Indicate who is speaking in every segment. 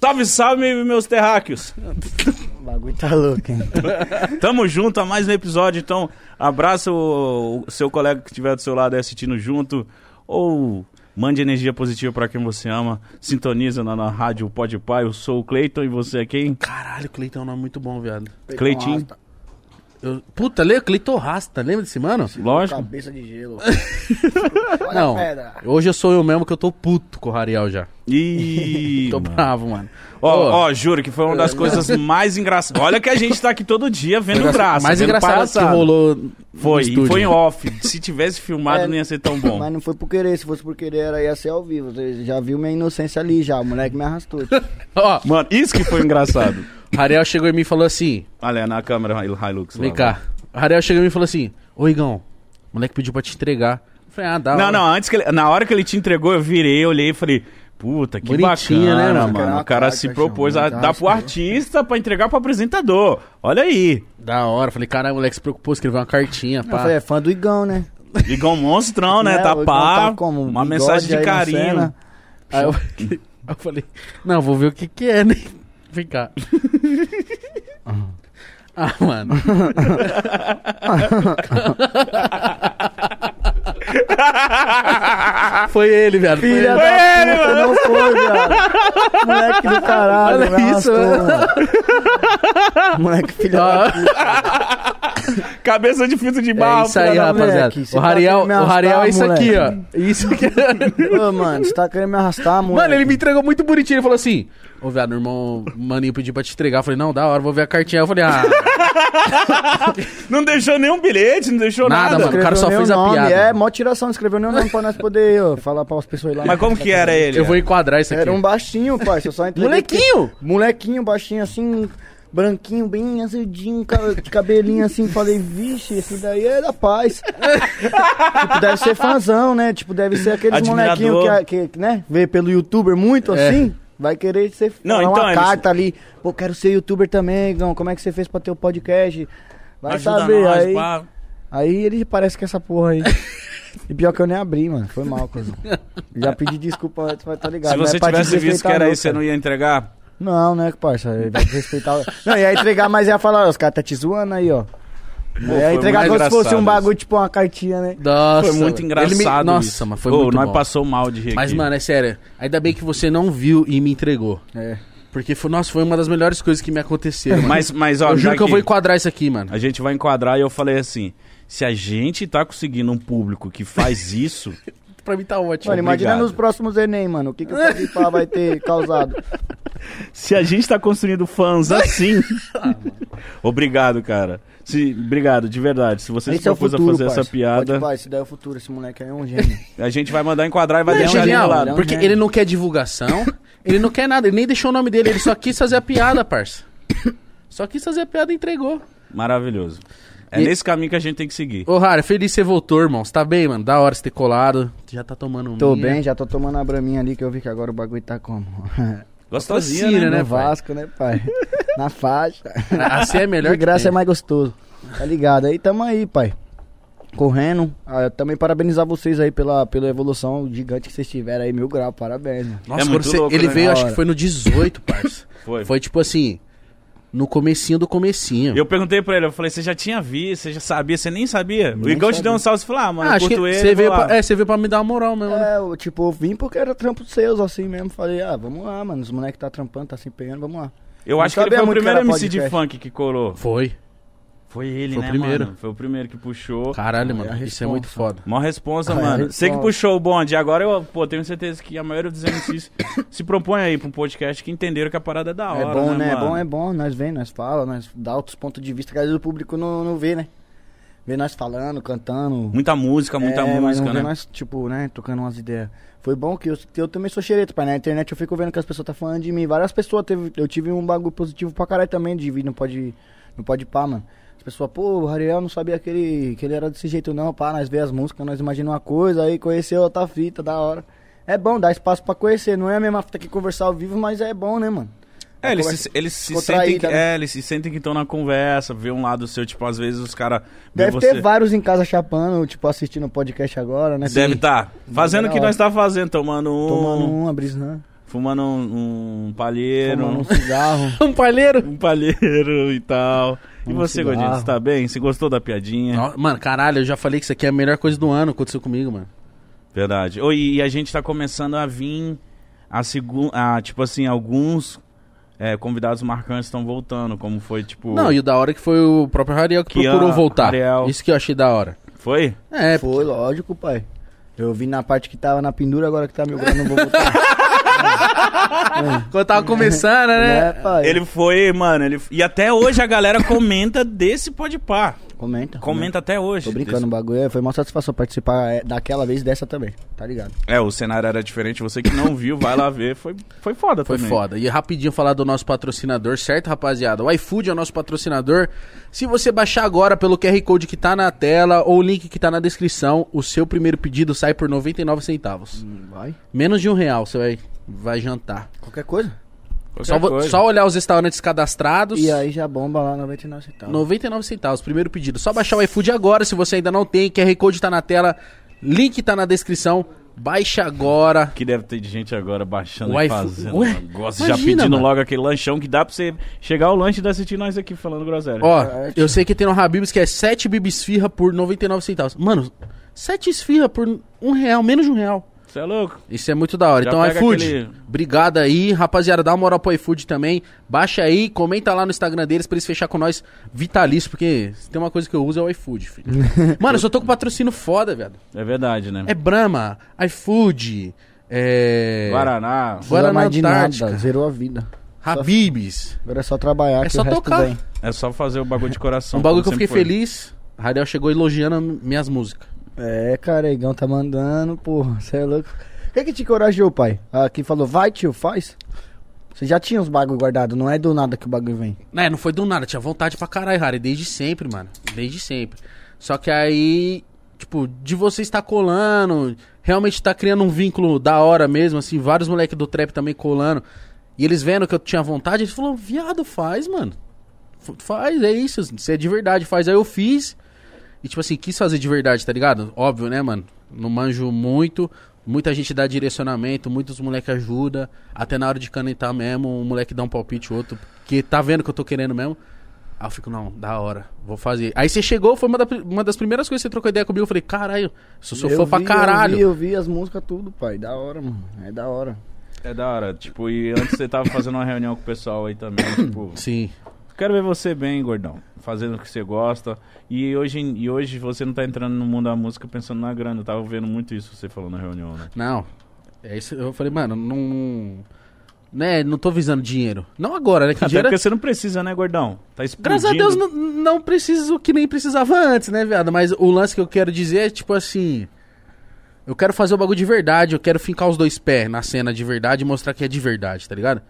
Speaker 1: Salve, salve, meus terráqueos.
Speaker 2: O bagulho tá louco, hein?
Speaker 1: Tamo junto a mais um episódio, então abraça o, o seu colega que estiver do seu lado aí assistindo junto ou mande energia positiva pra quem você ama. Sintoniza na, na rádio Pode Pai. Eu sou o Cleiton e você é quem?
Speaker 3: Caralho, Cleiton é um nome muito bom, viado.
Speaker 1: Cleitinho.
Speaker 2: Rasta,
Speaker 3: Eu- Puta, lembra? Cleiton Rasta, lembra desse mano?
Speaker 1: Lógico.
Speaker 2: Cabeça de gelo. Olha
Speaker 3: Não,
Speaker 2: a pedra.
Speaker 3: hoje eu sou eu mesmo que eu tô puto com o Rariel já.
Speaker 1: Ih,
Speaker 3: Tô
Speaker 1: mano.
Speaker 3: bravo, mano.
Speaker 1: Ó, ó, juro que foi uma das coisas mais engraçadas. Olha que a gente tá aqui todo dia vendo graça.
Speaker 3: mais
Speaker 1: vendo
Speaker 3: engraçado
Speaker 1: palhaçada.
Speaker 3: que rolou no
Speaker 1: Foi,
Speaker 3: estúdio.
Speaker 1: e foi em off. Se tivesse filmado,
Speaker 2: É,
Speaker 1: não ia ser tão bom.
Speaker 2: Mas não foi por querer, se fosse por querer, era ia ser ao vivo. Você já viu minha inocência ali já, o moleque me arrastou.
Speaker 1: Tá.
Speaker 3: Ó,
Speaker 1: Mano, isso que foi engraçado.
Speaker 3: o Rariel chegou em mim e falou assim,
Speaker 1: Olha, na câmera Hilux. lá.
Speaker 3: vem cá. O Rariel chegou em mim e falou assim, ô Igão, o moleque pediu pra te entregar. Eu falei, ah, dá.
Speaker 1: Não, não, antes que ele, na hora que ele te entregou, eu virei, olhei e falei, puta, que
Speaker 3: Bonitinho,
Speaker 1: bacana,
Speaker 3: né,
Speaker 1: né,
Speaker 3: mano?
Speaker 1: mano?
Speaker 2: Caraca,
Speaker 1: o cara se
Speaker 2: caraca,
Speaker 1: propôs a
Speaker 2: João,
Speaker 1: dar pro artista pra entregar pro apresentador. Olha aí,
Speaker 3: Da hora. Eu Falei, caralho, o moleque se preocupou, escreveu uma cartinha,
Speaker 2: Eu falei,
Speaker 3: pá.
Speaker 2: é fã do Igão, né?
Speaker 1: igual um monstrão, né?
Speaker 2: É, o
Speaker 1: tá
Speaker 2: Igão
Speaker 1: pá,
Speaker 2: tá
Speaker 3: um
Speaker 2: como?
Speaker 1: uma
Speaker 2: Bigode
Speaker 1: mensagem
Speaker 2: aí
Speaker 1: de
Speaker 2: na
Speaker 1: carinho.
Speaker 2: cena.
Speaker 3: Aí eu, aí eu falei, não, vou ver o que que é, né? Vem cá. ah, mano. Foi ele, viado. Foi
Speaker 2: Filha
Speaker 3: ele.
Speaker 2: da
Speaker 1: ele,
Speaker 2: puta, não foi, velho. Moleque do caralho,
Speaker 3: Olha
Speaker 2: me
Speaker 3: isso,
Speaker 2: arrastou, mano. Moleque filha da
Speaker 3: Ah,
Speaker 1: Cabeça de fita de barro.
Speaker 3: é isso aí,
Speaker 1: filha da-
Speaker 2: moleque,
Speaker 3: rapaziada.
Speaker 2: você
Speaker 3: O
Speaker 2: tá
Speaker 3: Rariel,
Speaker 2: querendo me
Speaker 3: o Rariel é isso
Speaker 2: arrastar,
Speaker 3: aqui, ó. Isso aqui.
Speaker 2: puta. Ô, mano, você tá querendo me arrastar, moleque.
Speaker 3: Mano, ele me entregou muito bonitinho. Ele falou assim: Ô, viado, meu irmão, o maninho pediu pra te entregar. Eu falei: Não, da hora, vou ver a cartinha. Eu falei: Ah,
Speaker 1: Não deixou nenhum bilhete, não deixou
Speaker 3: Nada,
Speaker 1: nada.
Speaker 3: mano. o cara só
Speaker 2: Escreveu
Speaker 3: fez
Speaker 2: nem o
Speaker 3: a
Speaker 2: nome.
Speaker 3: piada.
Speaker 2: É, mó tiração, não escreveu nem o nome pra nós poder ó, falar pras pessoas lá.
Speaker 1: Mas como é que era ele?
Speaker 3: eu vou enquadrar isso aqui.
Speaker 2: Era um baixinho, parça, eu só entreguei...
Speaker 3: Molequinho!
Speaker 2: Molequinho, baixinho assim, branquinho, bem azedinho, ca- de cabelinho assim. Falei, vixe, esse daí é da paz. tipo, deve ser fãzão, né? Tipo, deve ser aqueles
Speaker 1: Admirador.
Speaker 2: molequinhos que, a- que, que, né, vê pelo youtuber muito
Speaker 3: É.
Speaker 2: assim. Vai querer ser
Speaker 1: Não,
Speaker 2: falar
Speaker 1: então,
Speaker 2: uma
Speaker 1: eles-
Speaker 2: carta ali. Pô, quero ser youtuber também, Igão. Como é que você fez pra ter o podcast? Vai
Speaker 1: Ajuda
Speaker 2: saber.
Speaker 1: nós,
Speaker 2: aí,
Speaker 1: pá.
Speaker 2: aí ele parece que essa porra aí. E pior que eu nem abri, mano. Foi mal, coisa. Já pedi desculpa antes, mas tá ligado.
Speaker 1: Se
Speaker 2: Não é
Speaker 1: você
Speaker 2: pra te
Speaker 1: tivesse visto que
Speaker 2: desrespeitar,
Speaker 1: era
Speaker 2: não,
Speaker 1: isso, você
Speaker 2: cara.
Speaker 1: não ia entregar?
Speaker 2: Não, né, parça? Ele Vai respeitar. o- não, ia entregar, mas ia falar, ó, os caras tá te zoando aí, ó. ia
Speaker 1: foi
Speaker 2: entregar
Speaker 1: mais
Speaker 2: como se fosse
Speaker 1: engraçado
Speaker 2: um bagulho, tipo uma cartinha, né?
Speaker 3: Nossa,
Speaker 1: foi muito
Speaker 3: mano.
Speaker 1: engraçado.
Speaker 3: Ele me- Nossa,
Speaker 1: isso.
Speaker 3: mas foi
Speaker 1: Ô,
Speaker 3: muito
Speaker 1: nós
Speaker 3: bom.
Speaker 1: passou mal de rir.
Speaker 3: Mas,
Speaker 1: aqui.
Speaker 3: mano, é sério. Ainda bem que você não viu e me entregou.
Speaker 2: É.
Speaker 3: Porque, foi, nossa, foi uma das melhores coisas que me aconteceram. mano.
Speaker 1: Mas, mas, ó,
Speaker 3: eu juro
Speaker 1: já
Speaker 3: que eu
Speaker 1: que-
Speaker 3: vou enquadrar isso aqui, mano.
Speaker 1: A gente vai enquadrar e eu falei assim: se a gente tá conseguindo um público que faz isso,
Speaker 3: Pra mim tá ótimo.
Speaker 2: Mano, imagina nos próximos Enem, mano. O que, que o Podpah vai ter causado?
Speaker 1: se a gente tá construindo fãs assim. obrigado, cara. Se, obrigado, de verdade. Se você se
Speaker 2: Esse é o
Speaker 1: propôs
Speaker 2: futuro,
Speaker 1: a fazer essa
Speaker 2: parça.
Speaker 1: piada,
Speaker 2: Podpah, esse daí é o futuro, esse moleque aí é um gênio.
Speaker 1: a gente vai mandar enquadrar e vai
Speaker 3: Ele é
Speaker 1: deixar ele
Speaker 3: genial,
Speaker 1: do
Speaker 2: ele é
Speaker 1: lado.
Speaker 2: um
Speaker 3: porque
Speaker 2: gênio.
Speaker 3: ele não quer divulgação, ele não quer nada, ele nem deixou o nome dele, ele só quis fazer a piada, parça. Só quis fazer a piada e entregou.
Speaker 1: Maravilhoso. É
Speaker 3: E-
Speaker 1: nesse caminho que a gente tem que seguir.
Speaker 3: Ô, Rara, feliz que você voltou, irmão. Você tá bem, mano? Da hora você ter colado. Você já tá tomando um.
Speaker 2: Tô bem, já tô tomando a braminha ali que eu vi que agora o bagulho tá como?
Speaker 1: Gostosinha,
Speaker 3: Patrocina,
Speaker 1: né?
Speaker 3: né?
Speaker 2: no
Speaker 3: pai?
Speaker 2: Vasco, né, pai? Na faixa.
Speaker 3: Assim é melhor
Speaker 2: de graça
Speaker 3: que
Speaker 2: é mais gostoso. Tá ligado? Aí tamo aí, pai. Correndo. Ah, também parabenizar vocês aí pela, pela evolução gigante que vocês tiveram aí. Mil grau, parabéns, mano.
Speaker 3: Nossa,
Speaker 1: É
Speaker 3: quando
Speaker 1: muito
Speaker 3: você-
Speaker 1: louco,
Speaker 3: ele
Speaker 1: né?
Speaker 3: veio,
Speaker 1: Da
Speaker 3: acho que
Speaker 2: hora.
Speaker 3: foi no 18, parça.
Speaker 2: né?
Speaker 1: Foi.
Speaker 3: Foi tipo assim, no comecinho do comecinho.
Speaker 1: Eu perguntei pra ele, eu falei, você já tinha visto, você já sabia, você nem sabia. o
Speaker 2: Nem
Speaker 1: Igão te
Speaker 2: sabia.
Speaker 1: deu um salve e falou, ah, mano,
Speaker 3: Ah,
Speaker 1: eu
Speaker 3: acho que
Speaker 1: curto ele.
Speaker 3: você
Speaker 1: vou
Speaker 3: veio,
Speaker 1: lá.
Speaker 3: pra, é, você veio pra me dar uma moral mesmo, né?
Speaker 2: É, eu, tipo, eu vim porque era trampo seus, assim mesmo. Falei, ah, vamos lá, mano. Os moleques tá trampando, tá se empenhando, vamos lá.
Speaker 1: Eu
Speaker 2: Não
Speaker 1: acho que ele
Speaker 2: sabia
Speaker 1: foi o
Speaker 2: muito que
Speaker 1: primeiro
Speaker 2: era
Speaker 1: MC de
Speaker 2: podcast.
Speaker 1: funk que colou.
Speaker 3: Foi.
Speaker 1: Foi ele,
Speaker 3: Foi o
Speaker 1: né,
Speaker 3: primeiro.
Speaker 1: mano? Foi o primeiro que puxou.
Speaker 3: Caralho,
Speaker 2: É a
Speaker 3: mano, isso é
Speaker 2: responsa.
Speaker 3: muito foda.
Speaker 1: Mó responsa,
Speaker 2: Ah, é,
Speaker 1: mano.
Speaker 2: responsa.
Speaker 1: Você que puxou o bonde. Agora eu, pô, tenho certeza que a maioria dos MCs se propõe aí pra um podcast que entenderam que a parada é da hora.
Speaker 2: é bom, né? É
Speaker 1: mano?
Speaker 2: bom, é bom. Nós vem, nós fala, nós dá outros pontos de vista que às vezes o público não, não vê, né? Vê nós falando, cantando.
Speaker 1: Muita música, muita
Speaker 2: É, mas não
Speaker 1: música,
Speaker 2: vê
Speaker 1: né?
Speaker 2: nós, tipo, né, trocando umas ideias. Foi bom que eu, eu também sou xereto, pai. Na internet eu fico vendo que as pessoas tá falando de mim. Várias pessoas teve. Eu tive um bagulho positivo pra caralho também de vir, não pode. Não pode pá, mano. As pessoas, pô, o Ariel não sabia que ele, que ele era desse jeito, não. Pá, nós vê as músicas, nós imaginamos uma coisa, aí conheceu outra fita, da hora. É bom, dá espaço pra conhecer. Não é a mesma fita que conversar ao vivo, mas é bom, né, mano?
Speaker 1: É, eles
Speaker 2: Conversa-
Speaker 1: se, eles se
Speaker 2: Contraída,
Speaker 1: sentem que,
Speaker 2: né?
Speaker 1: é, eles se sentem que estão na conversa, vê um lado seu, tipo, às vezes os caras.
Speaker 2: Deve ter vários em casa chapando, tipo, assistindo o podcast agora, né?
Speaker 1: Deve estar. Tá fazendo o que
Speaker 2: Da
Speaker 1: nós tá fazendo, tomando um.
Speaker 2: Tomando uma, brisando.
Speaker 1: fumando um, um palheiro.
Speaker 2: Fumando um cigarro.
Speaker 3: Um palheiro?
Speaker 1: um palheiro e tal. e
Speaker 2: Um
Speaker 1: você, Godinho,
Speaker 2: cigarro.
Speaker 1: você tá bem? Você gostou da piadinha?
Speaker 3: No- Mano, caralho, eu já falei que isso aqui é a melhor coisa do ano, aconteceu comigo, mano.
Speaker 1: Verdade. Oi, e a gente tá começando a vir a segunda. Tipo assim, alguns é, convidados marcantes estão voltando, como foi, tipo.
Speaker 3: Não, e o da hora que foi o próprio Ariel que
Speaker 1: Que
Speaker 3: procurou
Speaker 1: a-
Speaker 3: voltar.
Speaker 1: Ariel.
Speaker 3: Isso que eu achei da hora.
Speaker 1: Foi?
Speaker 3: É,
Speaker 2: Foi, lógico, pai. Eu vi na parte que tava na pendura, agora que tá meu eu não vou botar.
Speaker 3: quando tava começando, né?
Speaker 2: né, pai?
Speaker 1: Ele foi, mano. Ele... E até hoje a galera comenta desse pode pá.
Speaker 2: Comenta.
Speaker 1: Comenta até hoje.
Speaker 2: Tô brincando, o bagulho é- foi uma satisfação participar é, daquela vez e dessa também, tá ligado?
Speaker 1: É, o cenário era diferente. Você que não viu, vai lá ver. Foi, foi foda
Speaker 3: Foi
Speaker 1: também.
Speaker 3: foda. E rapidinho falar do nosso patrocinador, certo, rapaziada? O iFood é o nosso patrocinador. Se você baixar agora pelo QR Code que tá na tela ou o link que tá na descrição, o seu primeiro pedido sai por 99 centavos.
Speaker 2: Vai.
Speaker 3: Menos de um real você vai, vai jantar.
Speaker 2: Qualquer coisa.
Speaker 1: Qualquer
Speaker 3: Só, vo-
Speaker 1: É coisa.
Speaker 3: só olhar os restaurantes cadastrados.
Speaker 2: E aí já bomba lá 99 centavos.
Speaker 3: 99 centavos, primeiro pedido. Só baixar o iFood agora, se você ainda não tem. QR Code tá na tela, link tá na descrição. Baixa agora.
Speaker 1: Que deve ter de gente agora baixando
Speaker 3: O
Speaker 1: e
Speaker 3: iFo-
Speaker 1: fazendo um
Speaker 3: Ué,
Speaker 1: negócio, já
Speaker 3: imagina,
Speaker 1: pedindo
Speaker 3: mano.
Speaker 1: logo aquele lanchão que dá pra você chegar ao lanche e assistir nós aqui falando groselha.
Speaker 3: Ó, eu sei que tem no Habibs que é 7 bibisfirra por 99 centavos. Mano, 7 esfirra por um real, menos de um real.
Speaker 1: Você é louco?
Speaker 3: Isso é muito da hora.
Speaker 1: Já
Speaker 3: então,
Speaker 1: pega
Speaker 3: iFood,
Speaker 1: aquele-
Speaker 3: obrigado aí. Rapaziada, dá uma moral pro iFood também. Baixa aí, comenta lá no Instagram deles pra eles fechar com nós vitalício, porque se tem uma coisa que eu uso é o iFood, filho. Mano, eu só tô com patrocínio foda, velho.
Speaker 1: É verdade, né?
Speaker 3: É Brahma, iFood, é...
Speaker 1: Guaraná.
Speaker 3: Agora
Speaker 2: Agora
Speaker 3: na
Speaker 2: mais de
Speaker 3: Antártica.
Speaker 2: nada, zerou a vida.
Speaker 3: Habibs.
Speaker 2: Agora é só trabalhar,
Speaker 3: É
Speaker 2: que
Speaker 3: só
Speaker 2: o resto
Speaker 3: tocar.
Speaker 2: vem.
Speaker 1: É só fazer o bagulho de coração.
Speaker 3: Um bagulho que eu
Speaker 1: como
Speaker 3: fiquei
Speaker 1: sempre foi.
Speaker 3: feliz. A Ariel chegou elogiando minhas músicas.
Speaker 2: É, cara, Igão tá mandando, porra, você é louco. Quem que te encorajou, pai? Ah, quem falou, vai tio, faz. Você já tinha os bagulho guardado, não é do nada que o bagulho vem.
Speaker 3: Né, não foi do nada, tinha vontade pra caralho, Harry, desde sempre, mano. Desde sempre. Só que aí, tipo, de você estar colando, realmente tá criando um vínculo da hora mesmo, assim, vários moleques do trap também colando. E eles vendo que eu tinha vontade, eles falaram, viado, faz, mano. F- Faz, é isso, você é de verdade, faz. Aí eu fiz. E tipo assim, quis fazer de verdade, tá ligado? Óbvio, né, mano? Não manjo muito. Muita gente dá direcionamento, muitos moleque ajuda. Até na hora de canetar mesmo, um moleque dá um palpite, outro. Porque tá vendo que eu tô querendo mesmo. Aí eu fico, não, da hora, vou fazer. Aí você chegou, foi uma, da- uma das primeiras coisas que você trocou ideia comigo. Eu falei, caralho, sou seu fã
Speaker 2: eu
Speaker 3: pra
Speaker 2: vi,
Speaker 3: caralho.
Speaker 2: Eu vi, eu vi as músicas tudo, pai. Da hora, mano. É da hora.
Speaker 1: É da hora. Tipo, e antes você tava fazendo uma reunião com o pessoal aí também. tipo,
Speaker 3: Sim.
Speaker 1: quero ver você bem, gordão. Fazendo o que você gosta. E hoje, em- e hoje você não tá entrando no mundo da música pensando na grana. Eu tava vendo muito isso você falando na reunião, né?
Speaker 3: Não. É isso. Eu falei, mano, não. Né, não tô visando dinheiro. Não agora, né? Que
Speaker 1: Até
Speaker 3: dinheiro
Speaker 1: porque você não precisa, né, gordão? Tá explodindo.
Speaker 3: Graças a Deus não, não preciso que nem precisava antes, né, viado? Mas o lance que eu quero dizer é tipo assim. Eu quero fazer o bagulho de verdade, eu quero fincar os dois pés na cena de verdade e mostrar que é de verdade, tá ligado?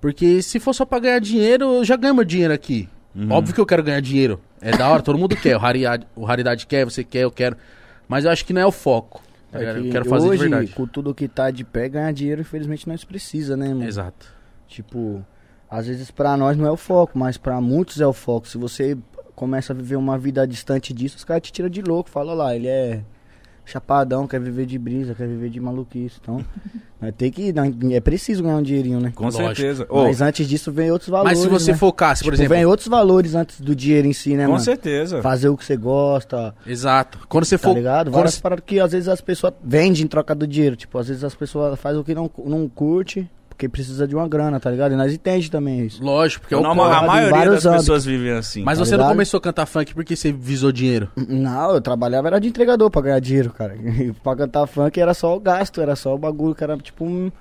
Speaker 3: Porque se for só pra ganhar dinheiro, eu já ganho meu dinheiro aqui.
Speaker 2: Uhum.
Speaker 3: Óbvio que eu quero ganhar dinheiro. É da hora, todo mundo quer. O raridade, o raridade quer, você quer, eu quero. Mas eu acho que não é o foco. tá
Speaker 2: É
Speaker 3: ligado?
Speaker 2: que
Speaker 3: eu quero fazer
Speaker 2: hoje,
Speaker 3: de verdade.
Speaker 2: com tudo que tá de pé, ganhar dinheiro, infelizmente, nós precisa, né, mano?
Speaker 3: Exato.
Speaker 2: Tipo, às vezes pra nós não é o foco, mas pra muitos é o foco. Se você começa a viver uma vida distante disso, os caras te tiram de louco. Fala lá, ele é chapadão, quer viver de brisa, quer viver de maluquice. Então, nós tem que. nós- É preciso ganhar um dinheirinho, né?
Speaker 1: Com
Speaker 3: Lógico. ah,
Speaker 1: certeza. Ô,
Speaker 2: Mas antes disso vem outros valores.
Speaker 3: Mas se você
Speaker 2: né?
Speaker 3: focasse, por
Speaker 2: Tipo,
Speaker 3: exemplo.
Speaker 2: Vem outros valores antes do dinheiro em si, né,
Speaker 1: com
Speaker 2: mano?
Speaker 1: certeza.
Speaker 2: Fazer o que você gosta,
Speaker 3: Exato. Quando você
Speaker 2: Tá
Speaker 3: for.
Speaker 2: ligado?
Speaker 3: quando
Speaker 2: Várias paradas que às vezes as pessoas vendem em troca do dinheiro. Tipo, às vezes as pessoas fazem o que não, não curte, porque precisa de uma grama tá ligado? E nós entendemos também isso.
Speaker 3: Lógico, porque é o
Speaker 1: Norma-
Speaker 3: corre.
Speaker 1: a
Speaker 2: em
Speaker 1: maioria
Speaker 2: vários
Speaker 1: das
Speaker 2: âmbitos.
Speaker 1: pessoas vivem assim.
Speaker 3: Mas
Speaker 2: Tá
Speaker 3: você não
Speaker 2: ligado?
Speaker 3: começou a cantar funk porque você visou dinheiro.
Speaker 2: Não, eu trabalhava era de entregador pra ganhar dinheiro, cara. E pra cantar funk era só o gasto, era só o bagulho, que era tipo um-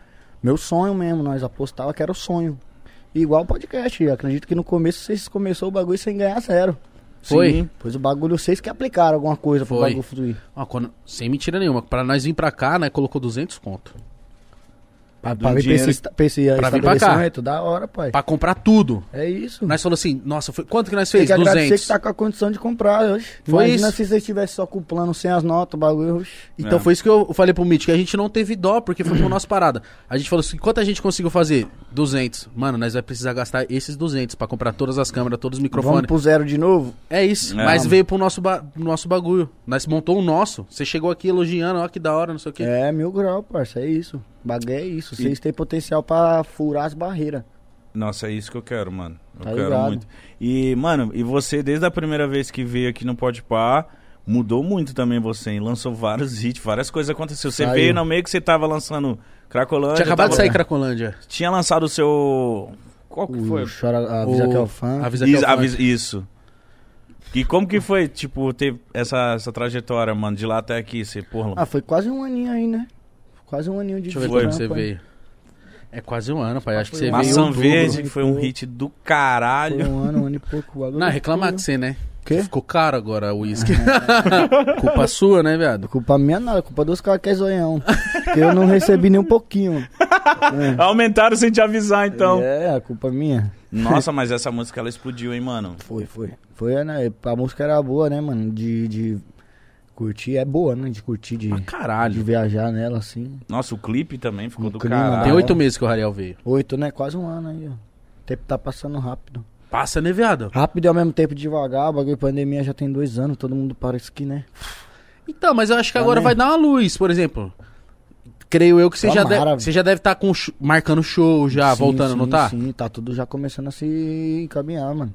Speaker 2: meu sonho mesmo. Nós apostava que era o sonho. E Igual o podcast. eu acredito que no começo vocês começou o bagulho sem ganhar zero.
Speaker 3: Foi?
Speaker 1: Sim.
Speaker 2: Pois o bagulho vocês que aplicaram alguma coisa pro
Speaker 3: Foi.
Speaker 2: bagulho fluir.
Speaker 3: Ó, quando- sem mentira nenhuma. Pra nós vir pra cá, né, colocou 200 conto.
Speaker 2: Pra,
Speaker 1: Do
Speaker 2: pra vir pra
Speaker 1: dinheiro-
Speaker 2: esse, esta- pra esse
Speaker 3: pra vir pra cá.
Speaker 2: estabelecimento, da hora, pai.
Speaker 3: Pra comprar tudo.
Speaker 2: É isso.
Speaker 3: Nós falou assim, nossa, foi- quanto que nós
Speaker 2: Tem
Speaker 3: fez?
Speaker 2: que agradecer
Speaker 3: 200.
Speaker 2: que tá com a condição de comprar hoje.
Speaker 3: Foi
Speaker 2: Imagina
Speaker 3: isso.
Speaker 2: se você estivesse só com o plano sem as notas, o bagulho. oxe.
Speaker 3: Então
Speaker 1: É.
Speaker 3: foi isso que eu falei pro Mitch, que a gente não teve dó, porque foi pro nosso parada. A gente falou assim, quanto a gente conseguiu fazer? 200. Mano, nós vai precisar gastar esses 200 pra comprar todas as câmeras, todos os
Speaker 2: Vamos
Speaker 3: microfones.
Speaker 2: pro zero de novo?
Speaker 3: É isso.
Speaker 1: É.
Speaker 3: Mas veio pro nosso, ba- pro nosso bagulho. Nós montou o nosso. Você chegou aqui elogiando, ó que da hora, não sei o quê.
Speaker 2: É, mil grau, parça, é isso. O bagulho é isso. Vocês têm potencial pra furar as barreiras.
Speaker 1: Nossa, é isso que eu quero, mano. Eu
Speaker 2: Tá
Speaker 1: quero
Speaker 2: ligado.
Speaker 1: muito. E, mano, e você, desde a primeira vez que veio aqui no Pode Par, mudou muito também você, hein? Lançou vários hits, várias coisas aconteceram. Você
Speaker 2: Saiu.
Speaker 1: veio no meio que você tava lançando Cracolândia.
Speaker 3: Tinha acabado
Speaker 1: tava-
Speaker 3: de sair Cracolândia.
Speaker 1: Tinha lançado o seu. Qual que
Speaker 2: O
Speaker 1: foi?
Speaker 2: Chora, avisa
Speaker 3: O-
Speaker 2: que é o fã.
Speaker 3: Avisa que é o
Speaker 1: Isso,
Speaker 3: funk.
Speaker 1: avisa- isso. E como que foi, tipo, ter essa, essa trajetória, mano, de lá até aqui? Você, porra,
Speaker 2: Ah, foi quase um aninho aí, né? Quase um aninho de
Speaker 3: Deixa eu ver
Speaker 1: Foi.
Speaker 3: quando
Speaker 2: trampo, né?
Speaker 3: você veio. É quase um ano, pai. Acho que você
Speaker 2: Mas
Speaker 3: veio.
Speaker 1: Maçã
Speaker 2: em outubro,
Speaker 1: Verde, que
Speaker 2: né?
Speaker 1: foi um
Speaker 2: Foi.
Speaker 1: hit do
Speaker 2: Foi
Speaker 1: caralho.
Speaker 2: um ano, um ano e pouco. o bagulho
Speaker 3: Não,
Speaker 2: foi-
Speaker 3: reclamar com você, né?
Speaker 2: Quê? É.
Speaker 3: Ficou caro agora o uísque. Culpa sua, né, viado?
Speaker 2: Culpa minha nada, culpa dos caras que é zoião. Porque eu não recebi nem um pouquinho. É.
Speaker 1: Aumentaram sem te avisar, então.
Speaker 2: É, a culpa minha.
Speaker 1: Nossa, mas essa música, ela explodiu, hein, mano?
Speaker 2: Foi, foi. Foi, né? A música era boa, né, mano? De, de curtir, é boa, né? De curtir, de,
Speaker 3: Ah,
Speaker 2: de
Speaker 3: caralho.
Speaker 2: viajar nela, assim.
Speaker 1: Nossa, o clipe também ficou
Speaker 2: O
Speaker 1: do
Speaker 2: clipe,
Speaker 1: caralho.
Speaker 3: Tem oito meses que o Rariel veio.
Speaker 2: Oito, né? Quase um ano aí, ó. O tempo tá passando rápido.
Speaker 3: Passa, né, viado?
Speaker 2: Rápido e ao mesmo tempo devagar, o bagulho de pandemia já tem dois anos, todo mundo parece que, né?
Speaker 3: Então, mas eu acho
Speaker 2: Tá,
Speaker 3: que agora
Speaker 2: né?
Speaker 3: vai dar uma luz, por exemplo. Creio eu que você já,
Speaker 2: Tomara.
Speaker 3: deve- você já deve estar com sh- marcando show já,
Speaker 2: Tá Sim,
Speaker 3: voltando,
Speaker 2: sim,
Speaker 3: não tá?
Speaker 2: Sim, tá tudo já começando a se encaminhar, mano.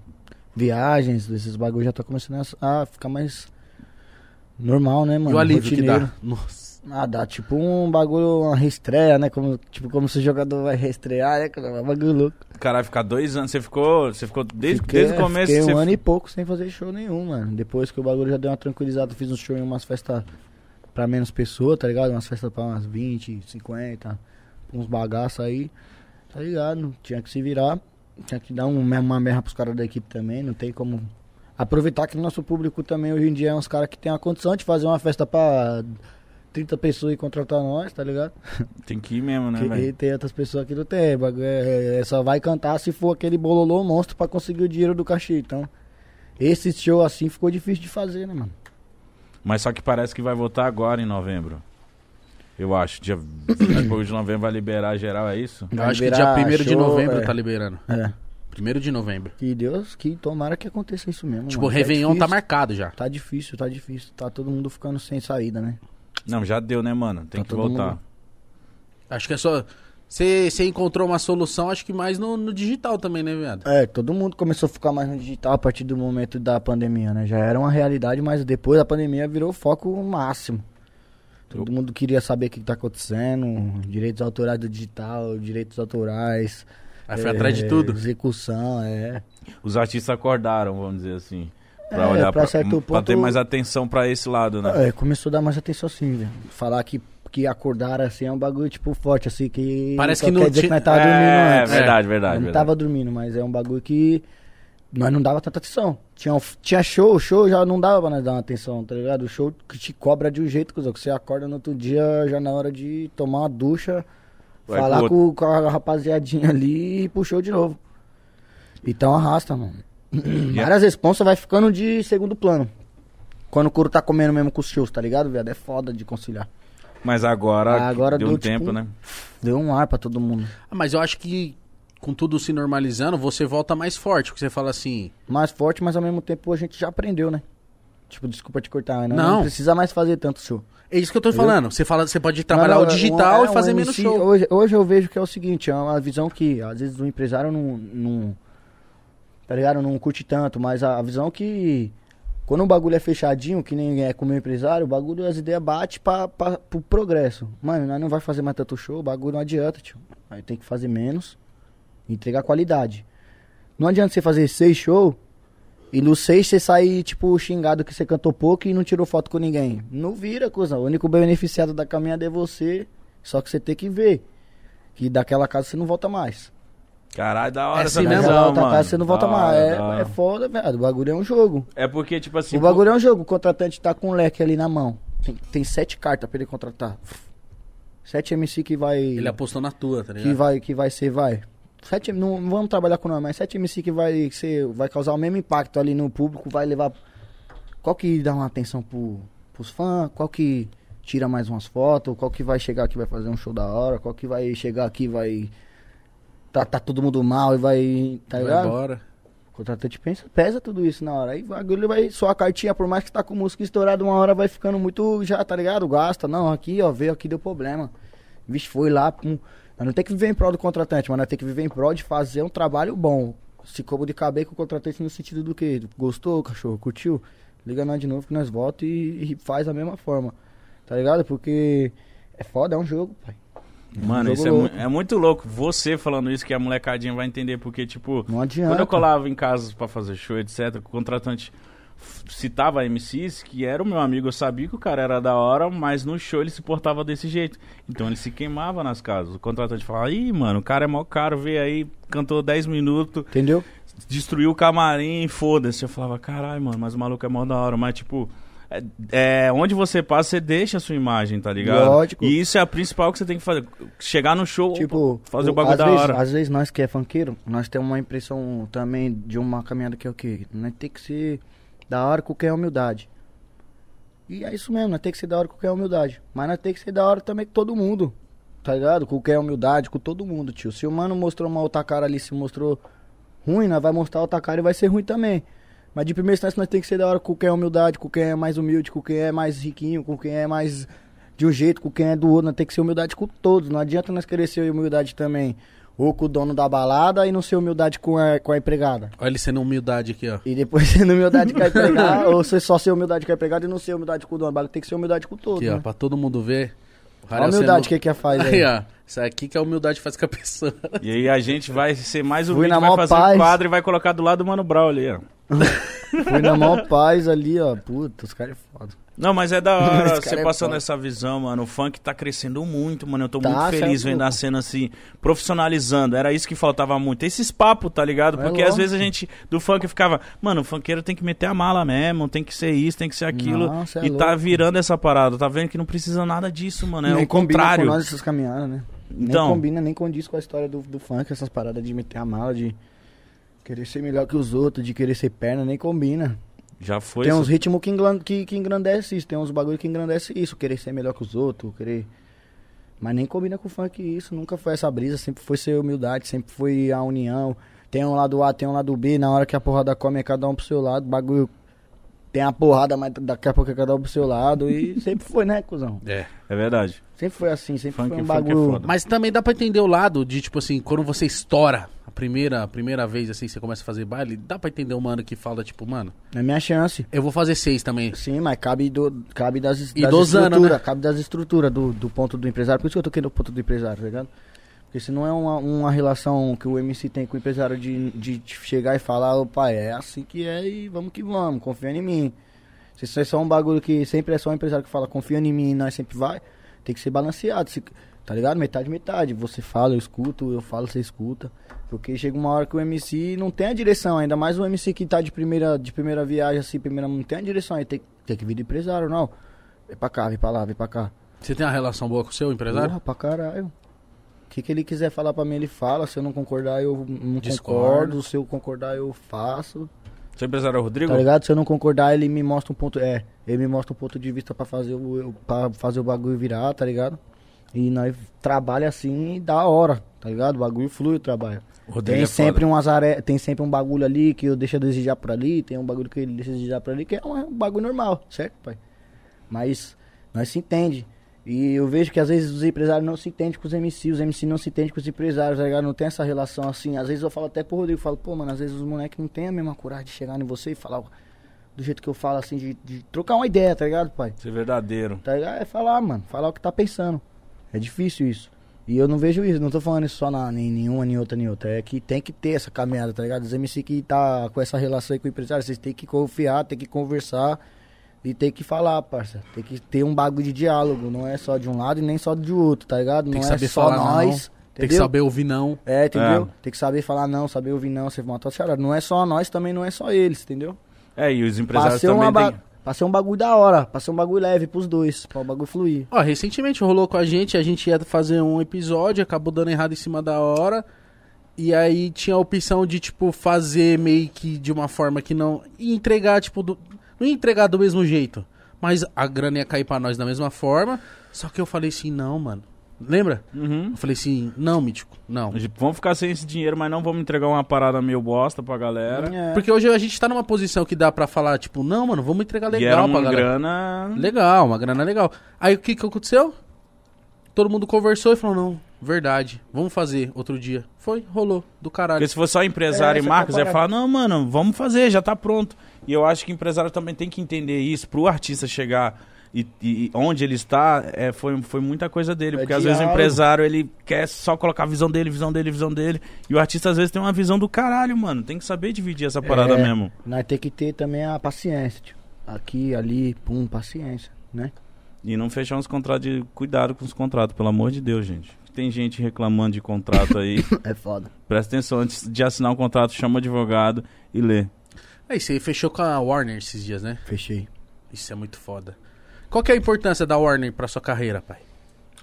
Speaker 2: Viagens, esses bagulhos já tá começando a a ficar mais normal, né,
Speaker 3: E
Speaker 2: mano?
Speaker 3: o alívio que
Speaker 2: Rotineiro.
Speaker 3: dá. Nossa.
Speaker 2: Ah, dá tipo um bagulho, uma reestreia, né? Como, tipo, como se o jogador vai reestrear, né? cara? É um bagulho louco.
Speaker 1: Caralho, ficar dois anos. Você ficou. Você ficou desde,
Speaker 2: Fiquei-
Speaker 1: desde o começo.
Speaker 2: Fiquei
Speaker 1: você
Speaker 2: um ano e pouco sem fazer show nenhum, mano. Depois que o bagulho já deu uma tranquilizada, fiz um show em umas festas pra menos pessoa, tá ligado? Umas festas pra umas 20, 50, uns bagaços aí, tá ligado? Tinha que se virar, tinha que dar um, uma merra pros caras da equipe também, não tem como... Aproveitar que o nosso público também hoje em dia é uns caras que tem a condição de fazer uma festa pra 30 pessoas e contratar nós, tá ligado?
Speaker 1: Tem que ir mesmo, né,
Speaker 2: Que-
Speaker 1: velho?
Speaker 2: e tem outras pessoas que não tem, bagulho é, é- só vai cantar se for aquele bololô monstro pra conseguir o dinheiro do cachê, então. Esse show assim ficou difícil de fazer, né, mano?
Speaker 1: Mas só que parece que vai voltar agora em novembro. Eu acho. Dia 22 de novembro vai liberar geral, é isso?
Speaker 3: Eu
Speaker 2: Vai
Speaker 3: acho que dia
Speaker 2: liberar
Speaker 3: 1 de
Speaker 2: show,
Speaker 3: novembro
Speaker 2: é.
Speaker 3: tá liberando.
Speaker 2: É.
Speaker 3: 1 de novembro.
Speaker 2: Que Deus, que tomara que aconteça isso mesmo.
Speaker 3: Tipo, o
Speaker 2: mano.
Speaker 3: Réveillon tá
Speaker 2: é difícil.
Speaker 3: marcado já.
Speaker 2: Tá difícil, tá difícil. Tá todo mundo ficando sem saída, né?
Speaker 1: Não, já deu, né, mano? Tem
Speaker 2: Tá
Speaker 1: que
Speaker 2: todo
Speaker 1: voltar.
Speaker 2: mundo-
Speaker 3: Acho que é só. Você você encontrou uma solução, acho que mais no, no digital também, né, viado?
Speaker 2: É, todo mundo começou a ficar mais no digital a partir do momento da pandemia, né? Já era uma realidade, mas depois da pandemia virou o foco máximo. Todo mundo queria saber o que que tá acontecendo, direitos autorais do digital, direitos autorais.
Speaker 3: Aí foi
Speaker 2: é,
Speaker 3: atrás de tudo.
Speaker 2: Execução, é.
Speaker 1: Os artistas acordaram, vamos dizer assim. Pra
Speaker 2: É,
Speaker 1: olhar
Speaker 2: pra
Speaker 1: pra,
Speaker 2: certo
Speaker 1: pra
Speaker 2: ponto-
Speaker 1: ter mais atenção pra esse lado, né?
Speaker 2: É, começou a dar mais atenção assim, velho. Falar que, que acordar assim é um bagulho, tipo, forte, assim, que.
Speaker 3: Parece
Speaker 2: só
Speaker 3: que não
Speaker 2: quer dizer
Speaker 3: ti-
Speaker 2: que nós tava tá dormindo
Speaker 1: é,
Speaker 2: antes.
Speaker 1: verdade, verdade.
Speaker 2: Eu não
Speaker 1: verdade.
Speaker 2: tava dormindo, mas é um bagulho que nós não dava tanta atenção. Tinha, um tinha show, show já não dava pra nós dar uma atenção, tá ligado? O show que te cobra de um jeito, cuzão, que você acorda no outro dia já na hora de tomar uma ducha,
Speaker 1: Vai
Speaker 2: falar
Speaker 1: pro
Speaker 2: com, com a rapaziadinha ali e ir pro show de novo. Então arrasta, mano.
Speaker 1: é-
Speaker 2: Várias responsas vai ficando de segundo plano. Quando o couro tá comendo mesmo com os shows, tá ligado, viado? É foda de conciliar.
Speaker 1: Mas agora,
Speaker 2: Ah, agora
Speaker 1: deu um
Speaker 2: deu, tipo,
Speaker 1: tempo, né?
Speaker 2: Deu um ar pra todo mundo.
Speaker 3: Ah, Mas eu acho que com tudo se normalizando, você volta mais forte, porque você fala assim.
Speaker 2: mais forte, mas ao mesmo tempo a gente já aprendeu, né? Tipo, desculpa te cortar, né?
Speaker 3: Não.
Speaker 2: Não, precisa mais fazer tanto show.
Speaker 3: É isso que eu tô falando. Você fala, você pode trabalhar
Speaker 2: Não,
Speaker 3: o
Speaker 2: não,
Speaker 3: digital
Speaker 2: é um-
Speaker 3: e fazer
Speaker 2: é um
Speaker 3: menos
Speaker 2: MC.
Speaker 3: show.
Speaker 2: Hoje, hoje eu vejo que é o seguinte, é uma visão que às vezes o empresário não, não tá ligado? Não curte tanto, mas a, a visão que quando o bagulho é fechadinho, que nem é com o meu empresário, o bagulho, as ideias batem pra, pra, pro progresso. Mano, nós não vai fazer mais tanto show, o bagulho não adianta, tio. Aí tem que fazer menos e entregar qualidade. Não adianta você fazer seis shows e no seis você sair, tipo, xingado que você cantou pouco e não tirou foto com ninguém. Não vira, cuzão. O único beneficiado da caminhada é você, só que você tem que ver que daquela casa você não volta mais.
Speaker 1: Caralho, da hora
Speaker 3: É
Speaker 1: essa
Speaker 3: assim mesmo?
Speaker 1: visão,
Speaker 2: Daquela outra
Speaker 1: mano. Ah,
Speaker 2: casa você não tá volta
Speaker 1: Da
Speaker 2: mais.
Speaker 1: hora,
Speaker 2: É,
Speaker 1: da hora.
Speaker 2: é foda, velho. O bagulho é um jogo.
Speaker 1: É porque, tipo assim.
Speaker 2: o bagulho é um jogo. O contratante tá com um leque ali na mão. Tem, tem sete cartas pra ele contratar. Sete MC que vai.
Speaker 3: Ele apostou na tua, tá
Speaker 2: que
Speaker 3: ligado?
Speaker 2: vai, que vai ser, vai. Sete, não não vamos trabalhar com nome, mas sete MC que vai, ser, vai causar o mesmo impacto ali no público, vai levar. Qual que dá uma atenção pro, pros fãs? Qual que tira mais umas fotos? Qual que vai chegar aqui e vai fazer um show da hora? Qual que vai chegar aqui e vai tratar todo mundo mal e vai. Tá
Speaker 3: Vai
Speaker 2: ligado?
Speaker 3: embora.
Speaker 2: O contratante pensa, pesa tudo isso na hora. Aí o bagulho vai, só a cartinha, por mais que tá com música estourada, uma hora vai ficando muito já, tá ligado? Gasta, não, aqui, ó, veio aqui, deu problema. Vixe, foi lá. Pum. Nós não tem que viver em prol do contratante, mas nós tem que viver em prol de fazer um trabalho bom. Se como de caber com o contratante no sentido do que? Gostou, cachorro? Curtiu? Liga nós de novo que nós volta e, e faz da mesma forma. Tá ligado? Porque é foda, é um jogo, pai.
Speaker 1: Mano,
Speaker 2: Jogo
Speaker 1: isso é,
Speaker 2: louco.
Speaker 1: mu- é muito louco. Você falando isso que a molecadinha vai entender, porque, tipo,
Speaker 2: Não adianta.
Speaker 1: quando eu colava em casa pra fazer show, etc., o contratante f- citava MCs, que era o meu amigo, eu sabia que o cara era da hora, mas no show ele se portava desse jeito. Então ele se queimava nas casas. O contratante falava, ih, mano, o cara é mó caro, veio aí, cantou 10 minutos,
Speaker 2: Entendeu?
Speaker 1: destruiu o camarim, foda-se. Eu falava, caralho, mano, mas o maluco é mó da hora. Mas, tipo, é, é, onde você passa, você deixa a sua imagem, tá ligado?
Speaker 2: Lógico.
Speaker 1: E isso é a principal que você tem que fazer. Chegar no show,
Speaker 2: Tipo,
Speaker 1: opa, fazer o
Speaker 2: o-
Speaker 1: bagulho
Speaker 2: às
Speaker 1: da
Speaker 2: vezes,
Speaker 1: hora.
Speaker 2: Às vezes nós que é funkeiro, nós temos uma impressão também de uma caminhada que é o quê? Nós tem que ser da hora com quem é humildade. E é isso mesmo, nós tem que ser da hora com quem é humildade. Mas nós tem que ser da hora também com todo mundo. Tá ligado? Com quem é humildade, com todo mundo, tio. Se o mano mostrou uma outra cara ali, se mostrou ruim, nós vai mostrar outra cara e vai ser ruim também. Mas de primeira instância nós tem que ser da hora com quem é humildade, com quem é mais humilde, com quem é mais riquinho, com quem é mais de um jeito, com quem é do outro. Nós tem que ser humildade com todos. Não adianta nós querer ser humildade também. Ou com o dono da balada e não ser humildade com a, com a empregada.
Speaker 3: Olha ele sendo humildade aqui, ó.
Speaker 2: E depois sendo humildade com a empregada, ou ser só ser humildade com a empregada e não ser humildade com o dono. da balada. Tem que ser humildade com todos.
Speaker 3: Aqui, ó,
Speaker 2: Né?
Speaker 3: pra todo mundo ver. O
Speaker 2: Olha a
Speaker 3: Rariel
Speaker 2: humildade que
Speaker 3: sendo-
Speaker 2: que a faz aí.
Speaker 3: Aí, ó. Isso aqui que a humildade faz com a pessoa.
Speaker 1: E aí a gente vai ser mais um
Speaker 2: Fui
Speaker 1: vídeo,
Speaker 2: na
Speaker 1: vai
Speaker 2: maior
Speaker 1: fazer um
Speaker 2: paz.
Speaker 1: quadro e vai colocar do lado do Mano Brown ali, ó.
Speaker 2: Fui na maior paz ali, ó. Puta, os caras é foda.
Speaker 1: Não, mas é da hora
Speaker 2: Esse
Speaker 1: você
Speaker 2: cara é
Speaker 1: passando
Speaker 2: foda.
Speaker 1: essa visão, mano. O funk tá crescendo muito, mano. Eu tô
Speaker 2: Tá,
Speaker 1: muito
Speaker 2: cê é
Speaker 1: feliz vendo
Speaker 2: louco.
Speaker 1: a cena assim, profissionalizando. Era isso que faltava muito. Esses papos, tá ligado?
Speaker 2: É
Speaker 1: Porque às
Speaker 2: lógico.
Speaker 1: vezes a gente do funk ficava, mano, o funkeiro tem que meter a mala mesmo, tem que ser isso, tem que ser aquilo.
Speaker 2: Não, cê é
Speaker 1: e tá
Speaker 2: louco.
Speaker 1: virando essa parada. Tá vendo que não precisa nada disso, mano. É
Speaker 2: nem
Speaker 1: o
Speaker 2: combina
Speaker 1: contrário.
Speaker 2: com nós essas caminhadas, né?
Speaker 1: Então.
Speaker 2: Nem combina, nem condiz com a história do, do funk, essas paradas de meter a mala, de querer ser melhor que os outros, de querer ser perna, nem combina.
Speaker 1: Já foi.
Speaker 2: tem
Speaker 1: essa-
Speaker 2: uns ritmos que, englan- que, que engrandece isso, tem uns bagulho que engrandece isso, querer ser melhor que os outros, querer... Mas nem combina com o funk isso, nunca foi essa brisa, sempre foi ser humildade, sempre foi a união. Tem um lado A, tem um lado B, na hora que a porrada come é cada um pro seu lado, bagulho... Tem a porrada, mas daqui a pouco é cada um pro seu lado, e sempre foi, né, cuzão?
Speaker 3: É.
Speaker 1: É verdade.
Speaker 2: Sempre foi assim, sempre
Speaker 1: Funk-
Speaker 2: foi um
Speaker 1: funk é
Speaker 2: bagulho...
Speaker 1: foda.
Speaker 3: Mas também dá pra entender o lado de, tipo assim, quando você estoura a primeira, a primeira vez, assim, você começa a fazer baile, dá pra entender o mano que fala, tipo, mano,
Speaker 2: É minha chance.
Speaker 3: eu vou fazer seis também.
Speaker 2: Sim, mas cabe, do, cabe das, das
Speaker 3: E dos anos,
Speaker 2: estruturas.
Speaker 3: né?
Speaker 2: Cabe das estruturas do, do ponto do empresário. Por isso que eu toquei no ponto do empresário, tá ligado? Porque se não é uma, uma relação que o MC tem com o empresário de, de chegar e falar, opa, é assim que é e vamos que vamos, confia em mim. Se isso é só um bagulho que sempre é só um empresário que fala, confia em mim e nós sempre vai, tem que ser balanceado, se- tá ligado? Metade, metade. Você fala, eu escuto, eu falo, você escuta. Porque chega uma hora que o MC não tem a direção, ainda mais o MC que tá de primeira, de primeira viagem, assim, primeira não tem a direção, aí tem, tem que vir de empresário, não. Vem É pra cá, vem pra lá, vem pra cá.
Speaker 3: Você tem uma relação boa com o seu empresário?
Speaker 2: Porra, pra caralho. O que, que ele quiser falar pra mim, ele fala. Se eu não concordar, eu não
Speaker 3: Discordo.
Speaker 2: concordo. Se eu concordar, eu faço.
Speaker 1: Seu empresário é o Rodrigo?
Speaker 2: Tá ligado? Se eu não concordar, ele me mostra um ponto. É, ele me mostra um ponto de vista pra fazer o, eu- pra fazer o bagulho virar, tá ligado? E nós trabalha assim da hora, tá ligado? O bagulho flui o trabalho.
Speaker 1: O Rodrigo
Speaker 2: Tem
Speaker 1: é foda.
Speaker 2: sempre um azaré, tem sempre um bagulho ali que eu deixo a desejar por ali, tem um bagulho que ele deixa a desejar por ali, que é um, é um bagulho normal, certo, pai? Mas nós se entende. E eu vejo que às vezes os empresários não se entendem com os MCs, os MCs não se entendem com os empresários, tá ligado? Não tem essa relação assim. Às vezes eu falo até pro Rodrigo, falo, pô, mano, às vezes os moleques não têm a mesma coragem de chegar em você e falar ó, do jeito que eu falo, assim, de, de trocar uma ideia, tá ligado, pai?
Speaker 1: Você é verdadeiro.
Speaker 2: Tá ligado? É falar, mano, falar o que tá pensando. É difícil isso. E eu não vejo isso, não tô falando isso só na, nem nenhuma, nem outra, nem outra. É que tem que ter essa caminhada, tá ligado? Os MC que tá com essa relação aí com o empresário, vocês têm que confiar, tem que conversar e tem que falar, parça. Tem que ter um bagulho de diálogo, não é só de um lado e nem só de outro, tá ligado?
Speaker 3: Tem
Speaker 2: não
Speaker 3: que
Speaker 2: é
Speaker 3: saber
Speaker 2: só
Speaker 3: falar não,
Speaker 2: nós.
Speaker 3: Tem que
Speaker 2: entendeu?
Speaker 3: saber ouvir não.
Speaker 2: É, entendeu?
Speaker 1: É.
Speaker 2: Tem que saber falar não, saber ouvir não, você matou a charada. Não é só nós, também não é só eles, entendeu?
Speaker 1: É, e os
Speaker 2: Pra
Speaker 1: empresários
Speaker 2: ser,
Speaker 1: também
Speaker 2: uma ba...
Speaker 1: têm.
Speaker 2: pra ser um bagulho da hora, pra ser um bagulho leve pros dois, pra o bagulho fluir.
Speaker 3: Ó, recentemente rolou com a gente, a gente ia fazer um episódio, acabou dando errado em cima da hora. E aí tinha a opção de, tipo, fazer meio que de uma forma que não. E entregar, tipo, do- não ia entregar do mesmo jeito. Mas a grana ia cair pra nós da mesma forma. Só que eu falei assim, não, mano. Lembra?
Speaker 1: Uhum.
Speaker 3: Eu falei assim, não, Mítico, não.
Speaker 1: Vamos ficar sem esse dinheiro, mas não vamos entregar uma parada meio bosta pra galera.
Speaker 2: É.
Speaker 3: Porque hoje a gente tá numa posição que dá pra falar, tipo, não, mano, vamos entregar
Speaker 1: e era
Speaker 3: legal pra
Speaker 1: uma
Speaker 3: galera.
Speaker 1: grana.
Speaker 3: Legal, uma grana legal. Aí o que que aconteceu? Todo mundo conversou e falou, não, verdade, vamos fazer outro dia. Foi, rolou, do caralho.
Speaker 1: Porque se for só empresário
Speaker 2: É,
Speaker 1: e
Speaker 2: essa
Speaker 1: marcas,
Speaker 2: que é a
Speaker 1: ia falar, não, mano, vamos fazer, já tá pronto. E eu acho que empresário também tem que entender isso, pro artista chegar e, e- e onde ele está, é, foi, foi muita coisa dele.
Speaker 2: É
Speaker 1: porque às vezes o
Speaker 2: diálogo.
Speaker 1: empresário, ele quer só colocar a visão dele, visão dele, visão dele. E o artista às vezes tem uma visão do caralho, mano. Tem que saber dividir essa parada
Speaker 2: É.
Speaker 1: mesmo.
Speaker 2: Nós tem que ter também a paciência, tio. Aqui, ali, pum, paciência, né?
Speaker 1: E não fechar uns contratos, de... cuidado com os contratos, pelo amor de Deus, gente. Tem gente reclamando de contrato aí.
Speaker 2: É foda.
Speaker 1: Presta atenção, antes de assinar um contrato, chama o advogado e lê.
Speaker 3: Aí você fechou com a Warner esses dias, né?
Speaker 2: Fechei.
Speaker 3: Isso é muito foda. Qual que é a importância da Warner pra sua carreira, pai?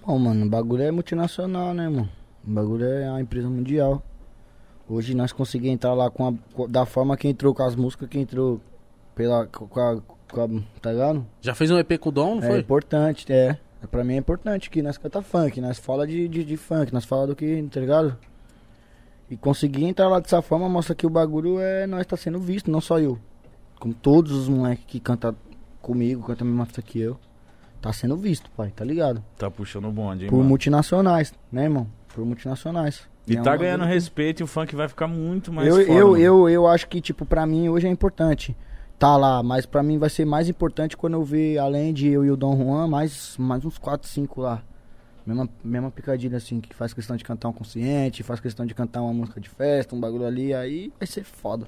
Speaker 2: Bom, mano, o bagulho é multinacional, né, mano? O bagulho é uma empresa mundial. Hoje nós conseguimos entrar lá com a, com- da forma que entrou com as músicas, que entrou pela, com a, com a- tá ligado?
Speaker 3: Já fez um EP com o Dom, não
Speaker 2: É
Speaker 3: foi?
Speaker 2: importante, é. Pra mim é importante que nós canta funk, nós fala de, de, de funk, nós fala do que, tá ligado? E conseguir entrar lá dessa forma mostra que o bagulho é nós tá sendo visto, não só eu. Como todos os moleques que cantam comigo, cantam a mesma fita que eu. Tá sendo visto, pai, tá ligado?
Speaker 1: Tá puxando o bonde, hein,
Speaker 2: Por
Speaker 1: mano?
Speaker 2: multinacionais, né, irmão? Por multinacionais.
Speaker 1: E
Speaker 2: É um
Speaker 1: tá
Speaker 2: bagulho
Speaker 1: ganhando
Speaker 2: que-
Speaker 1: respeito e o funk vai ficar muito mais né?
Speaker 2: eu,
Speaker 1: foda,
Speaker 2: eu,
Speaker 1: mano.
Speaker 2: eu, eu acho que, tipo, pra mim hoje é importante tá lá, mas pra mim vai ser mais importante quando eu ver, além de eu e o Dom Juan, mais, mais uns 4, 5 lá. Mesma, mesma picadilha, assim, que faz questão de cantar um consciente, faz questão de cantar uma música de festa, um bagulho ali, aí vai ser foda.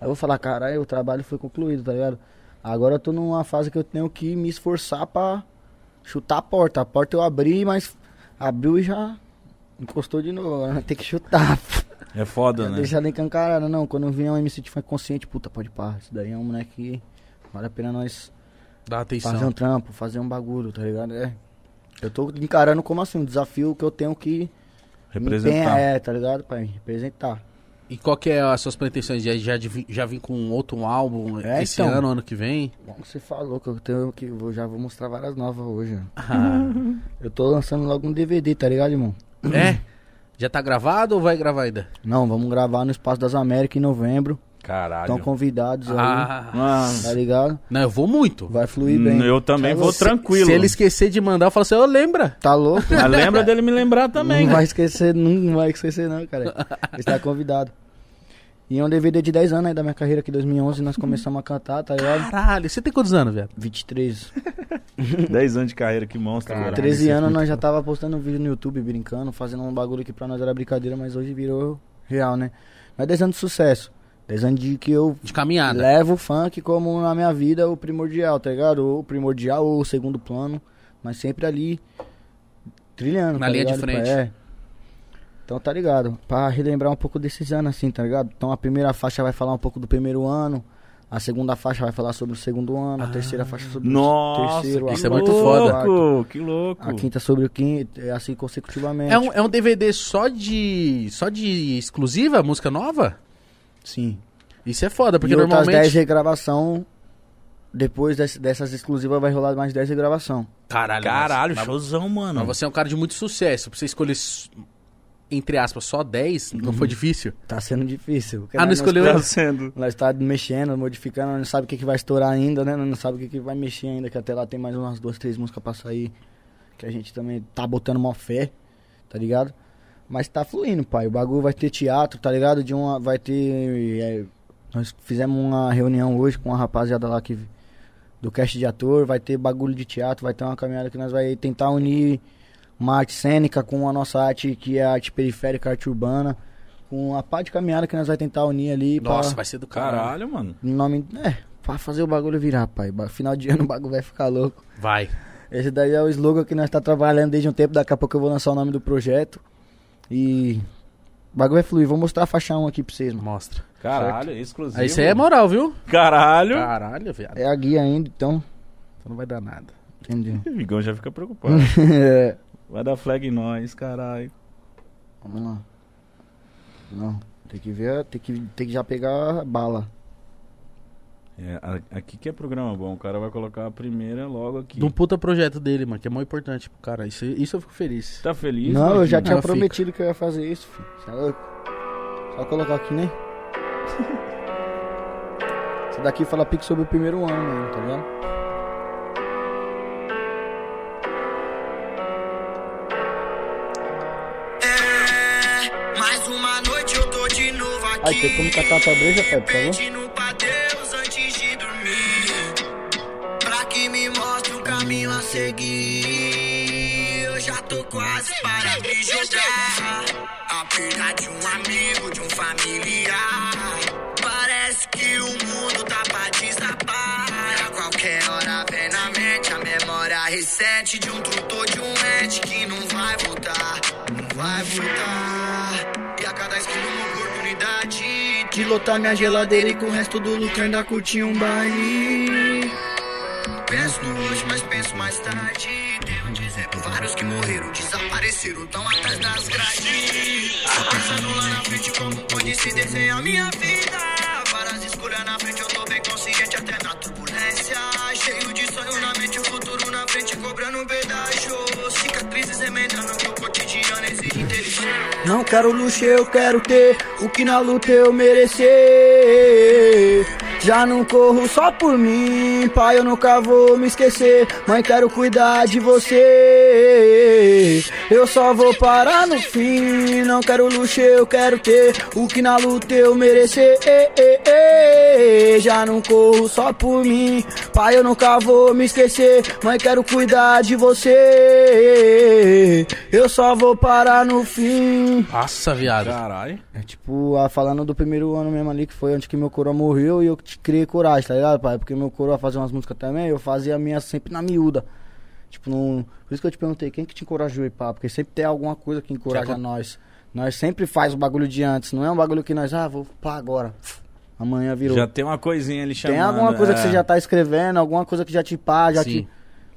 Speaker 2: Aí eu vou falar, caralho, o trabalho foi concluído, tá ligado? Agora eu tô numa fase que eu tenho que me esforçar pra chutar a porta. A porta eu abri, mas abriu e já encostou de novo. Agora tem que chutar,
Speaker 1: É foda,
Speaker 2: não
Speaker 1: né?
Speaker 2: deixar nem cancarada, não. Quando vier um MC de funk consciente, puta, pode pá. Isso daí é um moleque que vale a pena nós
Speaker 3: Dá atenção.
Speaker 2: fazer um trampo, fazer um bagulho, tá ligado? É. Eu tô encarando como assim, um desafio que eu tenho que me
Speaker 1: Representar.
Speaker 2: empenhar, é, tá ligado, pai? Representar.
Speaker 3: E qual que é as suas pretensões? Já, já, de- já vim com outro álbum
Speaker 2: É,
Speaker 3: esse
Speaker 2: então.
Speaker 3: ano, ano que vem?
Speaker 2: Bom, você falou que eu tenho que. Eu já vou mostrar várias novas hoje. ó.
Speaker 3: Ah,
Speaker 2: Eu tô lançando logo um DVD, tá ligado, irmão?
Speaker 3: é? Já tá gravado ou vai gravar ainda?
Speaker 2: Não, vamos gravar no Espaço das Américas em novembro.
Speaker 1: Caralho.
Speaker 2: Estão convidados aí,
Speaker 3: Ah,
Speaker 1: Mano,
Speaker 2: tá ligado?
Speaker 3: não, eu vou muito.
Speaker 2: Vai fluir bem.
Speaker 1: Hum, eu também
Speaker 2: Tá
Speaker 1: vou
Speaker 2: louco?
Speaker 1: tranquilo.
Speaker 3: Se ele esquecer de mandar, eu falo assim, ô, lembra?
Speaker 2: Tá louco?
Speaker 1: Mas lembra dele me lembrar também.
Speaker 3: né?
Speaker 2: Não
Speaker 1: cara.
Speaker 2: vai esquecer, não, não vai esquecer não, cara. Está convidado. E é um DVD de 10 anos aí da minha carreira, que em 2011 nós começamos a cantar, tá ligado?
Speaker 3: Caralho, você tem quantos anos, viado?
Speaker 2: 23.
Speaker 1: 10 anos de carreira, que monstro,
Speaker 3: Caralho.
Speaker 1: cara.
Speaker 2: 13
Speaker 3: isso é
Speaker 2: anos
Speaker 3: muito
Speaker 2: nós já tava postando um vídeo no YouTube brincando, fazendo um bagulho que pra nós era brincadeira, mas hoje virou real, né? Mas 10 anos de sucesso. 10 anos de que eu
Speaker 3: De caminhada.
Speaker 2: levo o funk como na minha vida o primordial, tá ligado? Ou o primordial ou o segundo plano, mas sempre ali trilhando.
Speaker 3: Na
Speaker 2: tá
Speaker 3: linha de
Speaker 2: ligado?
Speaker 3: frente.
Speaker 2: É. Então tá ligado, pra relembrar um pouco desses anos assim, tá ligado? Então a primeira faixa vai falar um pouco do primeiro ano, a segunda faixa vai falar sobre o segundo ano, a terceira faixa sobre o
Speaker 1: Ah, Nossa,
Speaker 2: terceiro,
Speaker 1: que
Speaker 2: a
Speaker 3: isso é
Speaker 2: quarta
Speaker 3: muito
Speaker 2: sobre
Speaker 1: louco,
Speaker 2: o
Speaker 3: foda.
Speaker 2: quarto,
Speaker 1: que louco.
Speaker 2: A quinta sobre o quinto, é assim consecutivamente.
Speaker 3: É um, é um DVD só de. só de exclusiva, música nova?
Speaker 2: Sim.
Speaker 3: Isso é foda, porque
Speaker 2: e outras
Speaker 3: normalmente.
Speaker 2: 10 regravação, depois desse- dessas exclusivas vai rolar mais 10 regravação.
Speaker 3: Caralho, mas-
Speaker 1: Caralho,
Speaker 3: mas,
Speaker 1: showzão, mano.
Speaker 3: mas você é um cara de muito sucesso. Pra você escolher, s- entre aspas, só 10, não foi difícil.
Speaker 2: Tá sendo difícil. porque
Speaker 3: Ah, não
Speaker 2: nós
Speaker 3: escolheu
Speaker 1: tá
Speaker 3: essa?
Speaker 1: sendo.
Speaker 2: Nós tá mexendo, modificando, não sabe o que, que vai estourar ainda, né? Não sabe o que, que vai mexer ainda, que até lá tem mais umas duas, três músicas pra sair. Que a gente também tá botando mó fé, tá ligado? Mas tá fluindo, pai. O bagulho vai ter teatro, tá ligado? De uma. Vai ter. é, nós fizemos uma reunião hoje com uma rapaziada lá que. Do cast de ator, vai ter bagulho de teatro, vai ter uma caminhada que nós vai tentar unir uma arte cênica com a nossa arte, que é a arte periférica, a arte urbana, com a parte de caminhada que nós vai tentar unir ali. pra-
Speaker 3: Nossa, vai ser do caralho.
Speaker 1: Caralho, mano.
Speaker 2: o Nome. É, pra fazer o bagulho virar, pai. Ba- Final de ano o bagulho vai ficar louco.
Speaker 3: Vai.
Speaker 2: Esse daí é o slogan que nós tá trabalhando desde um tempo. Daqui a pouco eu vou lançar o nome do projeto. E. O bagulho vai fluir. Vou mostrar a faixa 1 aqui pra vocês, mano.
Speaker 3: Mostra.
Speaker 1: Caralho, exclusivo.
Speaker 3: Aí isso aí é moral, viu?
Speaker 1: Caralho.
Speaker 3: Caralho, viado.
Speaker 2: É a guia ainda, então.
Speaker 3: Então não vai dar nada.
Speaker 2: Entendeu?
Speaker 1: O Vigão já fica preocupado.
Speaker 2: É,
Speaker 1: Vai dar flag em nós, caralho.
Speaker 2: Vamos lá. Não. Tem que ver. Tem que, tem que já pegar a bala.
Speaker 1: É, a- aqui que é programa bom. O cara vai colocar a primeira logo aqui.
Speaker 3: De um puta projeto dele, mano, que é muito importante pro cara. Isso, isso eu fico feliz.
Speaker 1: Tá feliz?
Speaker 2: né, não, eu já
Speaker 1: Marquinhos?
Speaker 2: tinha
Speaker 3: Ela fica.
Speaker 2: prometido que eu ia fazer isso, filho. Você é louco? Só colocar aqui, né? Isso daqui fala pique sobre o primeiro ano, mano, tá ligado?
Speaker 4: Mais uma noite eu tô de novo aqui.
Speaker 2: Ai, tem como catar a tua breja, pai, por favor?
Speaker 4: Pedindo pra Deus antes de dormir. Pra que me mostre o caminho a seguir. Eu já tô quase para de jogar. A perda de um amigo, de um familiar. Parece que o mundo tá pra desabar. A qualquer hora vem na mente a memória recente de um tutor de um ente que não vai voltar. Não vai voltar. E a cada esquina uma oportunidade de lotar minha geladeira e com o resto do lucro ainda curtir um baile. Penso no hoje, mas penso mais tarde. Devo dizer pra vários que morreram, desapareceram, tão atrás das grades. Pensando lá na frente, como pode se desenhar minha vida. Varas escuras na frente, eu tô bem consciente até na turbulência. Cheio de sonho na mente, o futuro na frente, cobrando um pedaço. Cicatrizes emendando meu cotidiano, exige inteligência. Não quero luxo, eu quero ter o que na luta eu merecer. Já não corro só por mim, pai, eu nunca vou me esquecer. Mãe, quero cuidar de você. Eu só vou parar no fim. Não quero luxo, eu quero ter o que na luta eu merecer. Já não corro só por mim, pai, eu nunca vou me esquecer. Mãe, quero cuidar de você. Eu só vou parar no fim.
Speaker 3: Nossa, viado.
Speaker 5: Caralho.
Speaker 2: É tipo, a, falando do primeiro ano mesmo ali, que foi onde que meu coroa morreu e eu te criei coragem, tá ligado, pai? Porque meu coroa fazia umas músicas também, eu fazia a minha sempre na miúda. Tipo, não... por isso que eu te perguntei, quem que te encorajou e pá? Porque sempre tem alguma coisa que encoraja
Speaker 3: acon-
Speaker 2: nós. Nós sempre faz o bagulho de antes, não é um bagulho que nós, ah, vou pá agora. Amanhã virou.
Speaker 3: tá
Speaker 5: Já tem uma coisinha ali chamando.
Speaker 2: tem alguma coisa
Speaker 5: é.
Speaker 2: que você já tá escrevendo, alguma coisa que já te pá, já
Speaker 3: Sim.
Speaker 2: te...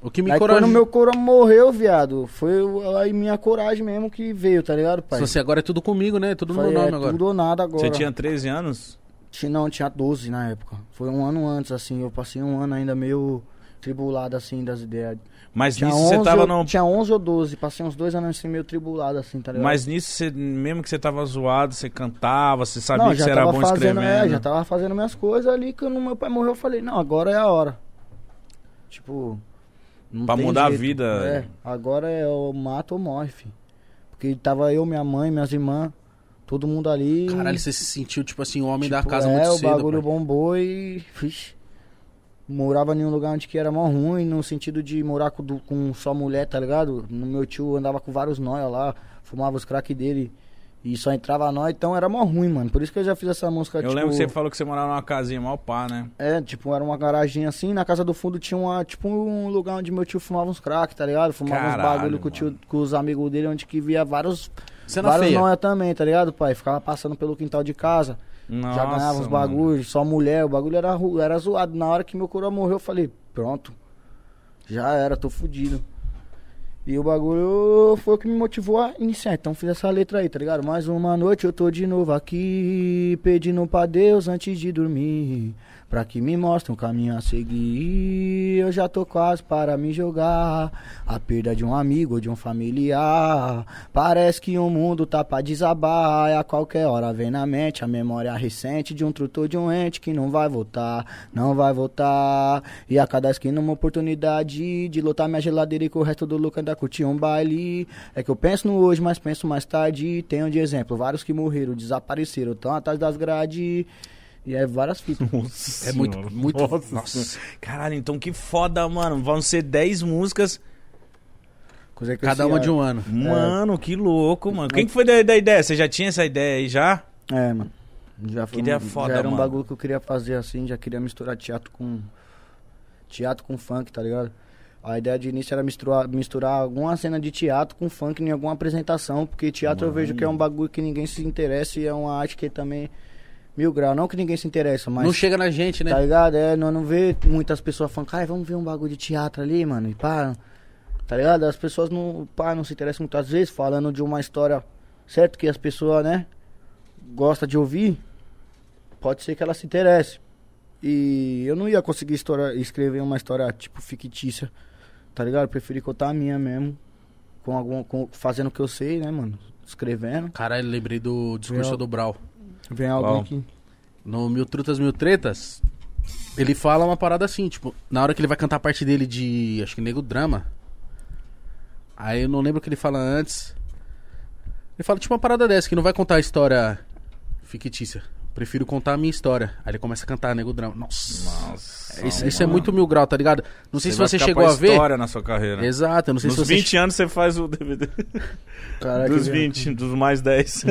Speaker 3: O que me
Speaker 2: Aí
Speaker 3: encorajou.
Speaker 2: quando meu coroa morreu, viado, foi o- aí minha coragem mesmo que veio, tá ligado, pai?
Speaker 3: Se você agora é tudo comigo, né? É tudo no
Speaker 2: Foi,
Speaker 3: meu nome
Speaker 2: é,
Speaker 3: agora.
Speaker 2: tudo ou nada agora.
Speaker 5: Você tinha 13 anos?
Speaker 2: Ti- Não, tinha 12 na época. Foi um ano antes, assim. Eu passei um ano ainda meio tribulado, assim, das ideias.
Speaker 5: Mas
Speaker 2: Tinha,
Speaker 5: nisso você tava
Speaker 2: ou-
Speaker 5: no.
Speaker 2: tinha 11 ou 12. Passei uns dois anos assim, meio tribulado, assim, tá ligado?
Speaker 5: Mas nisso, você, mesmo que você tava zoado, você cantava, você sabia
Speaker 2: não,
Speaker 5: que
Speaker 2: já
Speaker 5: você era
Speaker 2: tava
Speaker 5: bom
Speaker 2: fazendo,
Speaker 5: escrevendo.
Speaker 2: é, já tava fazendo minhas coisas ali. Quando meu pai morreu, eu falei, não, agora é a hora. Tipo... não
Speaker 5: Pra
Speaker 2: tem
Speaker 5: mudar a
Speaker 2: jeito.
Speaker 5: vida.
Speaker 2: É, agora é o mato ou morre, filho. Porque tava eu, minha mãe, minhas irmãs, todo mundo ali.
Speaker 3: Caralho, você se sentiu, tipo assim, o homem da
Speaker 2: Tipo,
Speaker 3: casa
Speaker 2: é,
Speaker 3: muito
Speaker 2: o
Speaker 3: cedo.
Speaker 2: bagulho
Speaker 3: pai.
Speaker 2: bombou e. Vixe, morava em um lugar onde que era mó ruim, no sentido de morar com, du- com só mulher, tá ligado? No meu tio andava com vários nóia lá, fumava os crack dele e só entrava nóia, então era mó ruim, mano. Por isso que eu já fiz essa música
Speaker 5: Eu
Speaker 2: tipo.
Speaker 5: lembro que você falou que você morava numa casinha mal pá, né?
Speaker 2: É, tipo, era uma garagem assim, na casa do fundo tinha uma, tipo um lugar onde meu tio fumava uns crack, tá ligado? Fumava uns
Speaker 5: Caralho,
Speaker 2: bagulho com, o tio-
Speaker 5: mano.
Speaker 2: com os amigos dele, onde que via vários.
Speaker 3: Cena
Speaker 2: vários
Speaker 3: é feia.
Speaker 2: nóia também, tá ligado, pai? Ficava passando pelo quintal de casa. Já ganhava uns
Speaker 5: mano.
Speaker 2: bagulhos, só mulher, o bagulho era, ru- era zoado. Na hora que meu coroa morreu, eu falei, pronto. Já era, tô fudido. E o bagulho foi o que me motivou a iniciar. Então fiz essa letra aí, tá ligado? Mais uma noite eu tô de novo aqui, pedindo pra Deus antes de dormir. Pra que me mostre um caminho a seguir. Eu já tô quase para me jogar. A perda de um amigo ou de um familiar. Parece que o mundo tá pra desabar. E é a qualquer hora vem na mente a memória recente de um trutor de um ente que não vai voltar, não vai voltar. E a cada esquina uma oportunidade de lotar minha geladeira e com o resto do lucro ainda curtir um baile. É que eu penso no hoje, mas penso mais tarde. Tenho de exemplo vários que morreram, desapareceram, estão atrás das grades. E é várias fitas.
Speaker 5: Nossa
Speaker 3: É muito,
Speaker 5: senhora.
Speaker 3: muito.
Speaker 5: Nossa.
Speaker 3: nossa.
Speaker 5: Caralho, então que foda, mano. Vão ser 10 músicas.
Speaker 2: Coisa que eu
Speaker 3: Cada
Speaker 2: sei,
Speaker 3: uma
Speaker 2: é.
Speaker 3: de um ano.
Speaker 5: Mano, que louco, mano. Quem que foi da, da ideia? Você já tinha essa ideia aí já?
Speaker 2: É, mano. Já foi
Speaker 5: Que ideia
Speaker 2: um,
Speaker 5: foda,
Speaker 2: já era um
Speaker 5: mano.
Speaker 2: bagulho que eu queria fazer assim, já queria misturar teatro com teatro com funk, tá ligado? A ideia de início era misturar, misturar alguma cena de teatro com funk em alguma apresentação, porque teatro eu vejo que é um bagulho que ninguém se interessa e é uma arte que também mil grau, não que ninguém se interessa, mas
Speaker 3: Não chega na gente, né?
Speaker 2: Tá ligado? É, nós não vê muitas pessoas falando, cara, vamos ver um bagulho de teatro ali, mano, e pá. Tá ligado? As pessoas não, pá, não se interessam muitas vezes falando de uma história, certo? Que as pessoas, né, gostam de ouvir. Pode ser que elas se interessem. E eu não ia conseguir história, escrever uma história, tipo, fictícia, tá ligado? Eu preferi contar a minha mesmo. Com algum, com, fazendo o que eu sei, né, mano? Escrevendo.
Speaker 3: Caralho, lembrei do discurso
Speaker 2: Real.
Speaker 3: do Brau.
Speaker 2: Vem alguém
Speaker 5: Bom.
Speaker 2: que.
Speaker 3: No Mil Trutas Mil Tretas, ele fala uma parada assim, tipo, na hora que ele vai cantar a parte dele de, acho que Nego Drama, aí eu não lembro o que ele fala antes, Ele fala, tipo uma parada dessa, que não vai contar a história fictícia. Prefiro contar a minha história. Aí ele começa a cantar Nego Drama. Nossa.
Speaker 1: Nossa,
Speaker 3: isso isso é muito mil grau, tá ligado? Não sei se você chegou a ver.
Speaker 1: história na sua carreira.
Speaker 3: Exato, eu não sei
Speaker 1: Nos
Speaker 3: se você.
Speaker 1: 20 anos você faz o DVD.
Speaker 2: Caraca,
Speaker 1: dos
Speaker 2: velho.
Speaker 1: 20, dos mais 10.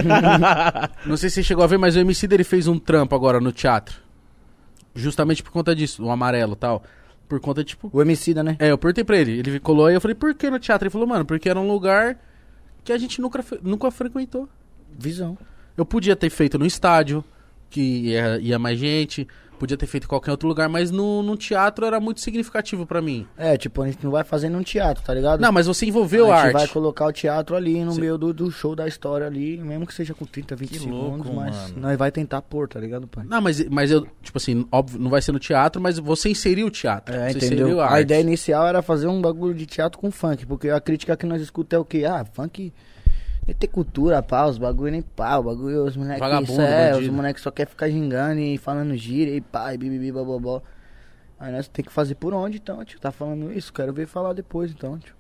Speaker 3: Não sei se você chegou a ver, mas o MC dele fez um trampo agora no teatro. Justamente por conta disso, o amarelo e tal. Por conta, tipo.
Speaker 2: O MC da, né?
Speaker 3: É, eu perguntei pra ele. Ele colou aí, eu falei, por que no teatro? Ele falou, mano, porque era um lugar que a gente nunca, fre- nunca frequentou.
Speaker 2: Visão.
Speaker 3: Eu podia ter feito no estádio, que ia, ia mais gente, podia ter feito em qualquer outro lugar, mas no, no teatro era muito significativo pra mim.
Speaker 2: É, tipo, a gente não vai fazer num teatro, tá ligado?
Speaker 3: Não, mas você envolveu
Speaker 2: a
Speaker 3: a
Speaker 2: gente
Speaker 3: arte.
Speaker 2: vai colocar o teatro ali no
Speaker 3: Sim.
Speaker 2: meio do, do show da história ali, mesmo que seja com 30, 20
Speaker 1: Que
Speaker 2: segundos,
Speaker 1: louco,
Speaker 2: mas
Speaker 1: mano.
Speaker 2: nós vai tentar pôr, tá ligado, pai?
Speaker 3: Não, mas, mas eu, tipo assim, óbvio, não vai ser no teatro, mas você inseriu o teatro.
Speaker 2: É,
Speaker 3: você
Speaker 2: entendeu?
Speaker 3: inseriu a
Speaker 2: A,
Speaker 3: arte.
Speaker 2: ideia inicial era fazer um bagulho de teatro com funk, porque a crítica que nós escutamos é o quê? Ah, funk nem tem cultura, pá, os bagulho nem pá, o bagulho, os moleques
Speaker 3: Vagabundo,
Speaker 2: isso é, os
Speaker 3: bandido.
Speaker 2: moleques só quer ficar gingando e falando gíria e pá, e bibibi, babobó. Aí nós tem que fazer por onde, então, tio, tá falando isso, quero ver falar depois, então, tio.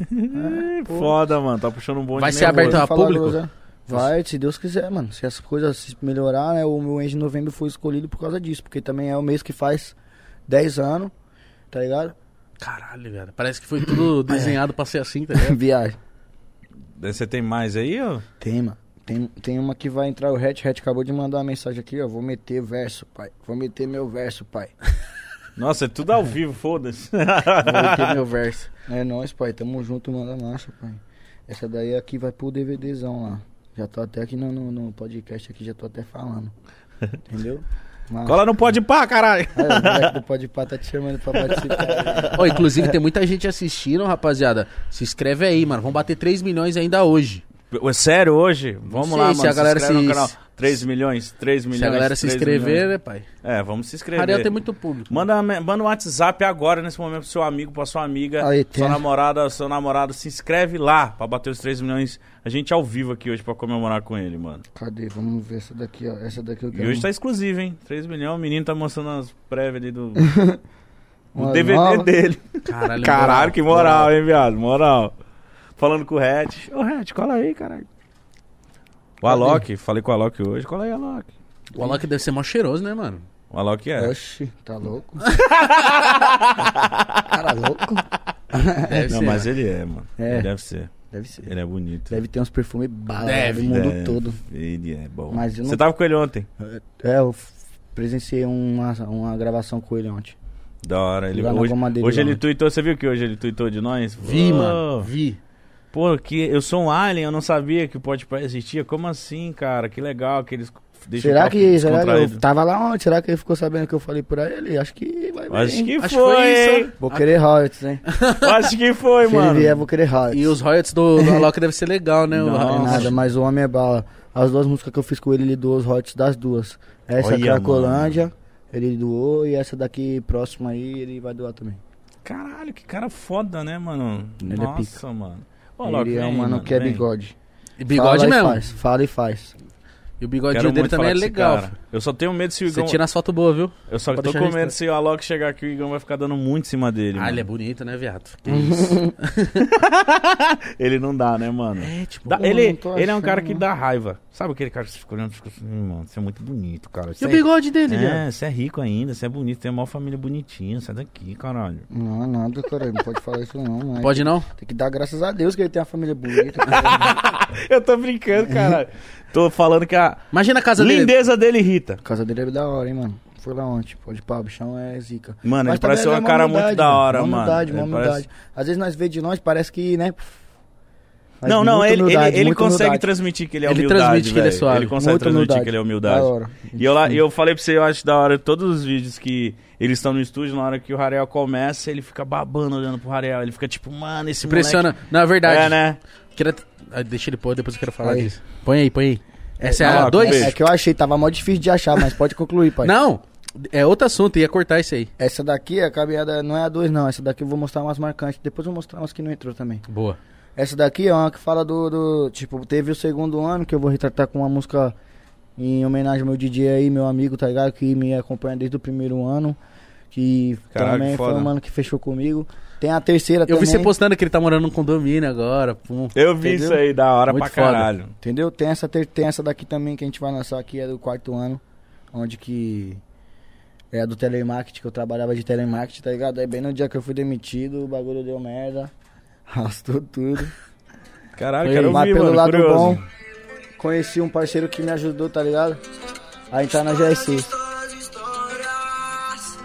Speaker 2: É, pô.
Speaker 1: Foda, mano. Tá puxando um bonde
Speaker 3: Vai
Speaker 2: é
Speaker 3: ser
Speaker 1: nervoso.
Speaker 3: aberto a
Speaker 2: Falar
Speaker 3: público?
Speaker 2: duas, né? Vai, se Deus quiser, mano. Se as coisas se melhorar, né? O meu mês de novembro foi escolhido por causa disso, porque também é o mês que faz 10 anos, tá ligado?
Speaker 3: Caralho, velho. Parece que foi tudo desenhado pra ser assim, tá ligado?
Speaker 2: Viagem.
Speaker 1: Daí Você tem mais aí, ó?
Speaker 2: Tem, mano. Tem, tem uma que vai entrar, o Hatch Hatch acabou de mandar uma mensagem aqui, ó. Vou meter verso, pai. Vou meter meu verso, pai.
Speaker 1: Nossa, é tudo ao vivo, foda-se.
Speaker 2: Vou meter meu verso.
Speaker 3: Verso.
Speaker 2: É nóis, pai. Tamo junto, manda marcha, pai. Essa daí aqui vai pro DVDzão lá. Já tô até aqui no, no, no podcast aqui, já tô até falando. Entendeu? Mas...
Speaker 1: Cola não pode pá, caralho.
Speaker 2: Aí, o moleque do Pode Pá tá te chamando pra participar.
Speaker 3: Ó, inclusive, tem muita gente assistindo, rapaziada. Se inscreve aí, mano. Vamos bater 3 milhões ainda hoje.
Speaker 1: Ué, Sério, hoje? Vamos
Speaker 3: sei
Speaker 1: lá, mano.
Speaker 3: se a galera
Speaker 1: inscreve
Speaker 3: se-
Speaker 1: no canal. 3 milhões, 3 milhões.
Speaker 3: se a galera se
Speaker 1: 3
Speaker 3: inscrever,
Speaker 1: milhões.
Speaker 3: né, pai?
Speaker 1: É, vamos se inscrever.
Speaker 3: Ariel tem muito público.
Speaker 1: Manda, uma me- manda um WhatsApp agora, nesse momento, pro seu amigo, pra sua amiga,
Speaker 2: Aí,
Speaker 1: sua
Speaker 2: tem.
Speaker 1: namorada, seu namorado. Se inscreve lá pra bater os 3 milhões. A gente é ao vivo aqui hoje pra comemorar com ele, mano.
Speaker 2: Cadê? Vamos ver essa daqui, ó. Essa daqui eu
Speaker 1: E
Speaker 2: quero.
Speaker 1: hoje tá exclusivo, hein? 3 milhões, o menino tá mostrando as prévias ali do, do
Speaker 2: um- Uma
Speaker 1: DVD
Speaker 2: nova.
Speaker 1: dele. Tá
Speaker 3: Caralho,
Speaker 1: Caralho, que moral, hein, viado? Moral. Falando com o Hatch. Ô, Hatch, cola aí, caralho. O Alok, falei com o Alok hoje. Cola aí, Alok.
Speaker 3: O Alok deve ser mó cheiroso, né, mano?
Speaker 1: O Alok é.
Speaker 2: Oxi, tá louco? Cara louco?
Speaker 3: Deve
Speaker 1: Não,
Speaker 3: ser.
Speaker 1: mas ele é, mano.
Speaker 2: É.
Speaker 1: Ele deve ser.
Speaker 2: Deve ser.
Speaker 1: Ele é bonito.
Speaker 2: Deve ter uns perfumes bala
Speaker 3: Deve,
Speaker 2: do mundo
Speaker 1: Deve.
Speaker 2: todo.
Speaker 1: Ele é bom.
Speaker 2: Mas eu não-
Speaker 1: Você tava com ele ontem.
Speaker 2: É, eu f- presenciei uma, uma gravação com ele ontem.
Speaker 1: Da hora. Ele,
Speaker 2: Lá na
Speaker 1: hoje
Speaker 2: goma dele
Speaker 1: hoje
Speaker 2: lá,
Speaker 1: ele
Speaker 2: né?
Speaker 1: tweetou. Você viu que hoje ele tweetou de nós?
Speaker 3: Vi,
Speaker 1: Ô,
Speaker 3: mano. Vi.
Speaker 1: Pô, que eu sou um alien, eu não sabia que o Pode Pá existia. Como assim, cara? Que legal que eles deixam o
Speaker 2: será
Speaker 1: papo
Speaker 2: que, será que eu
Speaker 1: descontraído.
Speaker 2: tava lá ontem? Será que ele ficou sabendo que eu falei por aí? Ele, acho que vai ver.
Speaker 1: Acho
Speaker 2: hein?
Speaker 1: que
Speaker 3: Acho que
Speaker 1: foi,
Speaker 3: foi isso,
Speaker 1: hein?
Speaker 2: Vou querer royalties, hein?
Speaker 1: Acho que foi,
Speaker 2: Se ele
Speaker 1: mano.
Speaker 2: vier, vou querer royalties.
Speaker 3: E os royalties do, do Alok deve ser legal, né? o-
Speaker 1: Nossa.
Speaker 2: É nada, mas o homem é bala. As duas músicas que eu fiz com ele, ele doou os royalties das duas. Essa é
Speaker 1: Olha,
Speaker 2: Cracolândia, ele doou, e essa daqui próxima aí, ele vai doar também.
Speaker 1: Caralho, que cara foda, né, mano?
Speaker 2: Ele é
Speaker 1: Nossa, mano. Ô, Alok,
Speaker 2: ele é
Speaker 1: vem
Speaker 2: um
Speaker 1: aí,
Speaker 2: mano, que é
Speaker 1: vem.
Speaker 2: bigode.
Speaker 3: E bigode
Speaker 2: fala
Speaker 3: mesmo.
Speaker 2: E faz, fala e faz.
Speaker 3: E o
Speaker 1: Quero
Speaker 3: bigodinho dele
Speaker 1: muito
Speaker 3: também
Speaker 1: falar
Speaker 3: é
Speaker 1: com esse
Speaker 3: legal.
Speaker 1: cara. Eu só tenho medo se o
Speaker 3: Você
Speaker 1: Igão...
Speaker 3: tira as fotos boas, viu?
Speaker 1: Eu só
Speaker 3: Pode
Speaker 1: tô
Speaker 3: deixar
Speaker 1: com medo
Speaker 3: registrado.
Speaker 1: se o Alok chegar aqui, o Igão vai ficar dando muito em cima dele,
Speaker 3: Ah,
Speaker 1: mano.
Speaker 3: ele é bonito, né, viado? Que
Speaker 1: Hum.
Speaker 3: isso.
Speaker 1: Ele não dá, né, mano?
Speaker 3: é, tipo...
Speaker 1: Dá-
Speaker 2: Pô, não
Speaker 1: ele,
Speaker 2: tô
Speaker 1: ele é um
Speaker 2: achando,
Speaker 1: cara que
Speaker 2: não.
Speaker 1: dá raiva. Sabe aquele cara que você fica olhando e fica assim, "Hum, mano, você é muito bonito, cara.
Speaker 3: E
Speaker 1: Você
Speaker 3: o bigode dele, viado?
Speaker 1: é, você é rico ainda, você é bonito, tem uma família bonitinha, sai daqui, caralho.
Speaker 2: Não, nada, cara, não pode falar isso não, mas
Speaker 3: Pode não?
Speaker 2: tem que dar graças a Deus que ele tem uma família bonita. cara.
Speaker 1: Eu tô brincando, caralho. tô falando que a
Speaker 3: Imagina a casa dele.
Speaker 1: lindeza dele irrita.
Speaker 2: a casa dele é da hora, hein, mano. Foi lá ontem, pode pá, o bichão é zica.
Speaker 1: Mano, ele
Speaker 2: Mas também
Speaker 1: parece
Speaker 2: é
Speaker 1: um
Speaker 2: uma
Speaker 1: cara
Speaker 2: humildade,
Speaker 1: muito da
Speaker 2: mano.
Speaker 1: hora,
Speaker 2: Uma
Speaker 1: mano.
Speaker 2: humildade,
Speaker 1: Ele
Speaker 2: uma
Speaker 1: parece-
Speaker 2: humildade. Às vezes nós vê de longe, parece que, né? mas
Speaker 1: Não, não,
Speaker 2: muita
Speaker 1: ele, ele,
Speaker 2: humildade,
Speaker 1: ele
Speaker 2: muita
Speaker 1: consegue
Speaker 2: humildade.
Speaker 1: transmitir que ele é
Speaker 3: Ele
Speaker 1: humildade.
Speaker 3: transmite que ele é
Speaker 1: velho.
Speaker 3: suave.
Speaker 1: Ele consegue
Speaker 2: Muita
Speaker 1: transmitir
Speaker 2: humildade.
Speaker 1: que ele é humildade.
Speaker 2: Da hora.
Speaker 1: E eu, lá, e eu falei pra você, eu acho da hora todos os vídeos que eles estão no estúdio, na hora que o Rarel começa, ele fica babando olhando pro Rarel. Ele fica tipo, mano, esse
Speaker 3: Impressiona.
Speaker 1: moleque...
Speaker 3: Na verdade.
Speaker 1: É, né?
Speaker 3: Queria- Ah, Deixa ele pôr, depois eu quero falar
Speaker 2: Aí.
Speaker 3: disso. Põe aí, põe aí. Essa é
Speaker 1: Vai
Speaker 3: a
Speaker 1: lá,
Speaker 3: dois?
Speaker 1: com
Speaker 2: É, é que eu achei, tava mó difícil de achar, mas pode concluir, pai.
Speaker 3: Não, é outro assunto, ia cortar isso aí.
Speaker 2: Essa daqui, a caminhada, não é a 2, não. Essa daqui eu vou mostrar umas marcantes. Depois eu vou mostrar umas que não entrou também.
Speaker 3: Boa.
Speaker 2: Essa daqui é uma que fala do, do- Tipo, teve o segundo ano que eu vou retratar com uma música em homenagem ao meu DJ aí, meu amigo, tá ligado? Que me acompanha desde o primeiro ano. que
Speaker 1: Caralho,
Speaker 2: também
Speaker 1: que
Speaker 2: foi
Speaker 1: foda.
Speaker 2: um mano que fechou comigo. Tem a terceira
Speaker 3: Eu
Speaker 2: também.
Speaker 3: vi você postando que ele tá morando num condomínio agora. Pum.
Speaker 1: Eu vi
Speaker 2: Entendeu?
Speaker 1: isso aí, da hora
Speaker 3: Muito
Speaker 1: pra
Speaker 3: foda.
Speaker 1: caralho.
Speaker 2: Entendeu? Tem essa, ter- tem essa daqui também que a gente vai lançar aqui, é do quarto ano, onde que é a do telemarketing, que eu trabalhava de telemarketing, tá ligado? Aí bem no dia que eu fui demitido, o bagulho deu merda, arrastou tudo.
Speaker 1: Caralho,
Speaker 3: Foi
Speaker 1: quero
Speaker 2: Mas
Speaker 1: ouvir,
Speaker 2: pelo
Speaker 1: mano,
Speaker 2: lado
Speaker 1: curioso.
Speaker 2: bom, conheci um parceiro que me ajudou, tá ligado? A entrar tá na GSC.
Speaker 4: Suas histórias.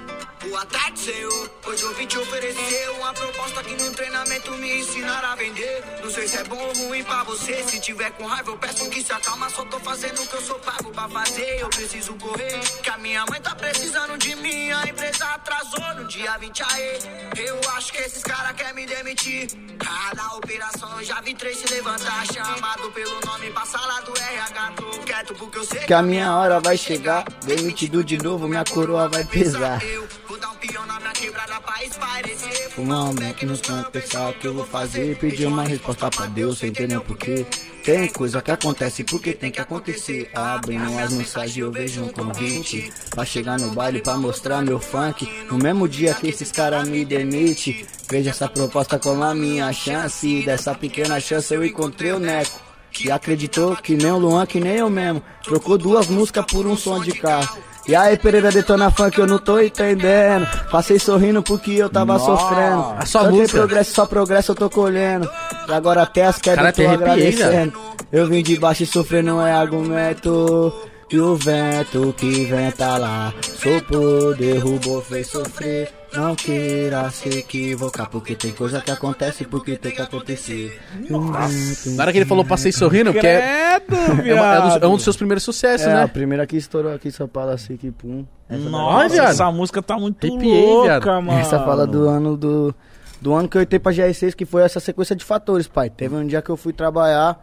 Speaker 4: Boa tarde, senhor. Hoje eu vim te oferecer uma proposta que num treinamento me ensinaram a vender. Não sei se é bom ou ruim pra você. Se tiver com raiva, eu peço que se acalma. Só tô fazendo o que eu sou pago pra fazer. Eu preciso correr. Que a minha mãe tá precisando de mim. A empresa atrasou no dia 20 aê. Eu acho que esses caras querem me demitir. Cada operação eu já vi três se levantar. Chamado pelo nome pra sala do RH. Tô quieto porque eu sei
Speaker 2: Que a minha hora vai chegar, demitido de novo, minha coroa vai pesar.
Speaker 4: eu vou dar um pião na minha quebrada pra esparecer.
Speaker 2: Fumar um beck nos cantos, pensar o que eu vou fazer. Pedir uma resposta pra Deus, sem entender o porquê. Tem coisa que acontece porque tem que acontecer. Abrem as mensagens e eu vejo um convite. Pra chegar no baile pra mostrar meu funk. No mesmo dia que esses caras me demitem, vejo essa proposta como a minha chance. Dessa pequena chance eu encontrei o Neco. E acreditou que nem o Luan, que nem eu mesmo. Trocou duas músicas por um som de carro. E aí, Pereira detona funk, eu não tô entendendo. Passei sorrindo porque eu tava sofrendo.
Speaker 3: A sua
Speaker 2: Tanto em
Speaker 3: música.
Speaker 2: progresso, só progresso eu tô colhendo. E agora até as quedas
Speaker 3: Cara,
Speaker 2: eu tô
Speaker 3: até arrepiei,
Speaker 2: agradecendo. Eu vim de baixo e sofrer não é argumento. E o vento que venta lá soprou, derrubou, fez sofrer. Não queira se equivocar, porque tem coisa que acontece, porque tem que acontecer.
Speaker 3: Na hora que ele falou passei sorrindo, porque é,
Speaker 1: Credo,
Speaker 3: é, uma- é um dos-
Speaker 1: viado.
Speaker 3: é um dos seus primeiros sucessos,
Speaker 2: É, a
Speaker 3: né?
Speaker 2: primeira que estourou aqui em São Paulo, assim, que pum. Essa,
Speaker 5: Nossa,
Speaker 3: viado.
Speaker 5: essa música tá muito
Speaker 3: Arrepiei,
Speaker 5: louca,
Speaker 3: viado.
Speaker 5: mano.
Speaker 2: essa fala do ano do, do ano que eu entrei pra GR6, que foi essa sequência de fatores, pai. Teve um dia que eu fui trabalhar,